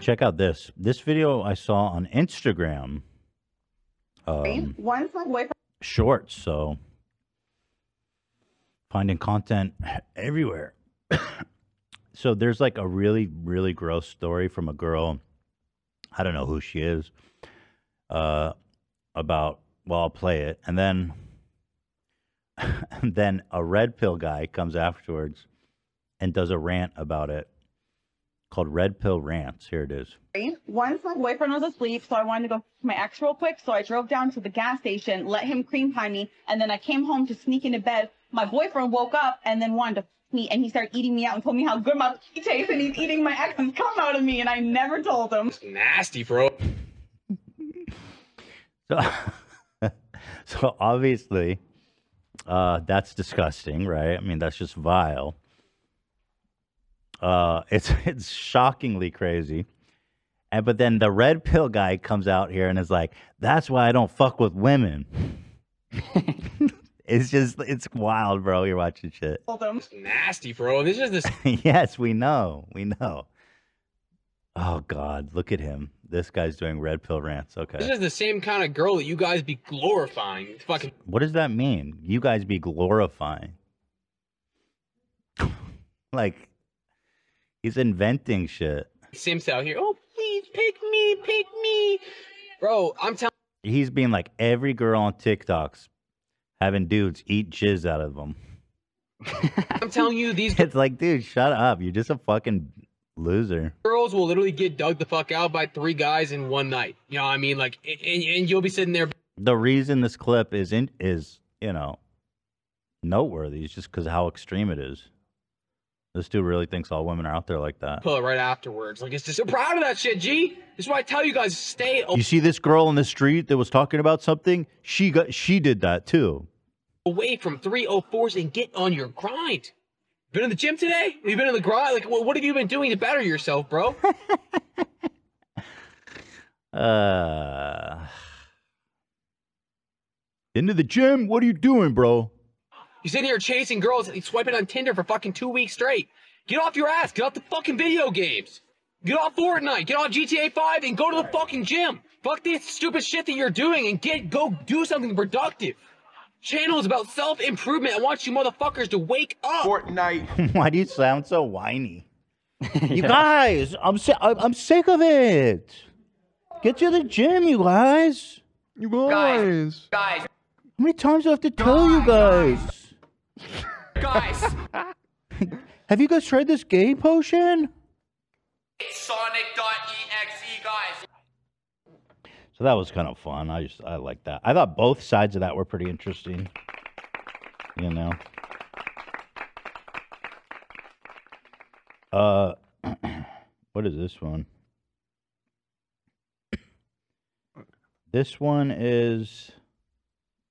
Check out this. This video I saw on Instagram. Um, One's my boyfriend. shorts, so finding content everywhere. so there's like a really, really gross story from a girl. I don't know who she is. Uh, about well, I'll play it, and then and then a red pill guy comes afterwards and does a rant about it called Red Pill Rants. Here it is. Once my boyfriend was asleep, so I wanted to go to my ex real quick. So I drove down to the gas station, let him cream pie me, and then I came home to sneak into bed. My boyfriend woke up and then wanted to f- me, and he started eating me out and told me how good my p- tastes, and he's eating my ex's cum out of me, and I never told him. Nasty, bro. So, so obviously, uh, that's disgusting, right? I mean, that's just vile. Uh, it's it's shockingly crazy. And but then the red pill guy comes out here and is like, "That's why I don't fuck with women." it's just it's wild, bro. You're watching shit. Told him. Nasty, bro. This is the yes, we know. We know. Oh God, look at him. This guy's doing red pill rants. Okay. this is the same kind of girl that you guys be glorifying. Fucking What does that mean? You guys be glorifying. like, he's inventing shit. Sims out here. Oh, please pick me, pick me, bro. I'm telling. He's being like every girl on TikToks having dudes eat jizz out of them. I'm telling you, these It's like, dude, shut up. You're just a fucking loser. girls will literally get dug the fuck out by three guys in one night. You know what I mean? Like, and, and and you'll be sitting there The reason this clip is in is you know noteworthy is just because how extreme it is. This dude really thinks all women are out there like that. pull it right afterwards. Like, it's just I'm proud of that shit, G. This is why I tell you guys stay You see this girl in the street that was talking about something? She got she did that too. away from 304s and get on your grind. Been in the gym today? Have you been in the grind? Like, what, what have you been doing to better yourself, bro? Uh into the gym? What are you doing, bro? You sitting here chasing girls, and swiping on Tinder for fucking two weeks straight. Get off your ass. Get off the fucking video games. Get off Fortnite, get off GTA 5, and go to the fucking gym. Fuck this stupid shit that you're doing and get go do something productive. Channel is about self improvement. I want you motherfuckers to wake up. Fortnite. Why do you sound so whiny? You guys, I'm si- I'm I'm sick of it. Get to the gym, you guys. You guys. Guys. How many times do I have to tell you guys? Guys. Have you guys tried this gay potion? Sonic.exe, guys. So that was kind of fun. I just I like that. I thought both sides of that were pretty interesting. You know. Uh what is this one? This one is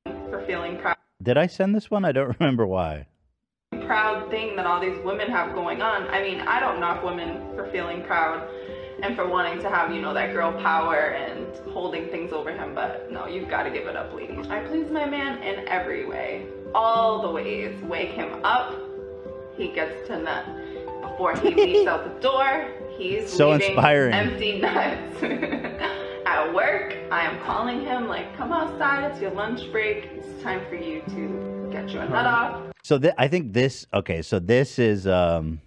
for feeling proud. Did I send this one? I don't remember why. proud thing that all these women have going on. I mean, I don't knock women for feeling proud and for wanting to have, you know, that girl power and holding things over him, but no, you've got to give it up, ladies. I please my man in every way, all the ways. Wake him up, he gets to nut. Before he leaves out the door, he's So leaving inspiring. empty nuts. At work, I am calling him like, come outside, it's your lunch break, it's time for you to get your nut off. So th- I think this okay, so this is um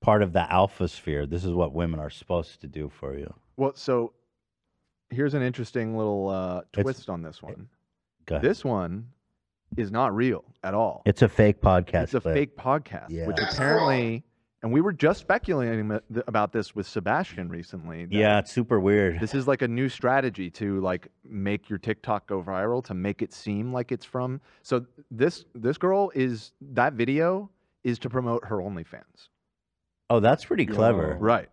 part of the alpha sphere. This is what women are supposed to do for you. Well, so here's an interesting little uh, twist on this one. uh, Go ahead. This one is not real at all. It's a fake podcast. It's a clip. fake podcast, which Yeah. apparently, and we were just speculating a- th- about this with Sebastian recently. that Yeah, it's super weird. This is like a new strategy to like make your TikTok go viral to make it seem like it's from. So this this girl is that video is to promote her OnlyFans. Oh, that's pretty clever. Right.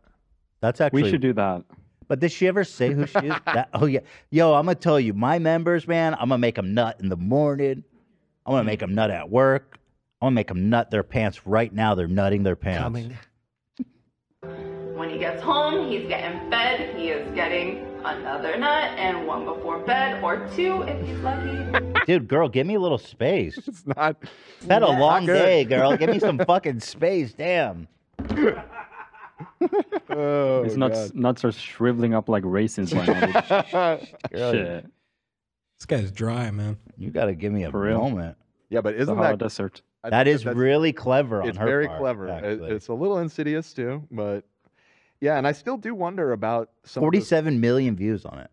That's actually should do that. But did she ever say who she is? That, oh yeah, yo, I'm gonna tell you, my members, man, I'm gonna make them nut in the morning. I'm gonna make them nut at work. I'm gonna make them nut their pants right now. They're nutting their pants. When he gets home, he's getting fed, he is getting another nut and one before bed or two if he's lucky. Dude, girl, give me a little space. It's not. It's had a Yeah. long Not good. day, girl. Give me some fucking space. Damn. His nuts, nuts are shriveling up like raisins right now. Girl, Shit. This guy's dry, man. You gotta give me a For real. moment. Yeah, but isn't that desert? I That think is that's- really clever on it's her very part, clever. It- actually. it's a little insidious too, but yeah, and I still do wonder about some of those- Forty-seven million views on it.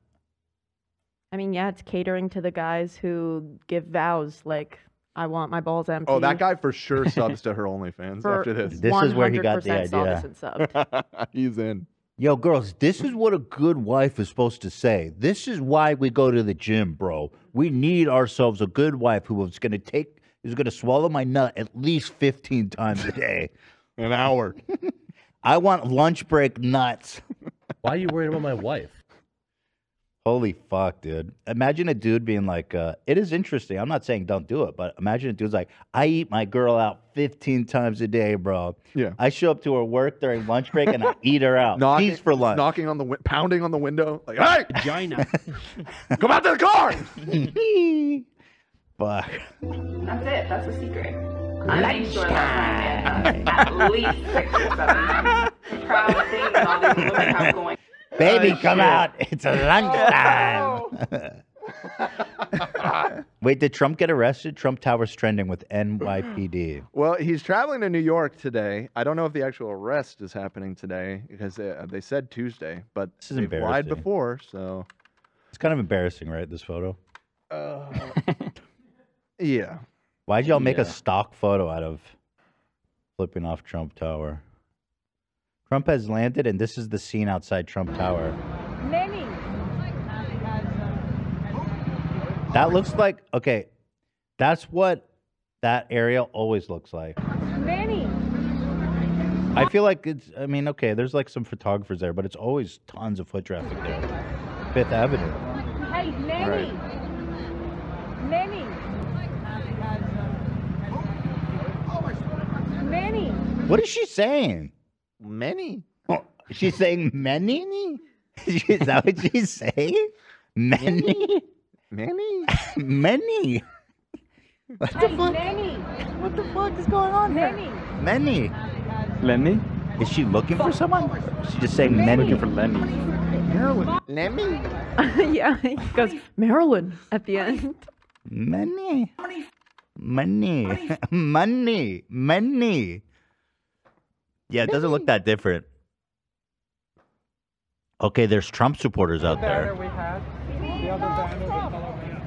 I mean, yeah, it's catering to the guys who give vows like, I want my balls empty. Oh, that guy for sure subs to her OnlyFans For after this. This is where he got the 100% saw idea. this and subbed. He's in. Yo, girls, this is what a good wife is supposed to say. This is why we go to the gym, bro. We need ourselves a good wife who is going to take, is going to swallow my nut at least 15 times a day. An hour. I want lunch break nuts. Why are you worried about my wife? Holy fuck, dude. Imagine a dude being like, uh, it is interesting. I'm not saying don't do it, but imagine a dude's like, I eat my girl out 15 times a day, bro. Yeah. I show up to her work during lunch break and I eat her out. Knocking- Peace for lunch. Knocking on the win- pounding on the window, like, hey, vagina, come out to the car. Fuck. That's it, that's the secret. I make sure that my man has at least six or seven nuts. Proud thing that all these women have going Baby, Oh, come shit. out. It's Oh. lunchtime. Wait, did Trump get arrested? Trump Tower's trending with NYPD. Well, he's traveling to New York today. I don't know if the actual arrest is happening today because they, uh, they said Tuesday, but This is they've lied embarrassing. before. So, It's kind of embarrassing, right? This photo. uh, yeah, Why'd y'all make a Yeah. stock photo out of flipping off Trump Tower? Trump has landed, and this is the scene outside Trump Tower. Many. That looks like okay. That's what that area always looks like. Many. I feel like it's. I mean, okay, there's like some photographers there, but it's always tons of foot traffic there. Fifth Avenue. Hey, many. Many. Many. What is she saying? Many. she's saying many? is that what she's saying? Many? Many? many? What the fuck? Many. What the fuck is going on here? Many? Lenny? Is she looking for someone? Or is she just saying men looking for Lemmy? Marilyn. Lemmy? yeah, he goes Marilyn at the end. Money. Money. Money. Money. Yeah, it doesn't look that different. Okay, there's Trump supporters out there. we have. Trump.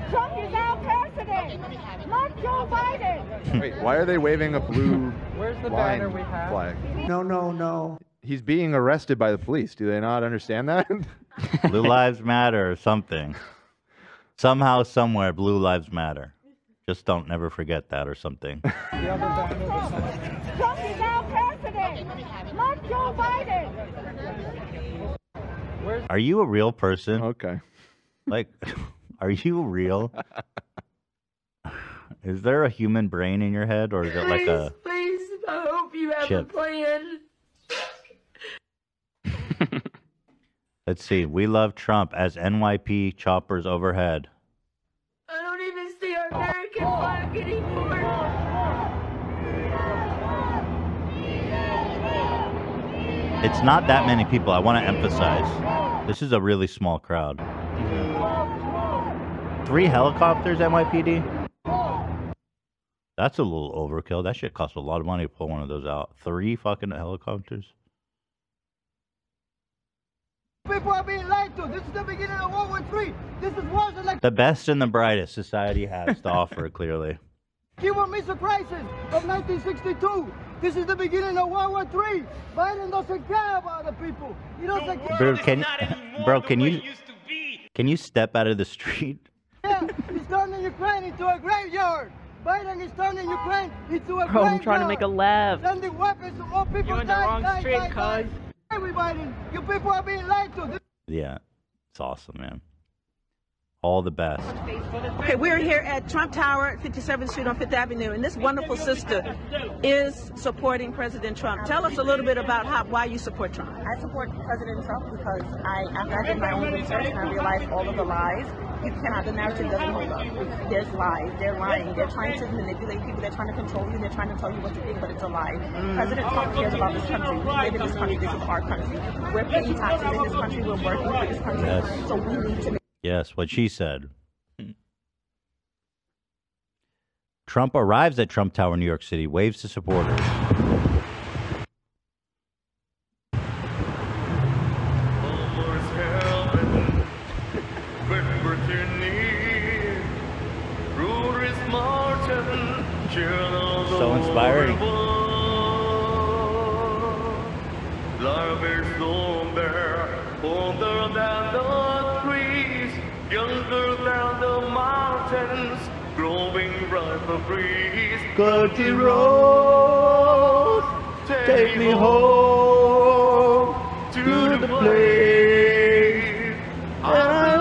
Trump is our president, not Joe Biden. Wait, why are they waving a blue Where's the line banner we have? flag? No, no, no. He's being arrested by the police. Do they not understand that? Blue Lives Matter or something. Somehow, somewhere, Blue Lives Matter. Just don't never forget that or something. Trump is our president, not Joe Biden. Are you a real person? Okay. Like, are you real? is there a human brain in your head or is it like a. please, I hope you have Chip. a plan. Let's see. We love Trump as NYP choppers overhead. I don't even see our American flag anymore. It's not that many people. I want to emphasize. This is a really small crowd. Oh, Three helicopters, NYPD? That's a little overkill. That shit costs a lot of money to pull one of those out. Three fucking helicopters? People are being lied to. This is the beginning of World War Three. This is worse than like The best and the brightest society has to offer, clearly. Cuban Missile Crisis of 1962. This is the beginning of World War Three. Biden doesn't care about the people. He doesn't Bro, care. can, bro, can you can you step out of the street? He's turning Ukraine into a graveyard. Biden is turning Ukraine into a Bro, graveyard. Oh, I'm trying to make a left. Sending weapons to all people. You're in the Die, wrong die, street, die, die. Hey, Biden, you people are being lied to. This- Yeah, it's awesome, man. All the best. Okay, we're here at Trump Tower, 57th Street on Fifth Avenue, and this wonderful sister is supporting President Trump. Tell us a little bit about how, why you support Trump. I support President Trump because I, after I did my own research and I realized all of the lies, you cannot, the narrative doesn't hold up. There's lies, they're lying, they're trying to manipulate people, they're trying to control you, they're trying to tell you what to think, but it's a lie. Mm. President Trump cares about this country. We live in this country, this is our country. We're paying taxes in this country, we're working for this country, Yes. so we need to make Yes, what she said. Trump arrives at Trump Tower, New York City, waves to supporters. So inspiring. Older than the trees, younger than the mountains, growing right for breeze. Country roads, take me home to the place I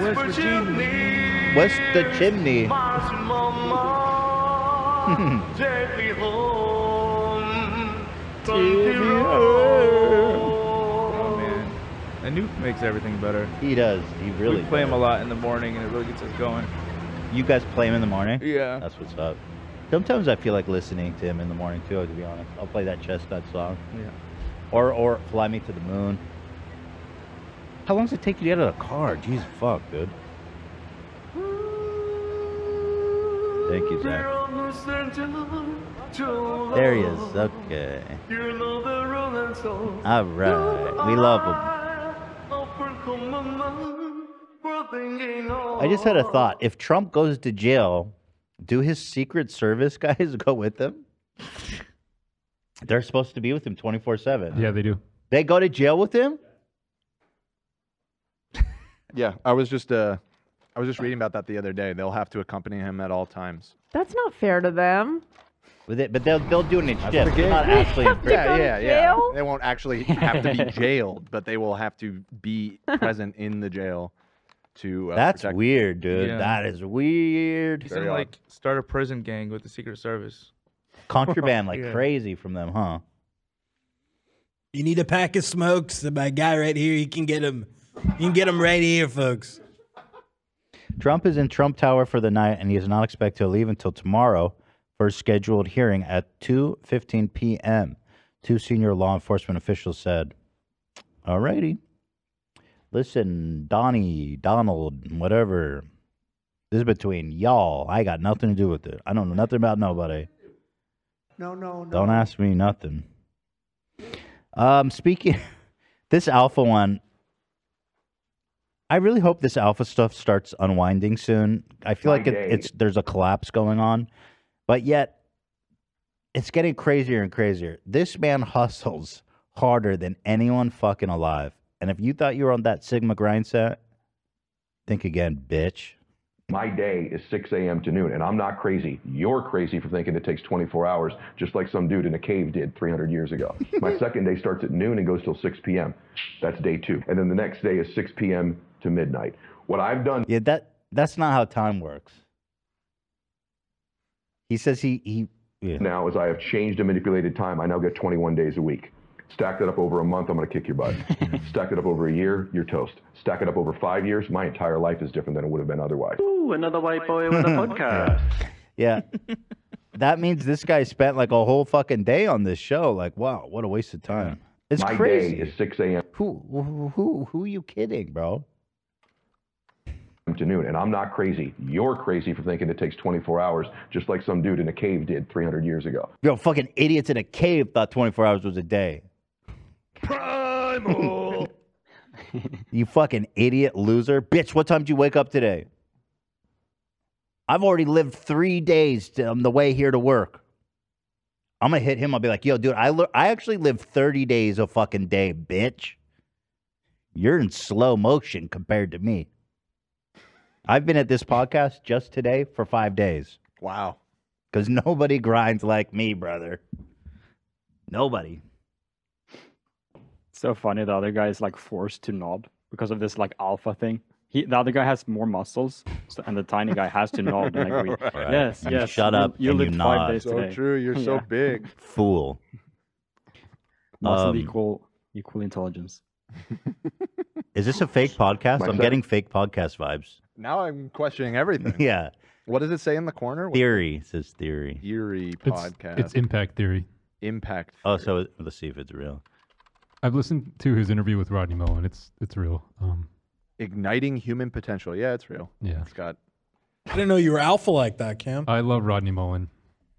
love. West Virginia, West the chimney. Mars, mama, take me home. Country Oh, man. And Nuke makes everything better. He does. He really We play him a lot in the morning, and it really gets us going. You guys play him in the morning? Yeah. That's what's up. Sometimes I feel like listening to him in the morning too, to be honest. I'll play that chestnut song. Yeah. Or or Fly Me to the Moon. How long does it take you to get out of the car? Jesus fuck, dude. Thank you, Zach. There he is. Okay. You know the rolling stone. All right. We love him. I just had a thought. If Trump goes to jail, do his Secret Service guys go with him? They're supposed to be with him 24 7. Yeah, they do. They go to jail with him? yeah, I was just uh, I was just reading about that the other day. They'll have to accompany him at all times. That's not fair to them. With it, but they'll they'll do an That's shift. the game. They're not actually in prison. yeah, yeah, yeah. They won't actually have to be jailed, but they will have to be present in the jail to. Uh, That's protect- weird, dude. Yeah. That is weird. He's gonna like start a prison gang with the Secret Service. contraband like Yeah. crazy from them, huh? You need a pack of smokes. My guy right here, you can get them. You can get them right here, folks. Trump is in Trump Tower for the night, and he is not expected to leave until tomorrow for a scheduled hearing at 2:15 p.m. Two senior law enforcement officials said. Alrighty. Listen, Donnie, Donald, whatever. This is between y'all. I got nothing to do with it. I don't know nothing about nobody. No, no, no. Don't ask me nothing. Um, speaking, this alpha one, I really hope this alpha stuff starts unwinding soon. I feel My like it, day. it's there's a collapse going on, but yet it's getting crazier and crazier. This man hustles harder than anyone fucking alive. And if you thought you were on that Sigma grind set, think again, bitch. My day is 6 a.m. to noon, and I'm not crazy. You're crazy for thinking it takes 24 hours, just like some dude in a cave did 300 years ago. My second day starts at noon and goes till 6 p.m. That's day two. And then the next day is 6 p.m. to midnight. What I've done. Yeah, that that's not how time works. He says he he. Now, is I have changed and manipulated time, I now get 21 days a week. Stack that up over a month, I'm going to kick your butt. Stack it up over a year, you're toast. Stack it up over five years, my entire life is different than it would have been otherwise. Ooh, another white boy with a podcast. Yeah. that means this guy spent like a whole fucking day on this show. Like, wow, what a waste of time. It's my crazy. day is 6 a.m. Who who who who are you kidding, bro? to noon, and I'm not crazy. You're crazy for thinking it takes 24 hours, just like some dude in a cave did 300 years ago. Yo, fucking idiots in a cave thought 24 hours was a day. Primal. you fucking idiot loser. Bitch, what time did you wake up today? I've already lived three days to, on the way here to work. I'm gonna hit him. I'll be like, yo, dude, I, li- I actually lived 30 days a fucking day, bitch. You're in slow motion compared to me. I've been at this podcast just today for five days. Wow. Because nobody grinds like me, brother. Nobody. So funny. The other guy is like forced to nod because of this like alpha thing. He, the other guy has more muscles, so, and the tiny guy has to nod. And agree. Right. Yes, You yes. shut you- up You and you lived five nod. days So today. true, you're so big. Fool. Muscle Um, equal equal intelligence. Is this a fake podcast? My I'm sir- getting fake podcast vibes. Now I'm questioning everything. Yeah. What does it say in the corner? What- Theory it says theory. Theory It's- podcast. it's impact theory. Impact. Oh, so it- let's see if it's real. I've listened to his interview with Rodney Mullen. it's it's real. Um, Igniting human potential. Yeah, it's real. Yeah. It's got I didn't know you were alpha like that, Cam. I love Rodney Mullen.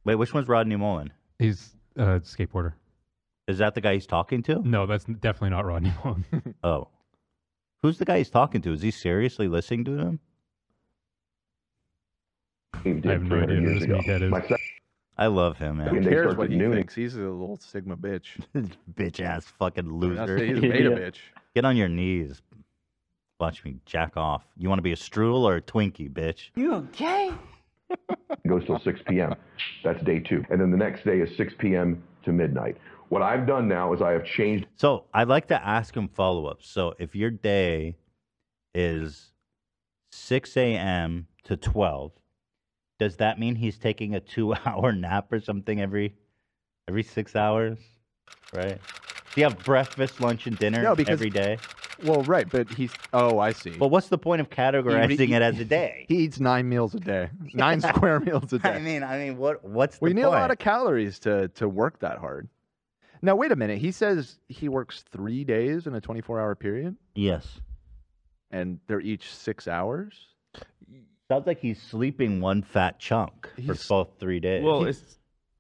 Wait, which one's Rodney Mullen? He's a skateboarder. Is that the guy he's talking to? No, that's definitely not Rodney Mullen. Oh. Who's the guy he's talking to? Is he seriously listening to him? Cave did 300 years ago. My sec- I love him, man. who cares what he thinks? He's a little sigma bitch. bitch ass fucking not loser. saying he's a beta Yeah. bitch. Get on your knees. Watch me jack off. You want to be a strudel or a Twinkie, bitch? You okay? goes till 6 p.m. That's day two. And then the next day is 6 p.m. to midnight. What I've done now is I have changed So I'd like to ask him follow up. So if your day is 6 a.m. to 12, does that mean he's taking a two hour nap or something every every six hours? Right? Do you have breakfast, lunch, and dinner No, because- every day? Well, right, but he's. Oh, I see. But what's the point of categorizing He- it as a day? He eats nine meals a day. Nine Yeah. square meals a day. I mean, I mean, what what's we the need point? a lot of calories to to work that hard. Now wait a minute. He says he works three days in a twenty four hour period, yes. and they're each six hours. Sounds like he's sleeping one fat chunk for both three days.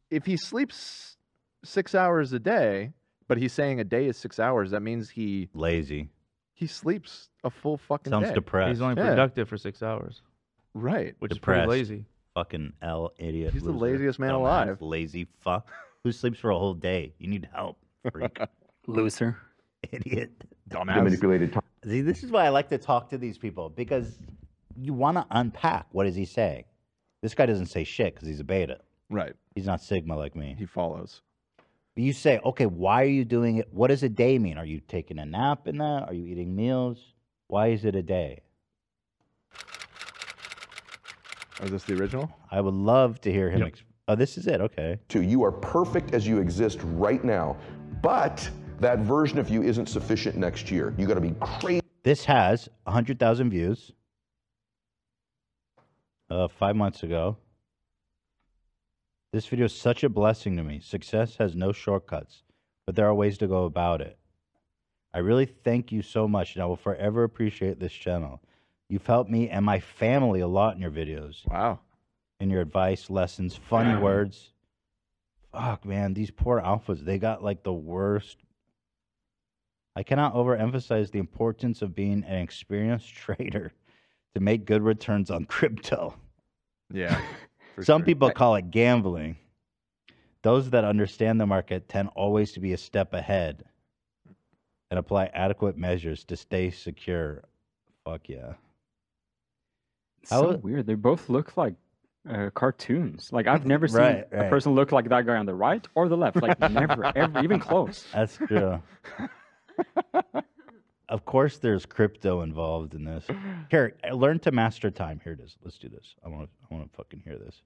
He- if he sleeps six hours a day, but he's saying a day is six hours, that means he lazy. He sleeps a full fucking day. He's only Yeah, productive for six hours. Right. Which is Depressed. pretty lazy. Fucking L idiot. He's the loser, laziest man dumbass, alive. Lazy fuck. Who sleeps for a whole day? You need help. Freak. Loser. Idiot. the manipulated time. See, this is why I like to talk to these people because you want to unpack what is he saying. This guy doesn't say shit because he's a beta. Right. He's not sigma like me. He follows. But you say, okay, why are you doing it? What does a day mean? Are you taking a nap in that? Are you eating meals? Why is it a day? Is this the original? I would love to hear him. Exp- oh, this is it. Okay. Two, you are perfect as you exist right now, but that version of you isn't sufficient next year. You got to be crazy. This has 100,000 views uh, five months ago. This video is such a blessing to me. Success has no shortcuts, but there are ways to go about it. I really thank you so much, and I will forever appreciate this channel. You've helped me and my family a lot in your videos. Wow. In your advice, lessons, funny words. Fuck, man, these poor alphas, they got like the worst. I cannot overemphasize the importance of being an experienced trader to make good returns on crypto. Yeah. for Some sure. people call it gambling. Those that understand the market tend always to be a step ahead and apply adequate measures to stay secure. Fuck yeah. It's I so was- weird. They both look like uh, cartoons. Like I've never seen Right, a right. person look like that guy on the right or the left. Like never, ever, even close. That's true. of course, there's crypto involved in this. Here, learn to master time. Here it is. Let's do this. I want to. I want to fucking hear this.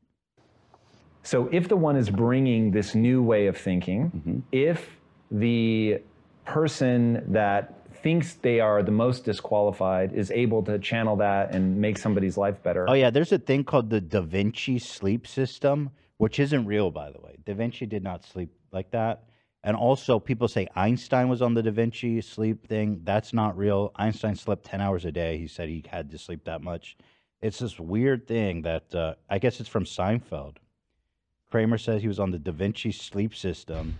So if the one is bringing this new way of thinking, Mm-hmm. if the person that thinks they are the most disqualified is able to channel that and make somebody's life better. Oh yeah, there's a thing called the Da Vinci sleep system, which isn't real, by the way. Da Vinci did not sleep like that. And also, people say Einstein was on the Da Vinci sleep thing. That's not real. Einstein slept ten hours a day. He said he had to sleep that much. It's this weird thing that uh, I guess it's from Seinfeld. Kramer says he was on the Da Vinci sleep system,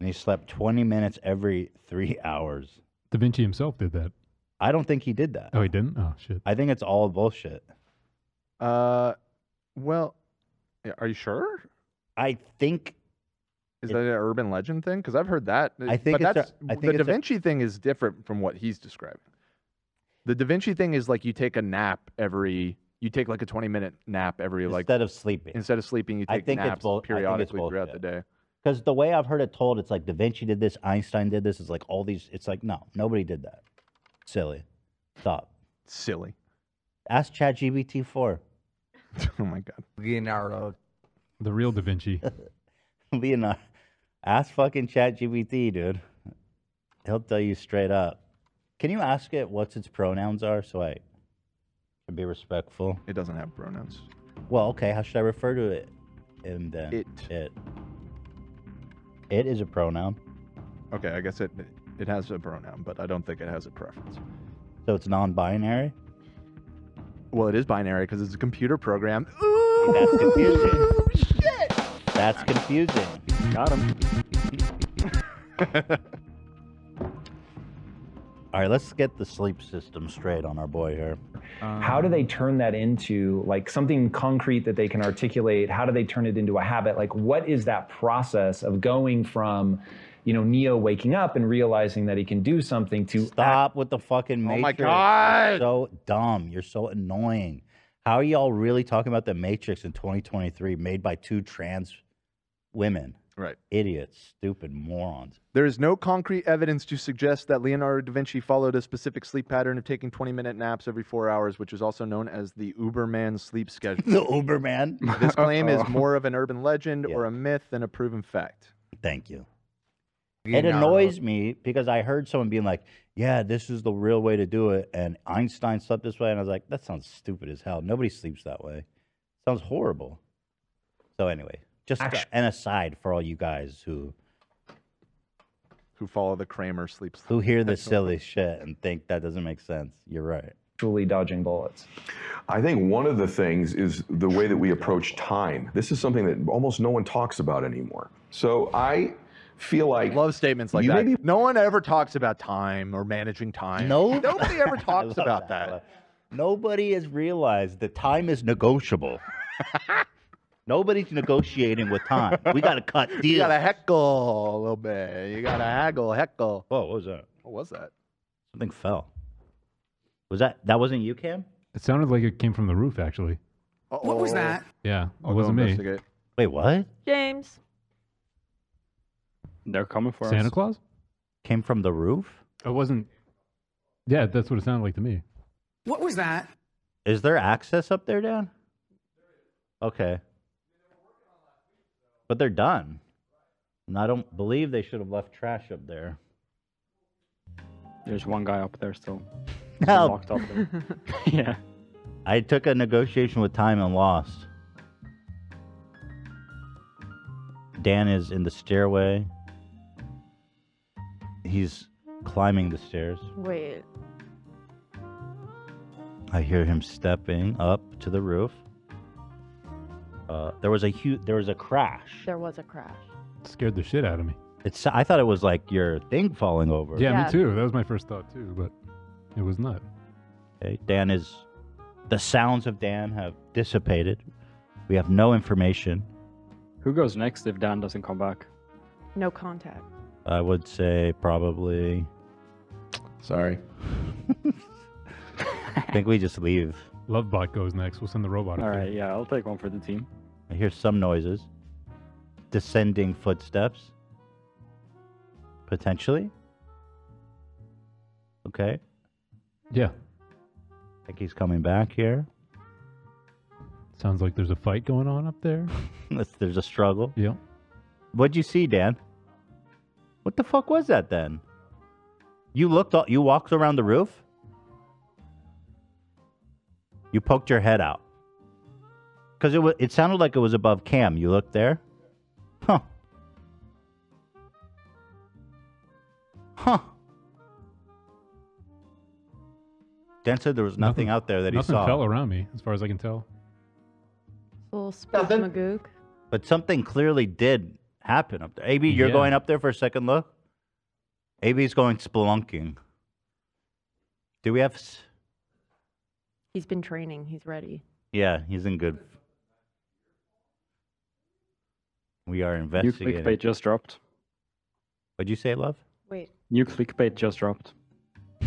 and he slept twenty minutes every three hours. Da Vinci himself did that. I don't think he did that. Oh, he didn't. Oh shit. I think it's all bullshit. Uh, well, yeah, are you sure? I think. Is that an urban legend thing? Because I've heard that. uh, I think but it's a- that's I think the Da it's a- Vinci thing is different from what he's describing. The Da Vinci thing is like you take a nap every, you take like a twenty minute nap every like Instead of sleeping. Instead of sleeping, you I take think it's naps bull- I think it's periodically throughout the bullshit. day. Because the way I've heard it told, it's like Da Vinci did this, Einstein did this. It's like all these. It's like no, nobody did that. Silly. Stop. Silly. Ask ChatGPT four. oh my god. Leonardo. The real Da Vinci. Leonardo. Ask fucking ChatGPT, dude. He'll tell you straight up. Can you ask it what its pronouns are so I can be respectful? It doesn't have pronouns. Well, okay. How should I refer to it? And then It. It. It is a pronoun, Okay, I guess it it has a pronoun, but I don't think it has a preference. so it's non-binary. Well, it is binary because it's a computer program. That's confusing. That's confusing. Got him. All right, let's get the sleep system straight on our boy here. How do they turn that into like something concrete that they can articulate? How do they turn it into a habit? Like what is that process of going from, you know, Neo waking up and realizing that he can do something to Stop with the fucking Oh Matrix. You're so dumb. You're so annoying. How are y'all really talking about the Matrix in 2023, made by two trans women? Right. Idiots, stupid morons. There is no concrete evidence to suggest that Leonardo da Vinci followed a specific sleep pattern of taking 20 minute naps every four hours, which is also known as the Uberman sleep schedule. the Uberman? Oh. This claim is Uh-oh. more of an urban legend or a myth than a proven fact. Thank you. It annoys me because I heard someone being like, "Yeah, this is the real way to do it," and Einstein slept this way, and I was like, "That sounds stupid as hell. Nobody sleeps that way. Sounds horrible." So anyway, just an aside for all you guys who who follow the Kramer sleep who hear this silly shit and think that doesn't make sense. You're right. truly dodging bullets? I think one of the things is the way that we approach time. This is something that almost no one talks about anymore. So I feel like love statements like you that. may be No one ever talks about time or managing time. No, nobody ever talks love about that. I that. love- Nobody has realized that time is negotiable. Nobody's negotiating with time. We got to cut deals. You gotta heckle a little bit. You gotta haggle, heckle. Whoa, what was that? What was that? Something fell. Was that that wasn't you, Cam? It sounded like it came from the roof, actually. What was that? Yeah, I'll go it wasn't me. investigate. Wait, what? James. They're coming for us. Santa Claus? Came from the roof? It wasn't. Yeah, that's what it sounded like to me. What was that? Is there access up there, Dan? Okay. But they're done. And I don't believe they should have left trash up there. There's one guy up there still. He's Help. Locked up there. yeah. I took a negotiation with time and lost. Dan is in the stairway. He's climbing the stairs. Wait. I hear him stepping up to the roof. Uh, there was a huge, there was a crash. There was a crash. Scared the shit out of me. It's. I thought it was like your thing falling over. Yeah, Yeah. me too. That was my first thought too, but it was not. Okay, Dan is. The sounds of Dan have dissipated. We have no information. Who goes next if Dan doesn't come back? No contact. I would say probably. Sorry. I think we just leave. Lovebot goes next. We'll send the robot. All right, yeah, I'll take one for the team. I hear some noises. Descending footsteps. Potentially. Okay. Yeah. I think he's coming back here. Sounds like there's a fight going on up there. Unless there's a struggle. Yeah. What'd you see, Dan? What the fuck was that then? You looked all, you walked around the roof? You poked your head out. Cuz it was it sounded like it was above Cam. You looked there? Huh. Huh. Dan said there was nothing, out there that Nothing he saw. fell around me, as far as I can tell. Little spasmagook. But something clearly did happen up there. AB, you're Yeah. going up there for a second look? AB's going spelunking. Do we have. s- He's been training. He's ready. Yeah, he's in good. We are New investigating. clickbait just dropped. What'd you say, love? Wait. New clickbait just dropped.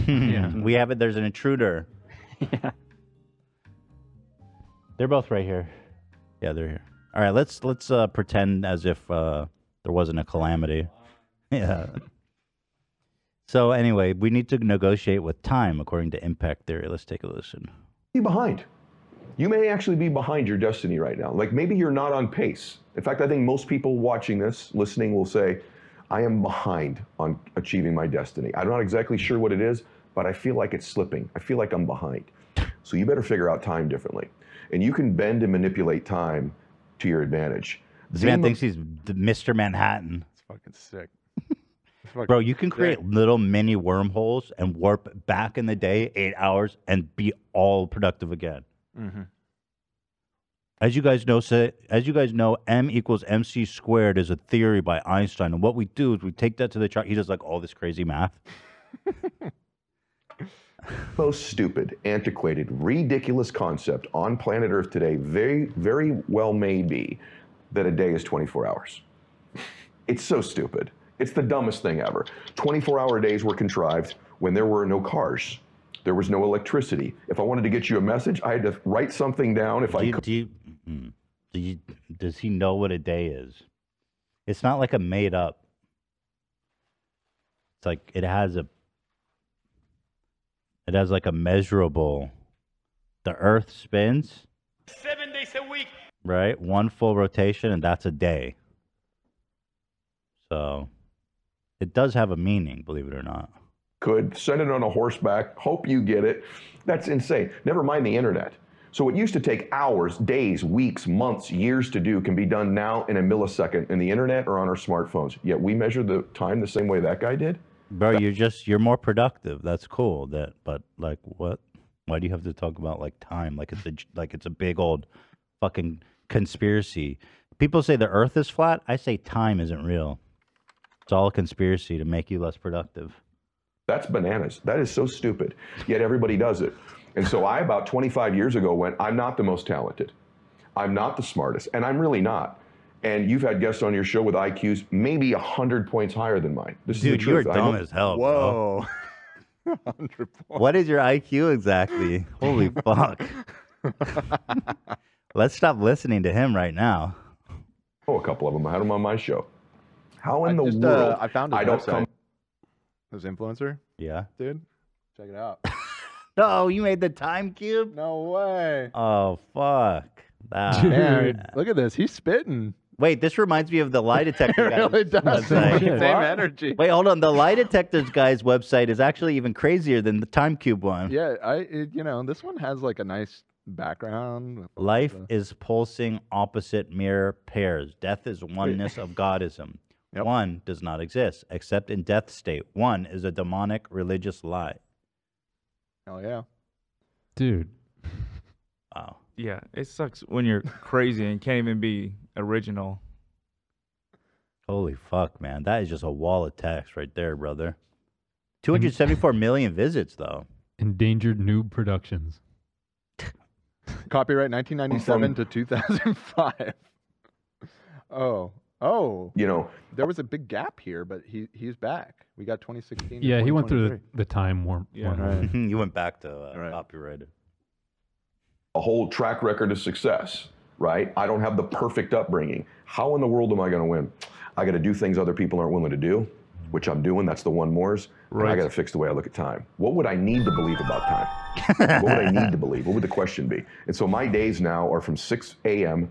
yeah. We have it. There's an intruder. They're both right here. Yeah, they're here. All right, let's let's uh, pretend as if uh, there wasn't a calamity. Yeah. so anyway, we need to negotiate with time according to impact theory. Let's take a listen. Be behind. You may actually be behind your destiny right now. Like maybe you're not on pace. In fact, I think most people watching this, listening, will say, I am behind on achieving my destiny. I'm not exactly sure what it is, but I feel like it's slipping. I feel like I'm behind. So you better figure out time differently. And you can bend and manipulate time to your advantage. This The man mo- thinks he's the Mr. Manhattan. Fucking sick. Bro, you can create little mini wormholes and warp back in the day eight hours and be all productive again. Mm-hmm. As you guys know, say, as you guys know, M equals MC squared is a theory by Einstein, and what we do is we take that to the chart. He does like all this crazy math. most stupid, antiquated, ridiculous concept on planet Earth today very, very well may be that a day is 24 hours. It's so stupid. It's the dumbest thing ever. 24 hour days were contrived when there were no cars. There was no electricity. If I wanted to get you a message, I had to write something down. If Do I you, do you, mm, do you, does he know what a day is? It's not like a made up. It's like it has a. It has like a measurable. The Earth spins. Seven days a week. right? One full rotation, and that's a day. So it does have a meaning, believe it or not. could send it on a horseback hope you get it that's insane never mind the internet so what used to take hours days weeks months years to do can be done now in a millisecond in the internet or on our smartphones yet we measure the time the same way that guy did Bro, you're just you're more productive. That's cool. That, but like, what? Why do you have to talk about like time? Like it's a j- like it's a big old fucking conspiracy. People say the Earth is flat. I say time isn't real. It's all a conspiracy to make you less productive. That's bananas. That is so stupid. Yet everybody does it. And so I, about 25 years ago, went, I'm not the most talented. I'm not the smartest. And I'm really not. And you've had guests on your show with IQs maybe 100 points higher than mine. This is Dude, the you are truth. I know- dumb as hell. Whoa. What is your IQ exactly? Holy fuck. Let's stop listening to him right now. Oh, a couple of them. I had them on my show. How in the Just, uh, world? I found his I don't website. come. This influencer, Yeah. dude. Check it out. No, you made the time cube? No way. Oh fuck. That- Dude, look at this. He's spitting. Wait, this reminds me of the lie detector It guy. really does. website. Same energy. Wait, hold on. The lie detectors guy's website is actually even crazier than the time cube one. Yeah, I it, you know this one has like a nice background. Life is pulsing opposite mirror pairs. Death is oneness of godism. One does not exist except in death state. One is a demonic religious lie. Hell yeah. Dude. Wow. Yeah, it sucks when you're crazy and can't even be original. Holy fuck, man. That is just a wall of text right there, brother. 274 million visits, though. Endangered Noob Productions. Copyright 1997 to 2005. oh, oh. You know, there was a big gap here, but he he's back. We got 2016. to Yeah, he went through 2023. the, the time warp. Yeah. wormhole. you went back to uh, copyrighted. a whole track record of success, right? I don't have the perfect upbringing. How in the world am I going to win? I got to do things other people aren't willing to do, which I'm doing. That's the one mores. And I Right. got to fix the way I look at time. What would I need to believe about time? what would I need to believe? What would the question be? And so my days now are from 6 a.m.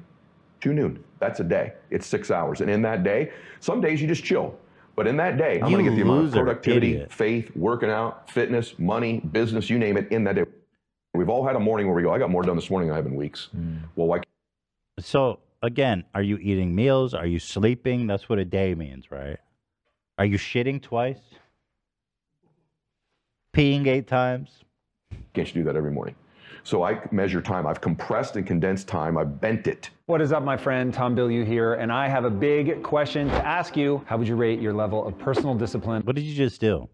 to noon. That's a day. It's six hours. And in that day, some days you just chill. But in that day, I'm going You to get the amount of loser, productivity, idiot. faith, working out, fitness, money, business, you name it, in that day. We've all had a morning where we go, I got more done this morning than I have in weeks. Well, why So, again, are you eating meals? Are you sleeping? That's what a day means, right? Are you shitting twice? Peeing eight times? can't you do that every morning? So I measure time. I've compressed and condensed time. I've bent it. What is up, my friend? Tom Bilyeu here, and I have a big question to ask you. How would you rate your level of personal discipline? What did you just do?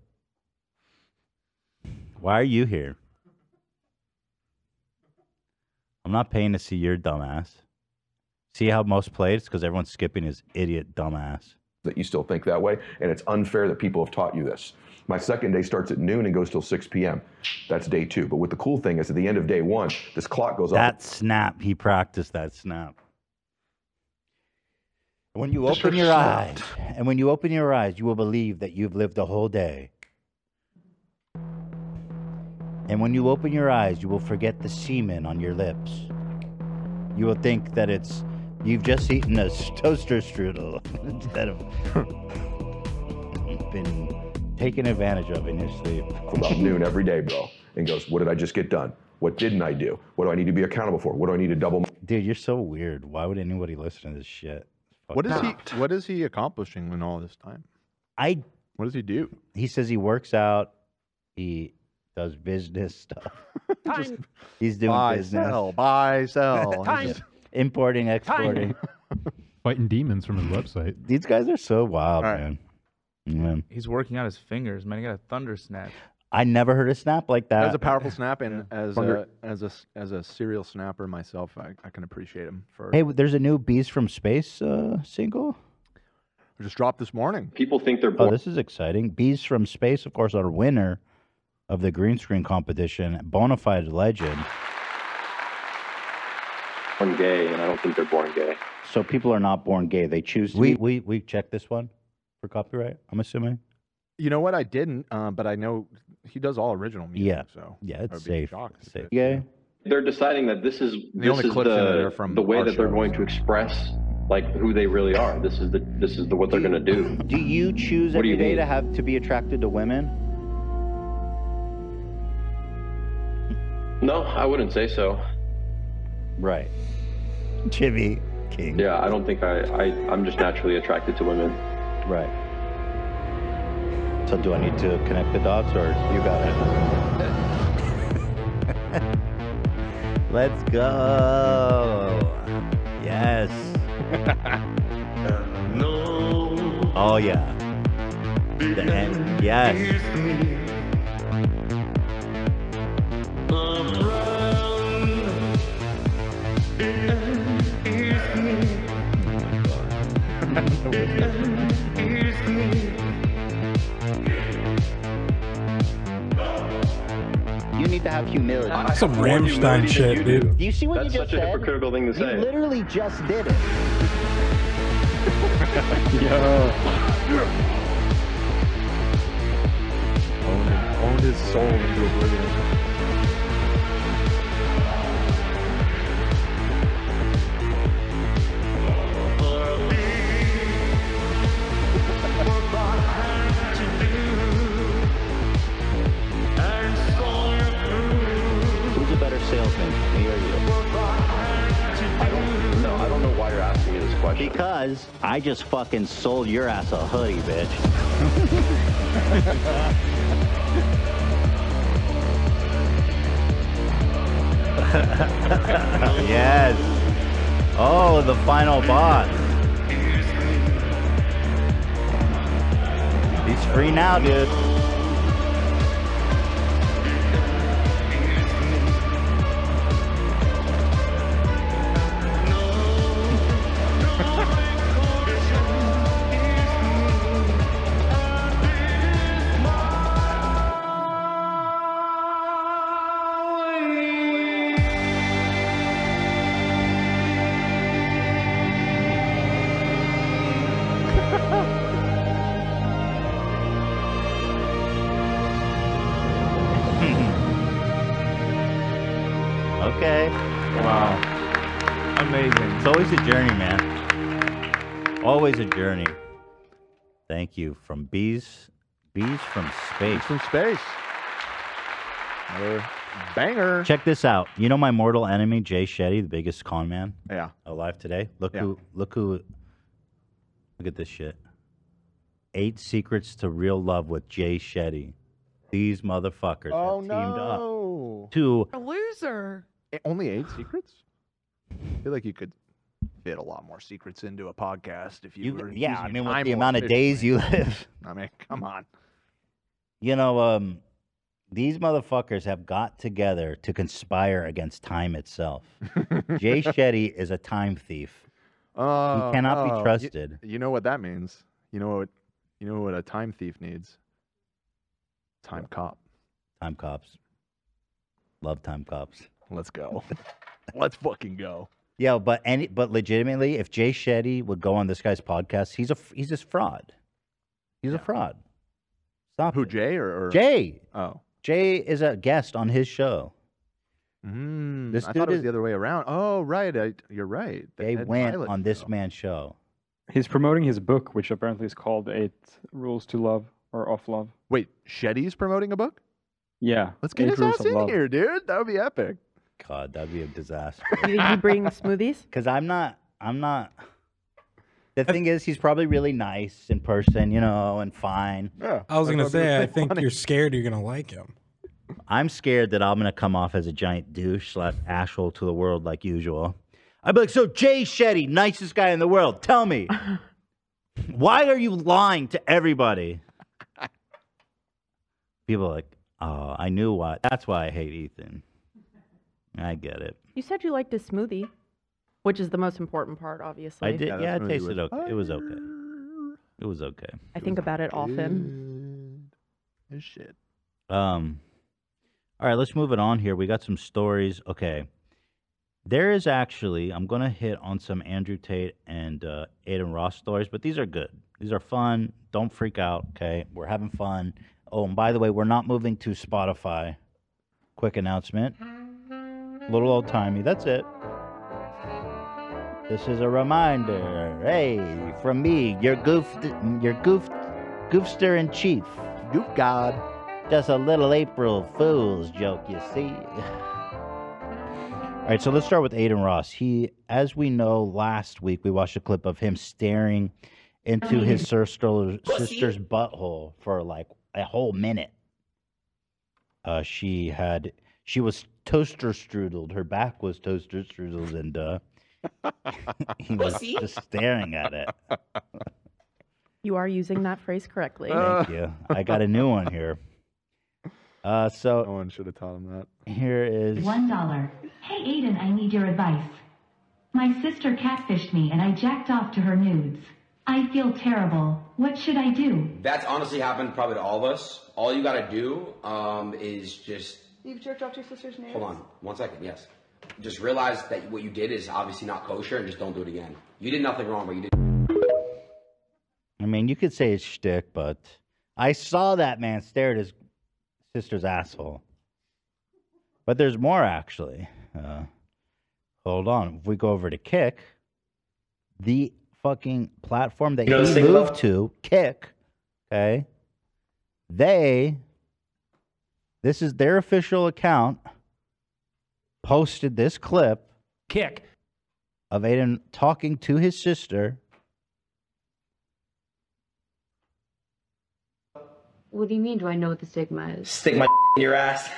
Why are you here? I'm not paying to see your dumbass. See how most played? It's because everyone's skipping his idiot dumbass. that you still think that way, and it's unfair that people have taught you this. My second day starts at noon and goes till 6 p.m. That's day two. But what the cool thing is, at the end of day one, this clock goes That up. snap, he practiced that snap. When you Just open your your eyes, snap. and when you open your eyes, you will believe that you've lived a whole day. And when you open your eyes, you will forget the semen on your lips. You will think that it's you've just eaten a s- toaster strudel instead of been taken advantage of in your sleep. About noon every day, bro, and goes, What did I just get done? What didn't I do? What do I need to be accountable for? What do I need to double? my-" Dude, you're so weird. Why would anybody listen to this shit? What is he? What is he accomplishing in all this time? I. What does he do? He says he works out. He does business stuff. He's doing buy, business. sell, buy, sell. Time. He's- Importing, exporting. Fighting demons from his website. These guys are so wild, man. Yeah. He's working out his fingers, man. He got a thunder snap. I never heard a snap like that. As a powerful snap, and as Wonder- a, as a s- as a serial snapper myself, I, I can appreciate him for. Hey, there's a new Beast from Space uh, single. just dropped this morning. People think they're. Oh, this is exciting. Bees from Space, of course, are winner of the green screen competition. Bona fide legend. born gay, and I don't think they're born gay. So people are not born gay; they choose. To we we we check this one for copyright. I'm assuming. You know what? I didn't, um, but I know he does all original music. Yeah. So Yeah, I it's would be safe. shocked It's if safe. it- Gay. They're deciding that this is The this only is clips in it the, are from the way our that they're show, going to express like who they really are. This is the this is the what they're going to do. Do you choose What every do you day mean? to have to be attracted to women? No, I wouldn't say so. Right. Jimmy King. Yeah, I don't think I, I I'm just naturally attracted to women. Right. So do I need to connect the dots, or you got it? Let's go. Yes. oh yeah. The end. Yes. You need to have humility. That's some Rammstein shit, dude. Do you see what That's you such just a said? hypocritical thing to You say. literally just did it. Owned his soul into oblivion. Who's a better salesman, me or you? question. Because I just fucking sold your ass a hoodie, bitch. yes. Oh, the final boss. He's free now, dude. Okay. Wow. Amazing. It's always a journey, man. Always a journey. Thank you from bees, bees from space. from space. banger. Check this out. You know my mortal enemy, Jay Shetty, the biggest con man. Yeah. Alive today. Look Yeah. who. Look who. Look at this shit. Eight secrets to real love with Jay Shetty. These motherfuckers have Oh teamed up no. to A loser. Only eight secrets? I feel like you could fit a lot more secrets into a podcast if you, You- were yeah, using I your mean, with time the more amount of days you efficiently. live. I mean, come on. you know, um, these motherfuckers have got together to conspire against time itself. Jay Shetty is a time thief. Oh, cannot be no. You- trusted. You, know what that means? You know what? You know what a time thief needs? Time cop. Time cops. Love time cops. Let's go. Let's fucking go. Yeah, but any, but legitimately, if Jay Shetty would go on this guy's podcast, he's a f- he's just fraud. He's a fraud. Stop. Who Jay or, or Jay? Oh, Jay is a guest on his show. Mm, This I dude thought it was is- the other way around. Oh, right. I, you're right. The They Ed went Milet on show. this man's show. He's promoting his book, which apparently is called Eight Rules to Love or Of Love. Wait, Shetty's promoting a book? Yeah. Let's get Eight his Rules ass of in Love. here, dude. That would be epic. God, that'd be a disaster. Did you bring smoothies? Because I'm not, I'm not. The thing is, he's probably really nice in person, you know, and fine. I was gonna say, I think you're scared you're gonna like him. I'm scared that I'm gonna come off as a giant douche slash asshole to the world like usual. I'd be like, so Jay Shetty, nicest guy in the world, tell me, why are you lying to everybody? People are like, oh, I knew why. That's why I hate Ethan. I get it. You said you liked a smoothie, which is the most important part, obviously. I did. Yeah, it tasted okay. It was okay. It was okay. I think about it often. Shit. Um, all right, let's move it on here. We got some stories. Okay. There is actually, I'm going to hit on some Andrew Tate and uh, Aiden Ross stories, but these are good. These are fun. Don't freak out. Okay. We're having fun. Oh, and by the way, we're not moving to Spotify. Quick announcement. Little old timey. That's it. This is a reminder. Hey, from me, your goofed, your goofed, goofster in chief, goof god. Just a little April Fool's joke, you see. All right, so let's start with Aiden Ross. He, as we know, last week we watched a clip of him staring into his sister, sister's butthole for like a whole minute. Uh, she had she was toaster strudelled. Her back was toaster strudelled, and uh, he was Pussy. just staring at it. You are using that phrase correctly. Uh, Thank you. I got a new one here. Uh, so no one should have taught him that. Here is One dollar. Hey Aiden, I need your advice. My sister catfished me and I jacked off to her nudes. I feel terrible. What should I do? That's honestly happened probably to all of us. All you gotta do um, is just You've jerked off your sister's name. hold on one second. Yes, just realize that what you did is obviously not kosher, and just don't do it again. You did nothing wrong, but you did. I mean, you could say it's shtick, but I saw that man stare at his sister's asshole. But there's more, actually. Uh, hold on. If we go over to Kick, the fucking platform that You know, he the thing moved about- to, Kick, okay, they, this is their official account, posted this clip. Kick of Aiden talking to his sister. What do you mean? Do I know what the stigma is? Stick my in your ass.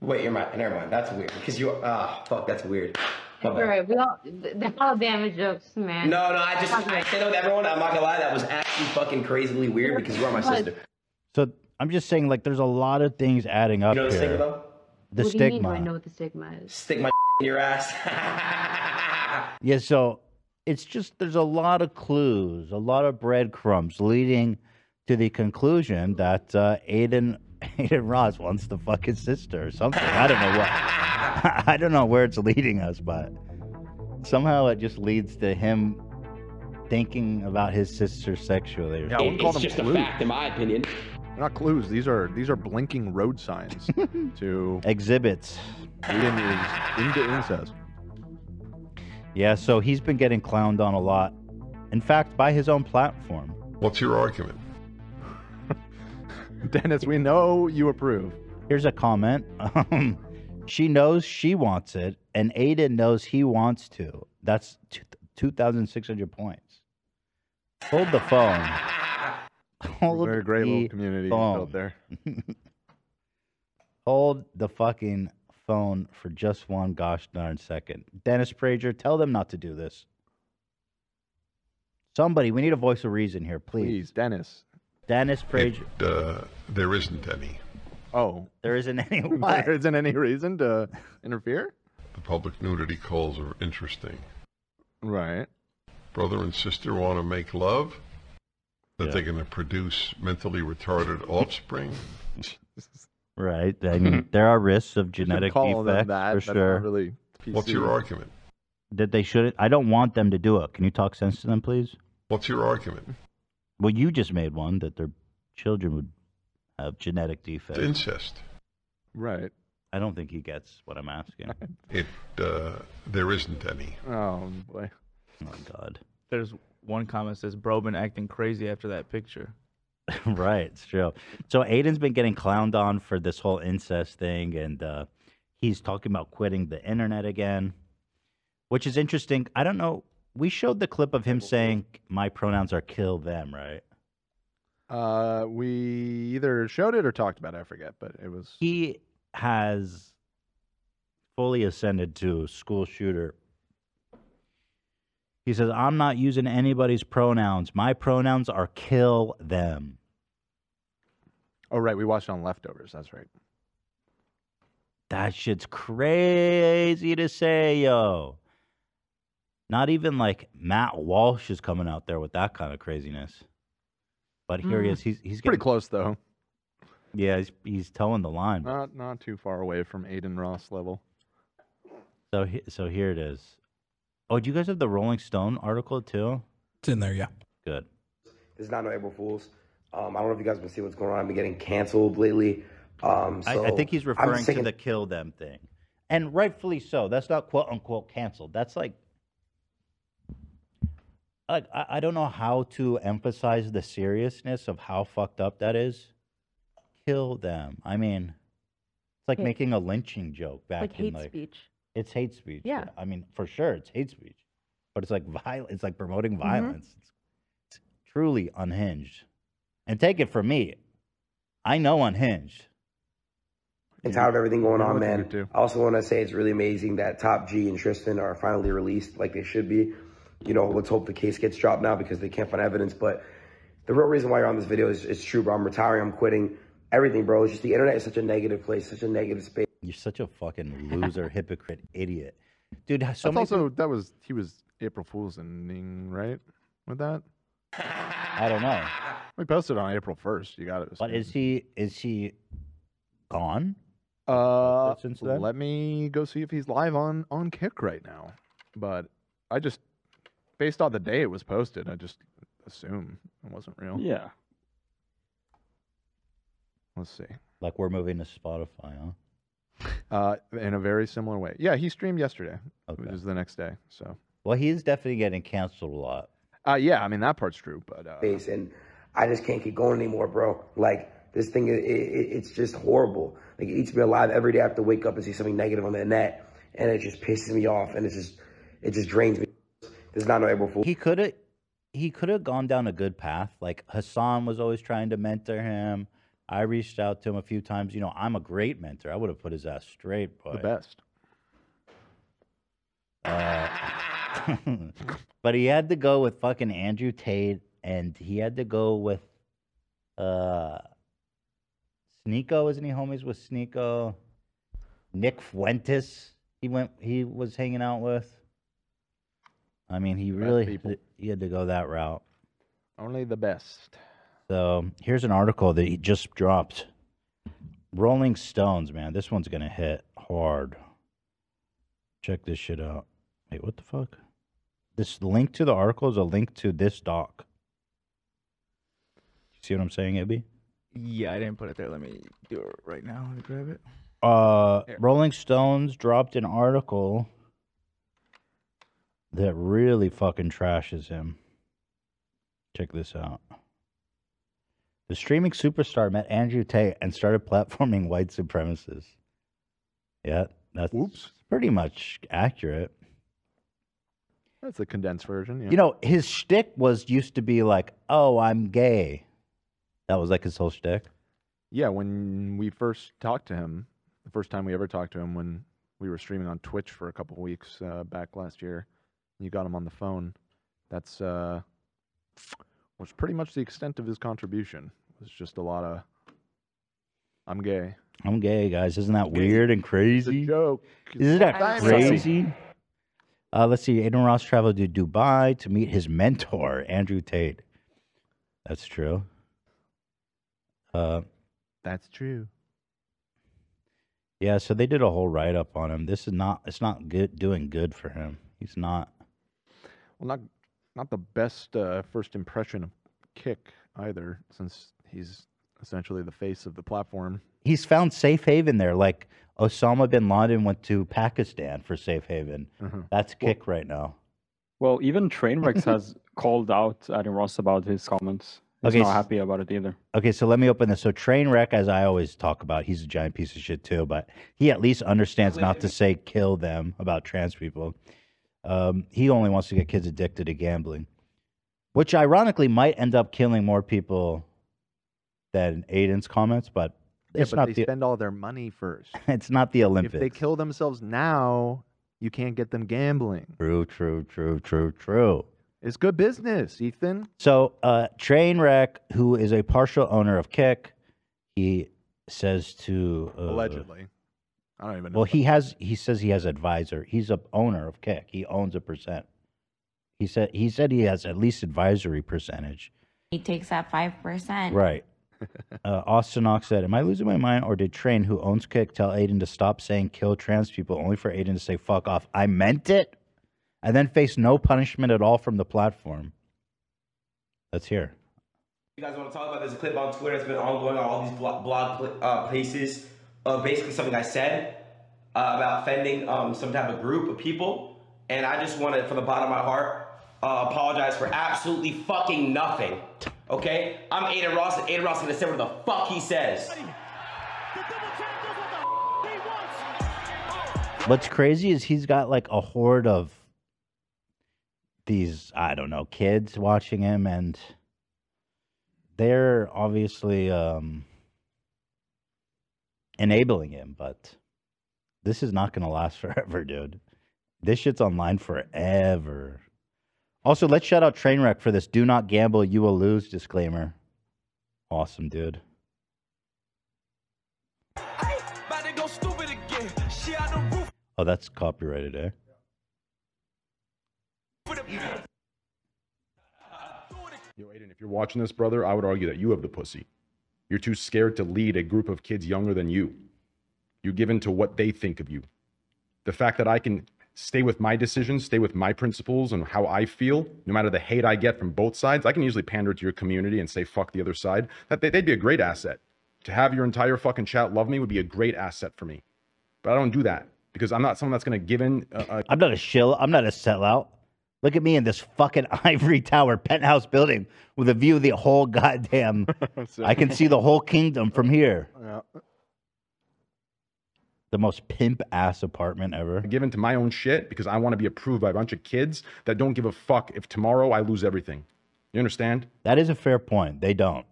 Wait, you're my. Never mind. That's weird. Because you. Ah, fuck. That's weird. My All bad. right, we all they're all damage jokes, man. No, no. I just. I said that with everyone. I'm not gonna lie. That was actually fucking crazily weird because you are my What? sister. So I'm just saying, like, there's a lot of things adding up You know what the here. stigma though? The what do you mean? Do stigma. I know what the stigma is? Stick my in your ass. Yeah, so it's just there's a lot of clues, a lot of breadcrumbs leading to the conclusion that uh, Aiden Aiden Ross wants to fuck his sister or something. I don't know what I don't know where it's leading us, but somehow it just leads to him thinking about his sister sexually. or Yeah, I something. wouldn't call It's them just a clues. fact, in my opinion. They're not clues. These are these are blinking road signs to exhibits. Eden is into incest. Yeah, so he's been getting clowned on a lot. In fact, by his own platform. What's your argument? Dennis, we know you approve. Here's a comment. Um, she knows she wants it, and Aiden knows he wants to. That's two- 2,600 points. Hold the phone. Hold Very great little the community you phone. built there. Hold the fucking phone for just one gosh darn second. Dennis Prager, tell them not to do this. Somebody, we need a voice of reason here, please. Please, Dennis. Dennis Prager. uh, there isn't any. Oh, there isn't any. there isn't any reason to interfere. The public nudity calls are interesting. Right. Brother and sister want to make love. That Yeah. they're going to produce mentally retarded offspring. Right. I mean, there are risks of genetic call them defects that. for That's not sure. really What's your PC. argument? That they shouldn't. I don't want them to do it. Can you talk sense to them, please? What's your argument? Well, you just made one that their children would have genetic defects. Incest. Right. I don't think he gets what I'm asking. It uh, there isn't any. Oh boy. Oh my god. There's one comment says bro been acting crazy after that picture. right, it's true. So Aiden's been getting clowned on for this whole incest thing, and uh, he's talking about quitting the internet again, which is interesting. I don't know. We showed the clip of him saying, "My pronouns are kill them," right? Uh, we either showed it or talked about it. I forget, but it was. He has fully ascended to school shooter. He says, I'm not using anybody's pronouns. My pronouns are kill them. Oh right, we watched it on leftovers. That's right. That shit's crazy to say, yo. Not even like Matt Walsh is coming out there with that kind of craziness. But here he Mm. is. He's he's Pretty getting, close though. Yeah, he's he's towing the line. Not not too far away from Aiden Ross level. So he, so here it is. Oh, do you guys have the Rolling Stone article too? It's in there, yeah. Good. This is not no April Fools. Um, I don't know if you guys been seeing what's going on. I've been getting canceled lately. Um, so I, I think he's I'm just referring to thinking- the kill them thing. And rightfully so. That's not quote unquote canceled. That's like like I, I don't know how to emphasize the seriousness of how fucked up that is. Kill them. I mean it's like Yeah. making a lynching joke back like in hate like speech. it's hate speech. Yeah. I mean, for sure it's hate speech. But it's like violence it's like promoting violence. It's, it's truly unhinged. And take it from me. I know unhinged. I'm tired of everything going You know on, what you man. I also want to say it's really amazing that Top G and Tristan are finally released like they should be. You know, let's hope the case gets dropped now because they can't find evidence. But the real reason why you're on this video is it's true, bro. I'm retiring. I'm quitting. Everything, bro. It's just the internet is such a negative place, such a negative space. You're such a fucking loser, hypocrite, idiot. Dude, so That's many also that was he was April Fool's ending right with that. I don't know. We posted on April first. You got it. But is he is he gone? Uh, since then? let me go see if he's live on on Kick right now. But I just based on the day it was posted, I just assume it wasn't real. Yeah. Let's see. Like we're moving to Spotify, huh? Uh, in a very similar way. Yeah, he streamed yesterday, which is the next day. So. Well, he is definitely getting canceled a lot. Uh, yeah, I mean that part's true, but uh, space, and I just can't keep going anymore, bro. Like this thing, it, it, it's just horrible. Like it eats me alive every day. I have to wake up and see something negative on the net, and it just pisses me off, and it just it just drains me. There's not no April Fool. He could have he could have gone down a good path. Like Hassan was always trying to mentor him. I reached out to him a few times. You know, I'm a great mentor. I would have put his ass straight, but best. Uh, but he had to go with fucking Andrew Tate, and he had to go with uh, Sneeko, isn't he? Homies with Sneeko, Nick Fuentes. He went. He was hanging out with. I mean, he really he had to go that route. Only the best. So here's an article that he just dropped. Rolling Stones, man, this one's gonna hit hard. Check this shit out. Wait, what the fuck? This link to the article is a link to this doc. See what I'm saying, Ibby? Yeah, I didn't put it there. Let me do it right now. Let me grab it. Uh, Rolling Stones dropped an article that really fucking trashes him. Check this out. The streaming superstar met Andrew Tate and started platforming white supremacists. Yeah, that's pretty much accurate. That's a condensed version. Yeah. You know, his shtick was used to be like, "Oh, I'm gay." That was like his whole shtick. Yeah, when we first talked to him, the first time we ever talked to him, when we were streaming on Twitch for a couple weeks uh, back last year, you got him on the phone. That's uh, was pretty much the extent of his contribution. It was just a lot of, "I'm gay." I'm gay, guys. Isn't that weird and crazy? joke. Isn't that I'm crazy? Uh, let's see. Aiden Ross traveled to Dubai to meet his mentor, Andrew Tate. That's true. Uh, That's true. yeah, so they did a whole write up on him. This is not. It's not good. Doing good for him. He's not. Well, not not the best uh, first impression of Kick either, since he's essentially the face of the platform. He's found safe haven there. Like Osama bin Laden went to Pakistan for safe haven. Mm-hmm. That's kick right now. Well, even Trainwrecks has called out Adam Ross about his comments. He's Okay, not s- happy about it either. Okay, so let me open this. So Trainwreck, as I always talk about, he's a giant piece of shit too, but he at least understands not to say kill them about trans people. Um, he only wants to get kids addicted to gambling, which ironically might end up killing more people than Aiden's comments, but Yeah, it's but not they the spend all their money first. it's not the If they Olympics. kill themselves now, you can't get them gambling. True, true, true, true, true. It's good business, Ethan. So, uh, Trainwreck, who is a partial owner of Kick, he says to uh, Allegedly. I don't even know. Well, he has. He says he has advisor. He's a owner of Kick. He owns a percent. He said. He said he has at least advisory percentage. He takes that 5%. Right. uh, Austin Ock said, "Am I losing my mind, or did Train, who owns Kick, tell Aiden to stop saying kill trans people, only for Aiden to say fuck off? I meant it, and then face no punishment at all from the platform." Let's hear. You guys want to talk about? There's a clip on Twitter that's been ongoing on all these blog, blog pl- uh, places of basically something I said uh, about offending um, some type of group of people, and I just want to, from the bottom of my heart, uh, apologize for absolutely fucking nothing. Okay, I'm Aiden Ross, and Aiden Ross is gonna say what the fuck he says. What's crazy is he's got like a horde of these, I don't know, kids watching him and they're obviously um enabling him, but this is not gonna last forever, dude. This shit's online forever. Also, let's shout out Trainwreck for this do not gamble, you will lose disclaimer. Awesome, dude. Oh, that's copyrighted, eh? Yo, Aiden, if you're watching this, brother, I would argue that you have the pussy. You're too scared to lead a group of kids younger than you. You're given to what they think of you. The fact that I can stay with my decisions, stay with my principles and how I feel, no matter the hate I get from both sides, I can usually pander to your community and say fuck the other side. That they- they'd be a great asset. To have your entire fucking chat love me would be a great asset for me. But I don't do that because I'm not someone that's going to give in. Uh, uh, I'm not a shill. I'm not a sellout. Look at me in this fucking ivory tower penthouse building with a view of the whole goddamn. I can see the whole kingdom from here. Yeah. the most pimp ass apartment ever. Give into my own shit because I want to be approved by a bunch of kids that don't give a fuck if tomorrow I lose everything. You understand? That is a fair point. They don't.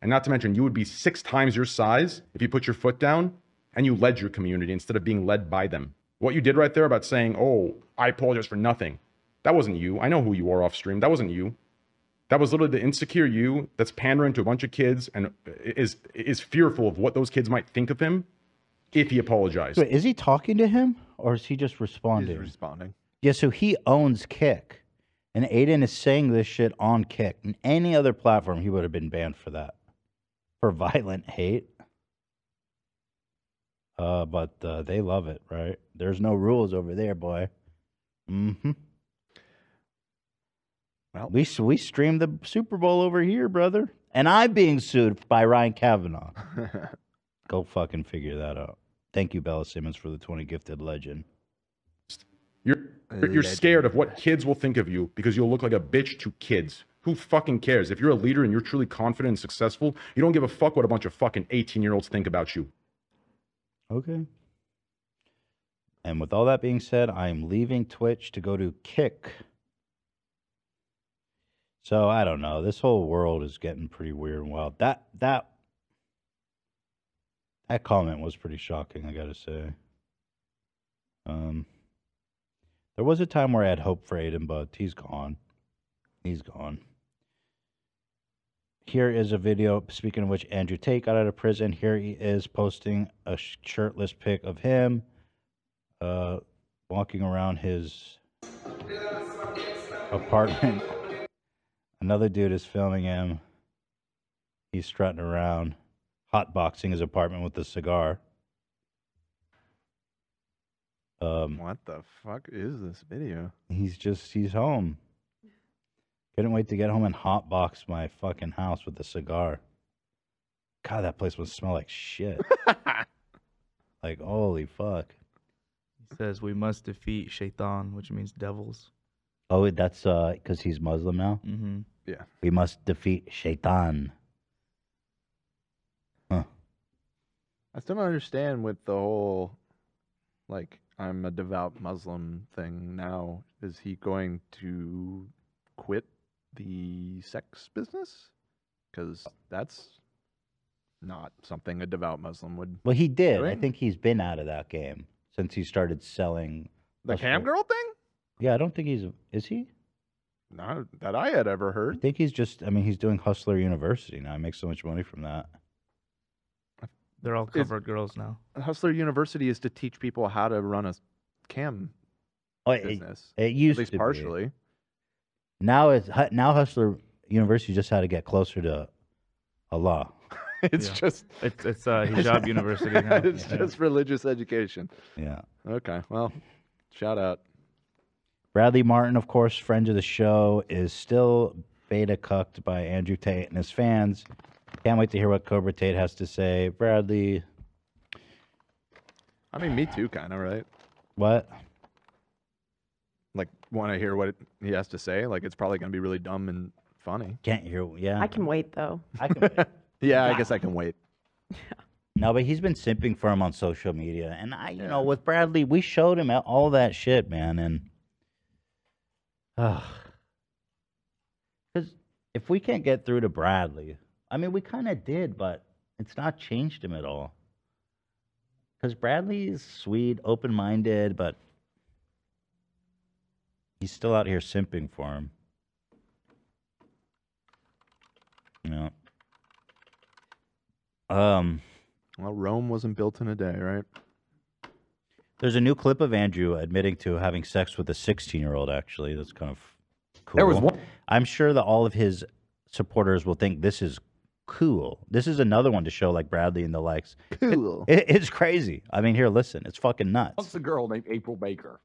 And not to mention, you would be six times your size if you put your foot down and you led your community instead of being led by them. What you did right there about saying, oh, I apologize for nothing, that wasn't you. I know who you are off stream. That wasn't you. That was literally the insecure you that's pandering to a bunch of kids and is is fearful of what those kids might think of him if he apologized. Wait, is he talking to him or is he just responding? He's responding. Yeah, so he owns Kick. And Aiden is saying this shit on Kick. And any other platform, he would have been banned for that. For violent hate. Uh, but uh, they love it, right? There's no rules over there, boy. Mm-hmm. Well, we we streamed the Super Bowl over here, brother, and I'm being sued by Ryan Kavanaugh. Go fucking figure that out. Thank you, Bella Simmons, for the 20 gifted legend. You're you're you're scared of what kids will think of you because you'll look like a bitch to kids. Who fucking cares? If you're a leader and you're truly confident and successful, you don't give a fuck what a bunch of fucking 18 year olds think about you. Okay. And with all that being said, I'm leaving Twitch to go to Kick. So I don't know. This whole world is getting pretty weird and wild. That that that comment was pretty shocking. I gotta say. Um, there was a time where I had hope for Aiden, but he's gone. He's gone. Here is a video. Speaking of which, Andrew Tate got out of prison. Here he is posting a sh- shirtless pic of him, uh, walking around his apartment. Another dude is filming him. He's strutting around, hotboxing his apartment with a cigar. Um, What the fuck is this video? he's just he's home. Couldn't wait to get home and hotbox my fucking house with a cigar. God, that place would smell like shit. like holy fuck. He says we must defeat Shaitan, which means devils. Oh, that's uh, because he's Muslim now. Mm-hmm. Yeah. We must defeat Shaitan. I still don't understand with the whole, like, I'm a devout Muslim thing now. Is he going to quit the sex business? Because that's not something a devout Muslim would. Well, he did. I Right. think he's been out of that game since he started selling The that's cam what- girl thing? Yeah, I don't think he's is he. Not that I had ever heard. I think he's just. I mean, he's doing Hustler University now. He makes so much money from that. They're all Is- covered girls now. Hustler University is to teach people how to run a cam Oh, it- business. it used at least to be. partially. Now it's hu- now Hustler University is just how to get closer to Allah. It's just it's it's uh, hijab university. Now. it's just religious education. Yeah. Okay. Well, shout out. Bradley Martin, of course, friend of the show, is still beta cucked by Andrew Tate and his fans. Can't wait to hear what Cobra Tate has to say. Bradley, I mean, me too, kind of, right? what? Like, want to hear what it, he has to say? Like, it's probably going to be really dumb and funny. Can't hear. Yeah. I can wait though. I can. yeah, I guess I can wait. No, but he's been simping for him on social media, and I, you know, with Bradley, we showed him all that shit, man, and because if we can't get through to Bradley, I mean, we kind of did, but it's not changed him at all. Because Bradley is sweet, open-minded, but he's still out here simping for him. You know. Um. Well, Rome wasn't built in a day, right? There's a new clip of Andrew admitting to having sex with a 16 year old, actually. That's kind of cool. There was one- I'm sure that all of his supporters will think this is cool. This is another one to show like Bradley and the likes. Cool. It- it's crazy. I mean, here, listen, it's fucking nuts. Once a girl named April Baker.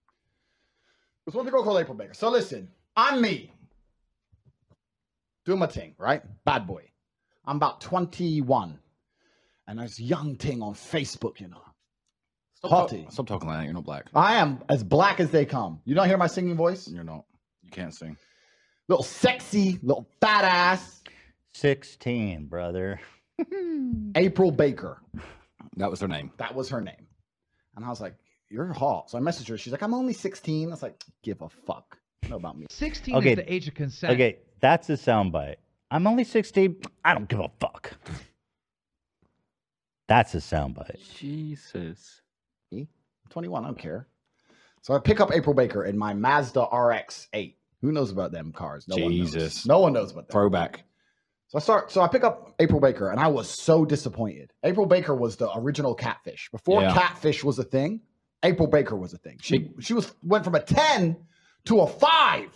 There's one girl called April Baker. So listen, I'm me. Doing my thing, right? Bad boy. I'm about 21. And I was young ting on Facebook, you know. Stop, Hottie. talk- stop talking like that. You're not black. I am as black as they come. You don't hear my singing voice? You're not. You can't sing. Little sexy, little fat ass. 16, brother. April Baker. That was her name. That was her name. And I was like, you're hot. So I messaged her. She's like, I'm only 16. I was like, give a fuck. You know about me. 16 Okay. is the age of consent. Okay, that's a soundbite. I'm only 16. I don't give a fuck. That's a soundbite. Jesus. Me? I'm 21. I don't care. So I pick up April Baker in my Mazda RX 8. Who knows about them cars? No one knows. Jesus. No one knows about them. Throwback. So I start. So I pick up April Baker, and I was so disappointed. April Baker was the original Catfish. Before Yeah. Catfish was a thing, April Baker was a thing. She she was went from a ten to a five.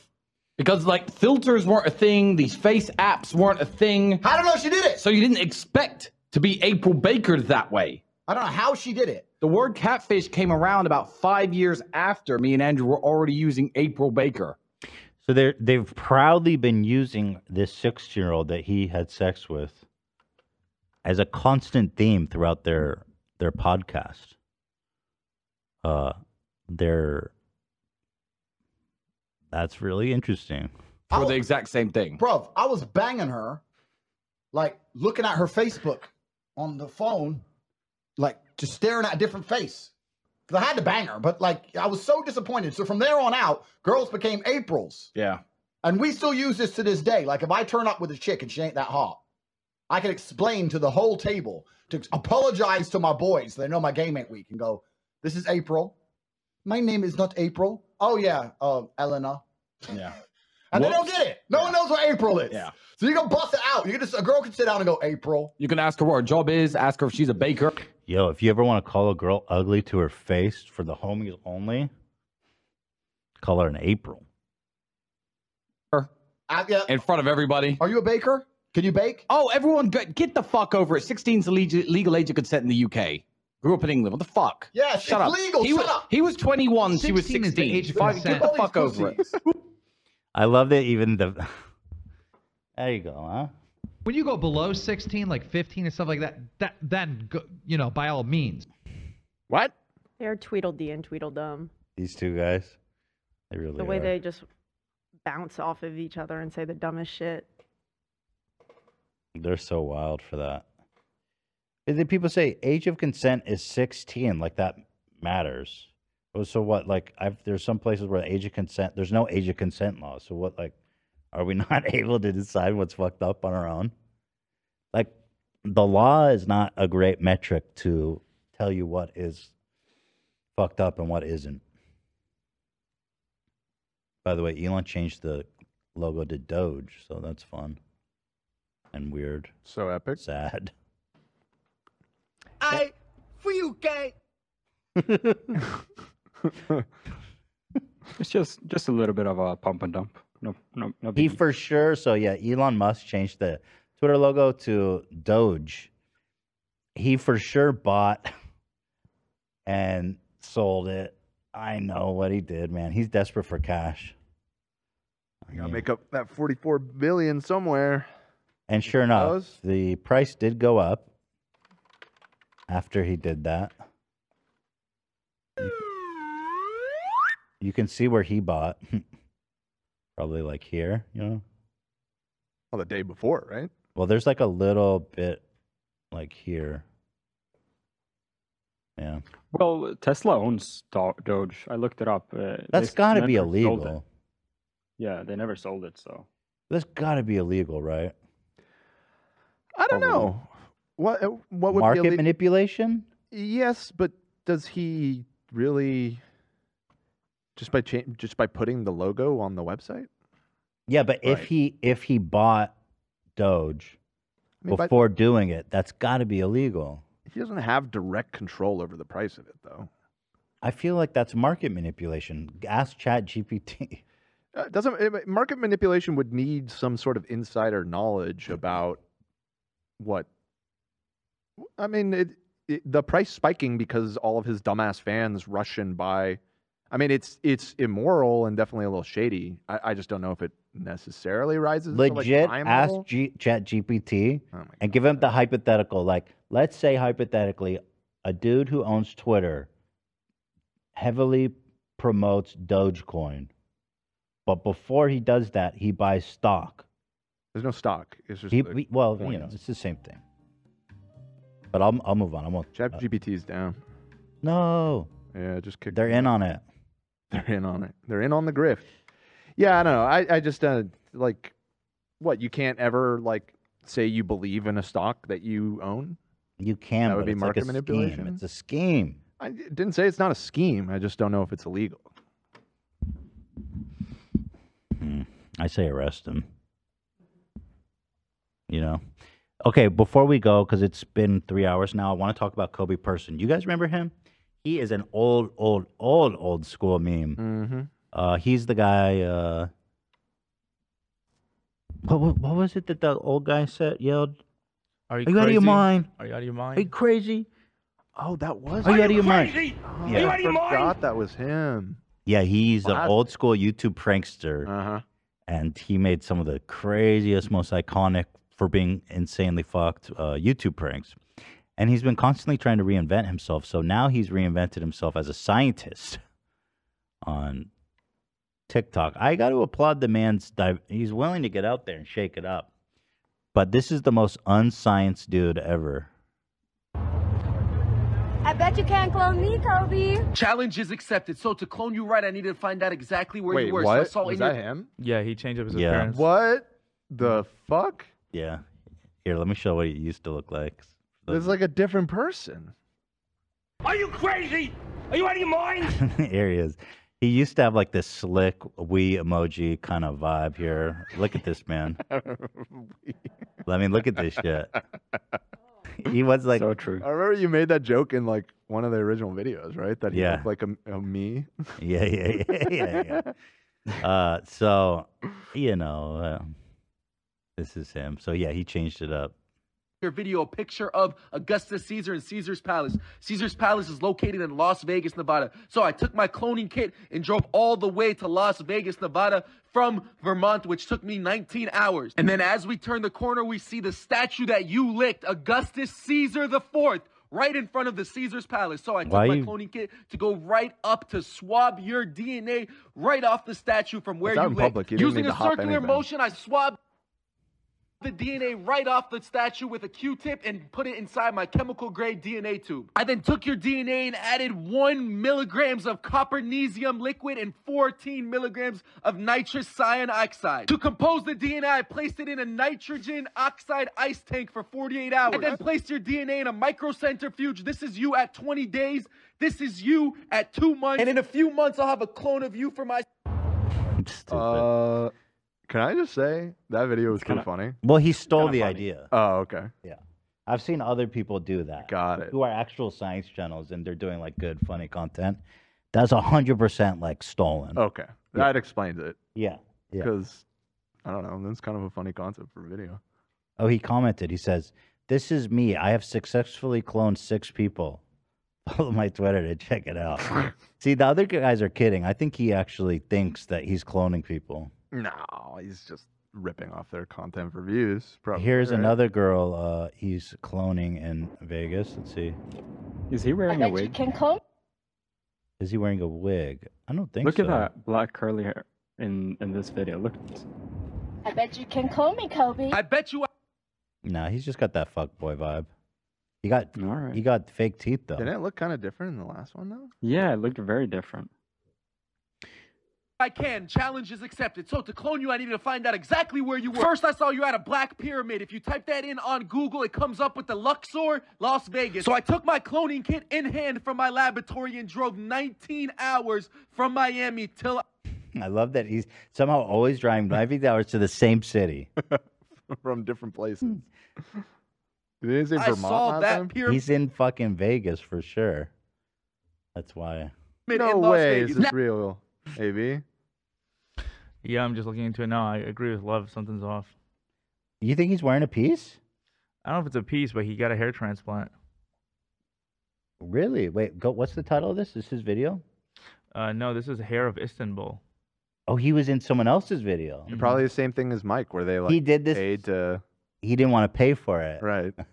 Because like filters weren't a thing, these face apps weren't a thing. I don't know she did it. So you didn't expect to be April Baker that way. I don't know how she did it. The word catfish came around about five years after me and Andrew were already using April Baker. So they they've proudly been using this six year old that he had sex with as a constant theme throughout their their podcast. Uh, their that's really interesting. For the exact same thing. Bruv, I was banging her, like looking at her Facebook on the phone, like just staring at a different face. Because I had to bang her, but like I was so disappointed. So from there on out, girls became Aprils. Yeah. And we still use this to this day. Like if I turn up with a chick and she ain't that hot, I can explain to the whole table to apologize to my boys. so they know my game ain't weak and go, "This is April. My name is not April. Oh yeah, uh, Elena." Yeah. And they don't get it. No one knows what April is. Yeah. So you can bust it out. You can just a girl can sit down and go April. You can ask her what her job is, ask her if she's a baker. Yo, if you ever want to call a girl ugly to her face for the homies only, call her in April. Uh, yeah. in front of everybody. Are you a baker? Can you bake? Oh, everyone, go- get the fuck over it. 16 is the legal, legal age of consent in the UK. Grew up in England. What the fuck? Yeah, it's shut up. legal, He shut was, up. He was 21. She was 16. 16 is the age of Fuck, consent. Get the fuck over it. I love that even the there you go, huh? When you go below 16, like 15 and stuff like that, that then go, you know by all means. What? They're Tweedledee and Tweedledum. These two guys, they really The way are. they just bounce off of each other and say the dumbest shit. They're so wild for that. And then people say age of consent is 16, like that matters. Oh, So what? Like, I've there's some places where the age of consent, there's no age of consent law. So what? Like, are we not able to decide what's fucked up on our own? Like, the law is not a great metric to tell you what is fucked up and what isn't. By the way, Elon changed the logo to Doge, so that's fun and weird. So epic. Sad. I for you gay. It's just just a little bit of a pump and dump. No, no, no. He biggie. for sure. So yeah, Elon Musk changed the Twitter logo to Doge. He for sure bought and sold it. I know what he did, man. He's desperate for cash. I gotta make up that 44 billion somewhere. And sure enough, the price did go up after he did that. You- You can see where he bought. Probably like here, you know? Well, the day before, right? Well, there's like a little bit like here. Yeah. Well, Tesla owns Do- Doge. I looked it up. Uh, That's they got to be never sold it. illegal. Yeah, they never sold it. So That's got to be illegal, right? I don't know. What uh, what would Market be ille- manipulation? Yes, but does he really just by cha- just by putting the logo on the website? Yeah, but if he if he bought Doge I mean, by- before doing it, that's got to be illegal. He doesn't have direct control over the price of it, though. I feel like that's market manipulation. Ask Chat GPT. Uh, doesn't eh, but market manipulation would need some sort of insider knowledge about what? I mean, it, it, the price spiking because all of his dumbass fans rush and buy. I mean, it's it's immoral and definitely a little shady. I, I just don't know if it necessarily rises. to, like, Oh Legit crime ask level. G- Chat GPT and give him the hypothetical. Like, let's say hypothetically, a dude who owns Twitter heavily promotes Dogecoin, but before he does that, he buys stock. There's no stock. It's just He- the we- well, you know, coins. it's the same thing. But I'll I'll move on. I won't. uh, Oh. Chat GPT is down. No. Yeah, just kick. They're in on it. They're in on it. They're in on the grift. Yeah, I don't know. I, I just uh like what, you can't ever like say you believe in a stock that you own? You can. That would but be it's like market a scheme. manipulation. It's a scheme. I d- didn't say it's not a scheme. I just don't know if it's illegal. I say arrest him. You know. Okay, before we go, because it's been three hours now, I want to talk about Kobe Person. You guys remember him? He is an old, old, old, old school meme. Mm-hmm. Uh, he's the guy. Uh, what, what what was it that the old guy said? Yelled, Are you, out of your crazy? mind? Are you out of Are you your mind? crazy?" Oh, that was. Are you out of your mind? Oh, Yeah. I forgot that was him. Yeah, he's an Classic. old school YouTube prankster. Uh-huh. And he made some of the craziest, most iconic for being insanely fucked uh, YouTube pranks. And he's been constantly trying to reinvent himself. So now he's reinvented himself as a scientist on TikTok. I got to applaud the man's dive. He's willing to get out there and shake it up. But this is the most unscience dude ever. I bet you can't clone me, Kobe. Challenge is accepted. So to clone you right, I needed to find out exactly where Wait, you were. So I what? saw Was in that your- him? Yeah, he changed up his Yeah. appearance. What the fuck? Yeah. Here, let me show what he used to look like. This is like a different person. Are you crazy? Are you out of your mind? Here he is. He used to have like this slick wee emoji kind of vibe here. Look at this man. I mean, look at this shit. He was like so true. I remember you made that joke in like one of the original videos, right? That he Yeah. looked like a, a me. Yeah, yeah, yeah, yeah, yeah. Uh, so you know, uh, this is him. So yeah, he changed it up. Your video, a picture of Augustus Caesar in Caesar's Palace. Caesar's Palace is located in Las Vegas, Nevada. So I took my cloning kit and drove all the way to Las Vegas, Nevada from Vermont, which took me 19 hours. And then as we turn the corner, we see the statue that you licked, Augustus Caesar the Fourth, right in front of the Caesar's Palace. So I took Why my you- cloning kit to go right up to swab your DNA right off the statue from where It's out you in licked. public. You didn't Using need to a hop circular anything. motion, I swabbed the DNA right off the statue with a Q-tip and put it inside my chemical grade DNA tube. I then took your DNA and added one milligrams of copernesium liquid and 14 milligrams of nitrous cyanide. To compose the DNA, I placed it in a nitrogen oxide ice tank for 48 hours. And then placed your DNA in a microcentrifuge. This is you at 20 days. This is you at two months. And in a few months, I'll have a clone of you for my Uh, can I just say that video was pretty funny? Well, he stole the idea. Oh, okay. Yeah, I've seen other people do that. Got it. Who are actual science channels and they're doing like good, funny content. That's a hundred percent like stolen. Okay, that explains it. Yeah. Yeah. Because I don't know, that's kind of a funny concept for a video. Oh, he commented. He says, "This is me. I have successfully cloned six people. Follow my Twitter to check it out." See, the other guys are kidding. I think he actually thinks that he's cloning people. No, he's just ripping off their content for views. Probably. Here's right? another girl. Uh, he's cloning in Vegas. Let's see. Is he wearing a wig? Can clone Is he wearing a wig? I don't think Look so. at that black curly hair in in this video. Look. at this. I bet you can clone me, Kobe. I bet you Nah, he's just got that fuck boy vibe. He got he got fake teeth though. Didn't it look kind of different in the last one though? Yeah, it looked very different. I can. Challenge is accepted. So to clone you, I needed to find out exactly where you were. First, I saw you at a black pyramid. If you type that in on Google, it comes up with the Luxor, Las Vegas. So I took my cloning kit in hand from my laboratory and drove 19 hours from Miami till I love that he's somehow always driving 90 hours to the same city. From different places. Hmm. Did he say I Vermont saw last that time? pyramid. He's in fucking Vegas for sure. That's why. No in Las way, Vegas. is this real, AB? Yeah, I'm just looking into it now. I agree with Love. Something's off. You think he's wearing a piece? I don't know if it's a piece, but he got a hair transplant. Really? Wait, go. What's the title of this? This is his video? Uh, no, this is hair of Istanbul. Oh, he was in someone else's video. Probably the same thing as Mike, where they like He did this- paid to He didn't want to pay for it. right.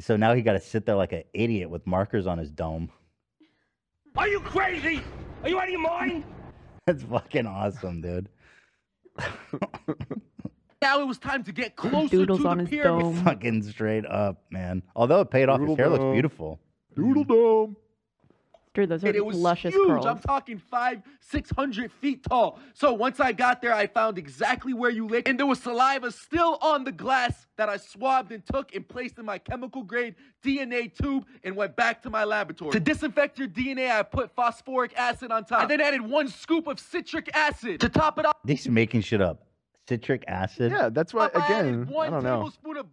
So now he got to sit there like an idiot with markers on his dome. Are you crazy? Are you out of your mind? That's fucking awesome, dude. Now it was time to get closer to the pyramid. Fucking straight up, man. Although it paid off. His Doodle hair looks dome. beautiful. Doodle dome. after. Those are and it was luscious huge. curls. I'm talking five, six hundred feet tall. So once I got there, I found exactly where you licked, and there was saliva still on the glass that I swabbed and took and placed in my chemical grade DNA tube and went back to my laboratory. To disinfect your DNA, I put phosphoric acid on top. I then added one scoop of citric acid. To top it off, These are making shit up. Citric acid. Yeah, that's why again. I don't know.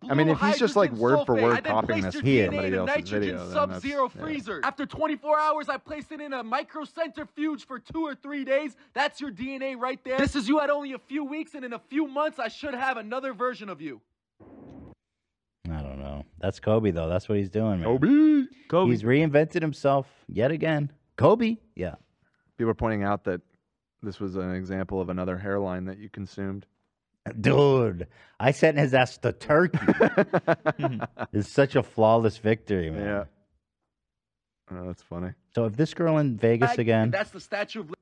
I mean, if he's just like word for word copying this from He is. somebody else's video, then that's Sub-Zero freezer. After 24 hours, I placed it in a microcentrifuge for two or three days. That's your DNA right there. This is you at only a few weeks, and in a few months, I should have another version of you. I don't know. That's Kobe though. That's what he's doing, man. Kobe. Kobe. He's reinvented himself yet again. Kobe. Yeah. People are pointing out that this was an example of another hairline that you consumed. Dude, I sent his ass to Turkey. it's such a flawless victory, man. Yeah. Oh, that's funny. So if this girl in Vegas Bag, again, and that's the Statue of Li-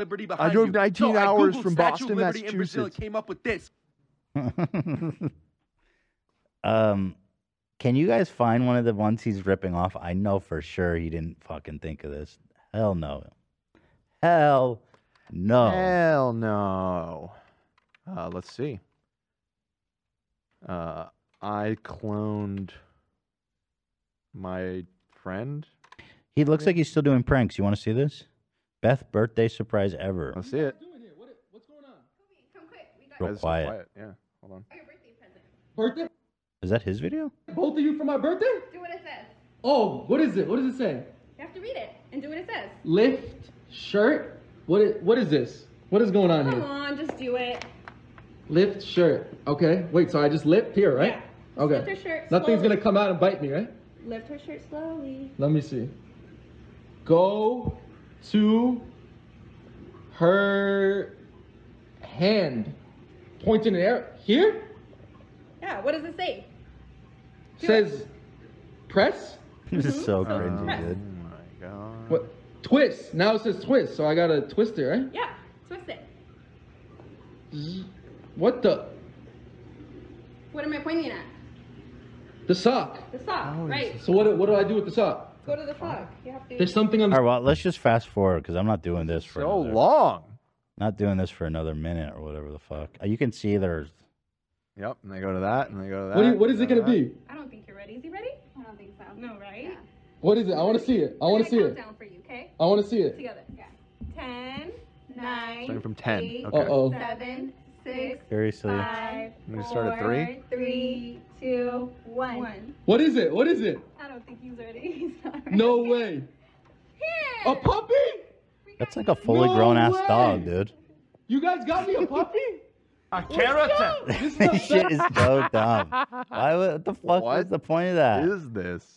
Liberty behind drove you. 19 So I hours Googled from Statue of Boston, Liberty in Brazil and Massachusetts. came up with this. um, can you guys find one of the ones he's ripping off? I know for sure he didn't fucking think of this. Hell no. Hell no. Hell no. Uh, let's see. Uh, I cloned my friend. He looks like he's still doing pranks. You want to see this? Beth birthday surprise ever. Let's see it. Real Guys, so quiet. Yeah. Hold on. Birthday? Is that his video? Both of you for my birthday? Do what it says. Oh, what is it? What does it say? You have to read it and do what it says. Lift shirt? What is, what is this? What is going Come on, just do it. Lift shirt. Okay. Wait, so I just lift here, right? Okay. lift her shirt Nothing's slowly. gonna come out and bite me, right? Lift her shirt slowly. Let me see. Go to her hand. Point in the air. Here? Yeah, what does it say? Says press? This is so cringy, Mm-hmm. Press. dude. Oh What? Twist. Now it says twist, so I gotta twist it, right? Yeah, twist it. What the? What am I pointing at? The sock. The sock, right. So what, what do I do with the sock? Go to the sock. You have to. There's something All on right, well, let's just fast forward because I'm not doing this for So another- long. Not doing this for another minute or whatever the fuck. Uh, You can see there's. Yep. And they go to that, and they go to that. What, do you- what is and they it go gonna to be? I don't think you're ready. Is he ready? I don't think so. No, right? What is it? I wanna see it. I We're wanna gonna see count it. down for you, okay? I wanna see it. Together. Yeah. Ten, nine, Starting from 10, eight, okay. Uh-oh. seven, six, that. Seriously. five, We start at four, three? three, two, one. One. What is it? What is it? I don't think he's ready. He's not ready. No way. A puppy? That's like a fully grown ass dog, dude. You guys got me a puppy? a this shit is so dumb. Why? would- What the fuck was the point of that? Is this?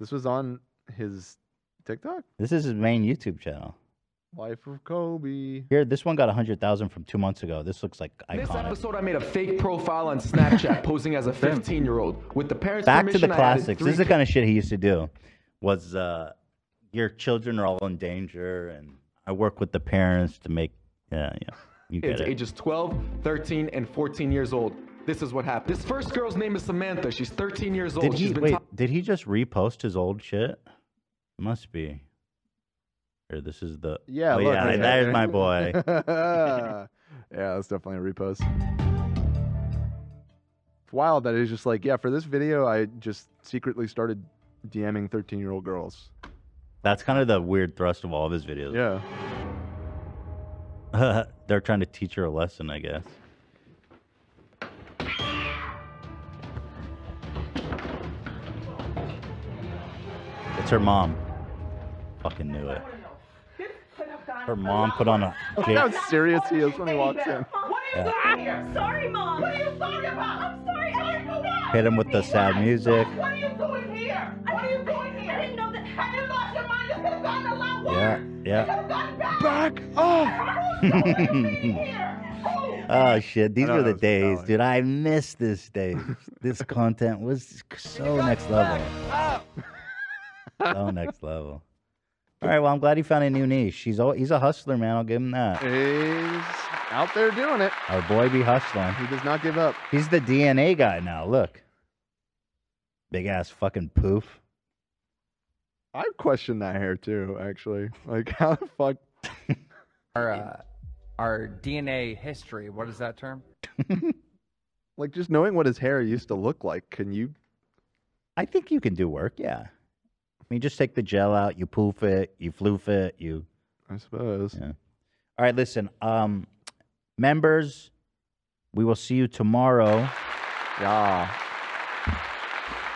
This was on his TikTok. This is his main YouTube channel. Life of Kobe. Here, this one got hundred thousand from two months ago. This looks like This iconic. episode, I made a fake profile on Snapchat posing as a 15 year old. With the parents' Back to the permission, I added classics. This is three the kind of shit he used to do. Was uh, your children are all in danger, and I work with the parents to make. Yeah, yeah. You kids, get it. ages 12, 13, and 14 years old. This is what happened. This first girl's name is Samantha. She's 13 years old. Did She's he been wait? top- Did he just repost his old shit? Must be. Here, this is the. Yeah. oh, look, yeah. right There's there. my boy. yeah, that's definitely a repost. It's wild that it's just like, yeah, for this video, I just secretly started DMing 13 year old girls. That's kind of the weird thrust of all of his videos. Yeah. They're trying to teach her a lesson, I guess. It's her mom. Fucking knew it. Her mom put on a. Look how serious he is when he walks in. Yeah. I'm sorry, mom. What are you sorry about? I'm sorry. I don't know Hit him with the sad music. What are you doing here? What are you doing here? I didn't know that. Have you lost your mind? This could have gotten a lot Yeah, yeah. Back off! oh shit, these I know were that the was days, dude. I miss this day. this content was so next level. so next level. All right, well, I'm glad he found a new niche. He's al- he's a hustler, man. I'll give him that. He's out there doing it. Our boy be hustling. He does not give up. He's the DNA guy now. Look, big ass fucking poof. I question that hair too, actually. Like, how the fuck? Our uh, our DNA history. What is that term? Like, just knowing what his hair used to look like, can you? I think you can do work. Yeah. I mean, just take the gel out. You poof it. You floof it. You. I suppose. Yeah. All right. Listen, um, members, we will see you tomorrow. Yeah.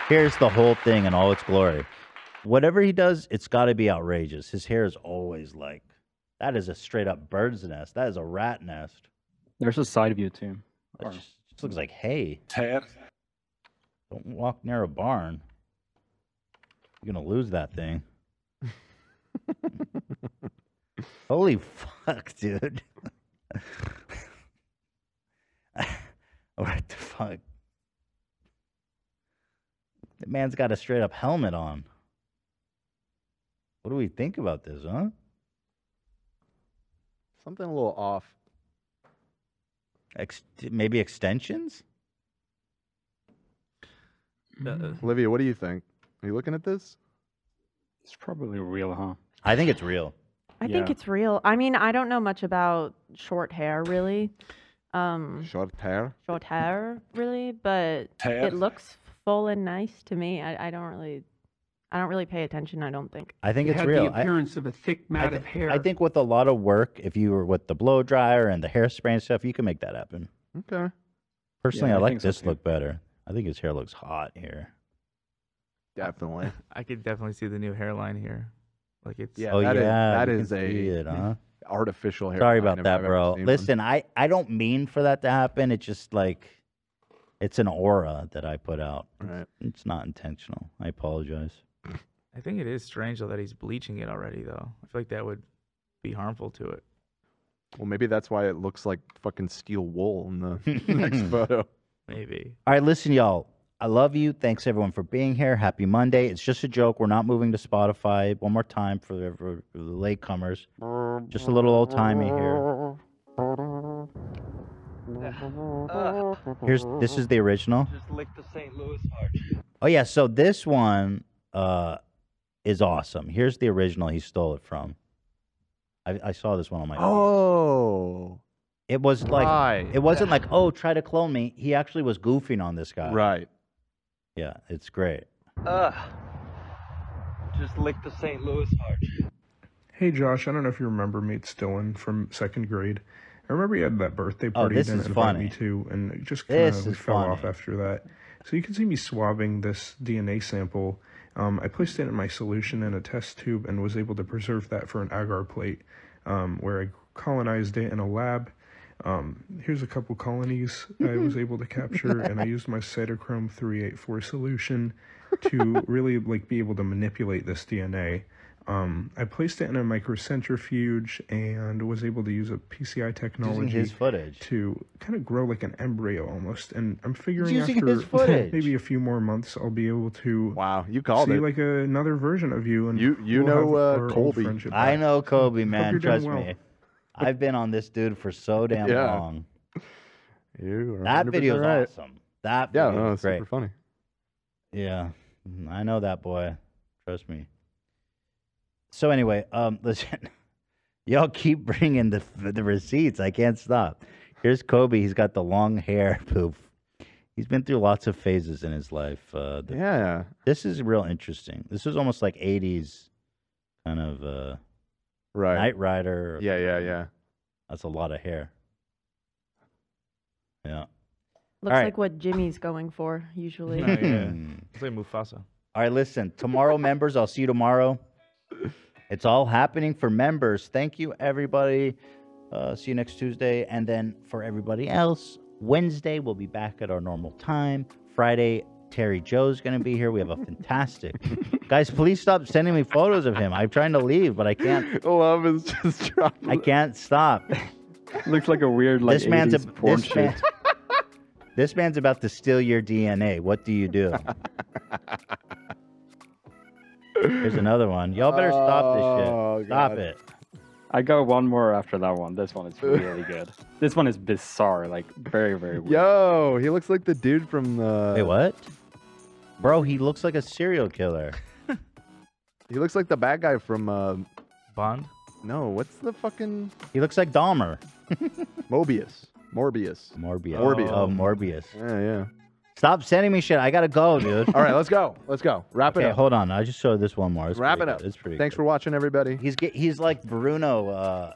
Here's the whole thing in all its glory. Whatever he does, it's got to be outrageous. His hair is always like that is a straight up bird's nest. That is a rat nest. There's a side view too. It just, just looks like hay. Tad. Don't walk near a barn. You're gonna lose that thing. Holy fuck, dude. what the fuck? The man's got a straight up helmet on. What do we think about this, huh? Something a little off. Ex- maybe extensions? Uh, Olivia, what do you think? Are you looking at this? It's probably real, huh? I think it's real. I think it's real. I mean, I don't know much about short hair really. Um, short hair. short hair really, but Hair. it looks full and nice to me. I, I don't really, I don't really pay attention. I don't think. I think It it's had the real. appearance I, of a thick I mat thi- of hair. I think with a lot of work, if you were with the blow dryer and the hairspray and stuff, you can make that happen. Okay. Personally, Yeah, I I like think so, this too. look better. I think his hair looks hot here. Definitely. I could definitely see the new hairline here. Like it's Oh, Yeah, that is- that you Oh, is can see a it, huh? artificial hair. Sorry about that, bro. Listen, I, I don't mean for that to happen. It's just like it's an aura that I put out. Right. It's not intentional. I apologize. I think it is strange though that he's bleaching it already though. I feel like that would be harmful to it. Well, maybe that's why it looks like fucking steel wool in the next photo. Maybe. All right, listen, y'all. I love you. Thanks everyone for being here. Happy Monday. It's just a joke. We're not moving to Spotify. One more time for the, for the latecomers. Just a little old timey here. Here's this is the original. Just lick the St. Louis Oh yeah, so this one uh is awesome. Here's the original he stole it from. I, I saw this one on my Oh. It was like Right. it wasn't like, "Oh, try to clone me." He actually was goofing on this guy. Right. Yeah, it's great. Ugh. Just lick the St. Louis heart. Hey Josh, I don't know if you remember me, it's Dylan from second grade. I remember you had that birthday Oh, party this you didn't is invite funny. me to, and it just kind This of fell is off after that. So you can see me swabbing this DNA sample. Um, I placed it in my solution in a test tube and was able to preserve that for an agar plate, um, where I colonized it in a lab. Um, here's a couple colonies I was able to capture, and I used my cytochrome 384 solution to really like be able to manipulate this DNA. Um, I placed it in a microcentrifuge and was able to use a PCI technology his footage. to kind of grow like an embryo almost. And I'm figuring using after his footage. maybe a few more months, I'll be able to wow, you called see it. like a, another version of you. And You- you we'll have know, uh, our old Colby. friendship I back. know Kobe, Hope man. you're doing Trust well. me. I've been on this dude for so damn Yeah. long. You are That 100% video's right. awesome. That Yeah, video no, is it's great. super funny. Yeah, Mm, I know that boy. Trust me. So anyway, um, listen, y'all keep bringing the the receipts. I can't stop. Here's Kobe. He's got the long hair. Poof. He's been through lots of phases in his life. Uh, the- Yeah. This is real interesting. This is almost like '80s kind of uh, right. Night Rider. Yeah, yeah, yeah. That's a lot of hair. Yeah. Looks All right. like what Jimmy's going for usually. Oh, yeah. It's like Mufasa. All right, listen. Tomorrow, members, I'll see you tomorrow. It's all happening for members. Thank you, everybody. Uh, see you next Tuesday. And then for everybody else, Wednesday, we'll be back at our normal time. Friday, Terry Joe's going to be here. We have a fantastic. Guys, please stop sending me photos of him. I'm trying to leave, but I can't. Love is just dropping. I can't stop. Looks like a weird like This man's a 80s porn this, man- shoot. this man's about to steal your DNA. What do you do? Here's another one. Y'all better stop this shit. Oh, Stop God. it. I got one more after that one. This one is really good. This one is bizarre, like very, very weird. Yo, he looks like the dude from the. Wait, what? Bro, he looks like a serial killer. He looks like the bad guy from uh, Bond. No, what's the fucking He looks like Dahmer. Mobius? Morbius. Morbius. Morbius. Oh, Morbius. Yeah, yeah. Stop sending me shit. I gotta go, dude. All right, let's go. Let's go. Wrap okay, it up. hold on. I just showed this one more. It's Wrap pretty it up. good. It's pretty. Thanks for watching, everybody. He's get, he's like Bruno, uh,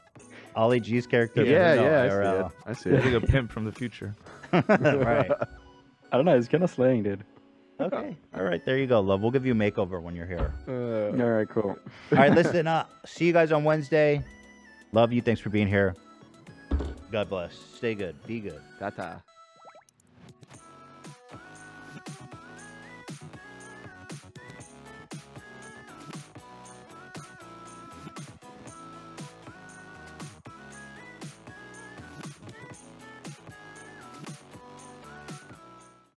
Ollie G's character. Yeah, Bruno, yeah, I see IRL. it. I see He's like a pimp from the future. right. I don't know. It's kind of slaying, dude. Okay. All right. There you go, love. We'll give you a makeover when you're here. All right, cool. All right. Listen. Uh, see you guys on Wednesday. Love you. Thanks for being here. God bless. Stay good. Be good. Ta ta.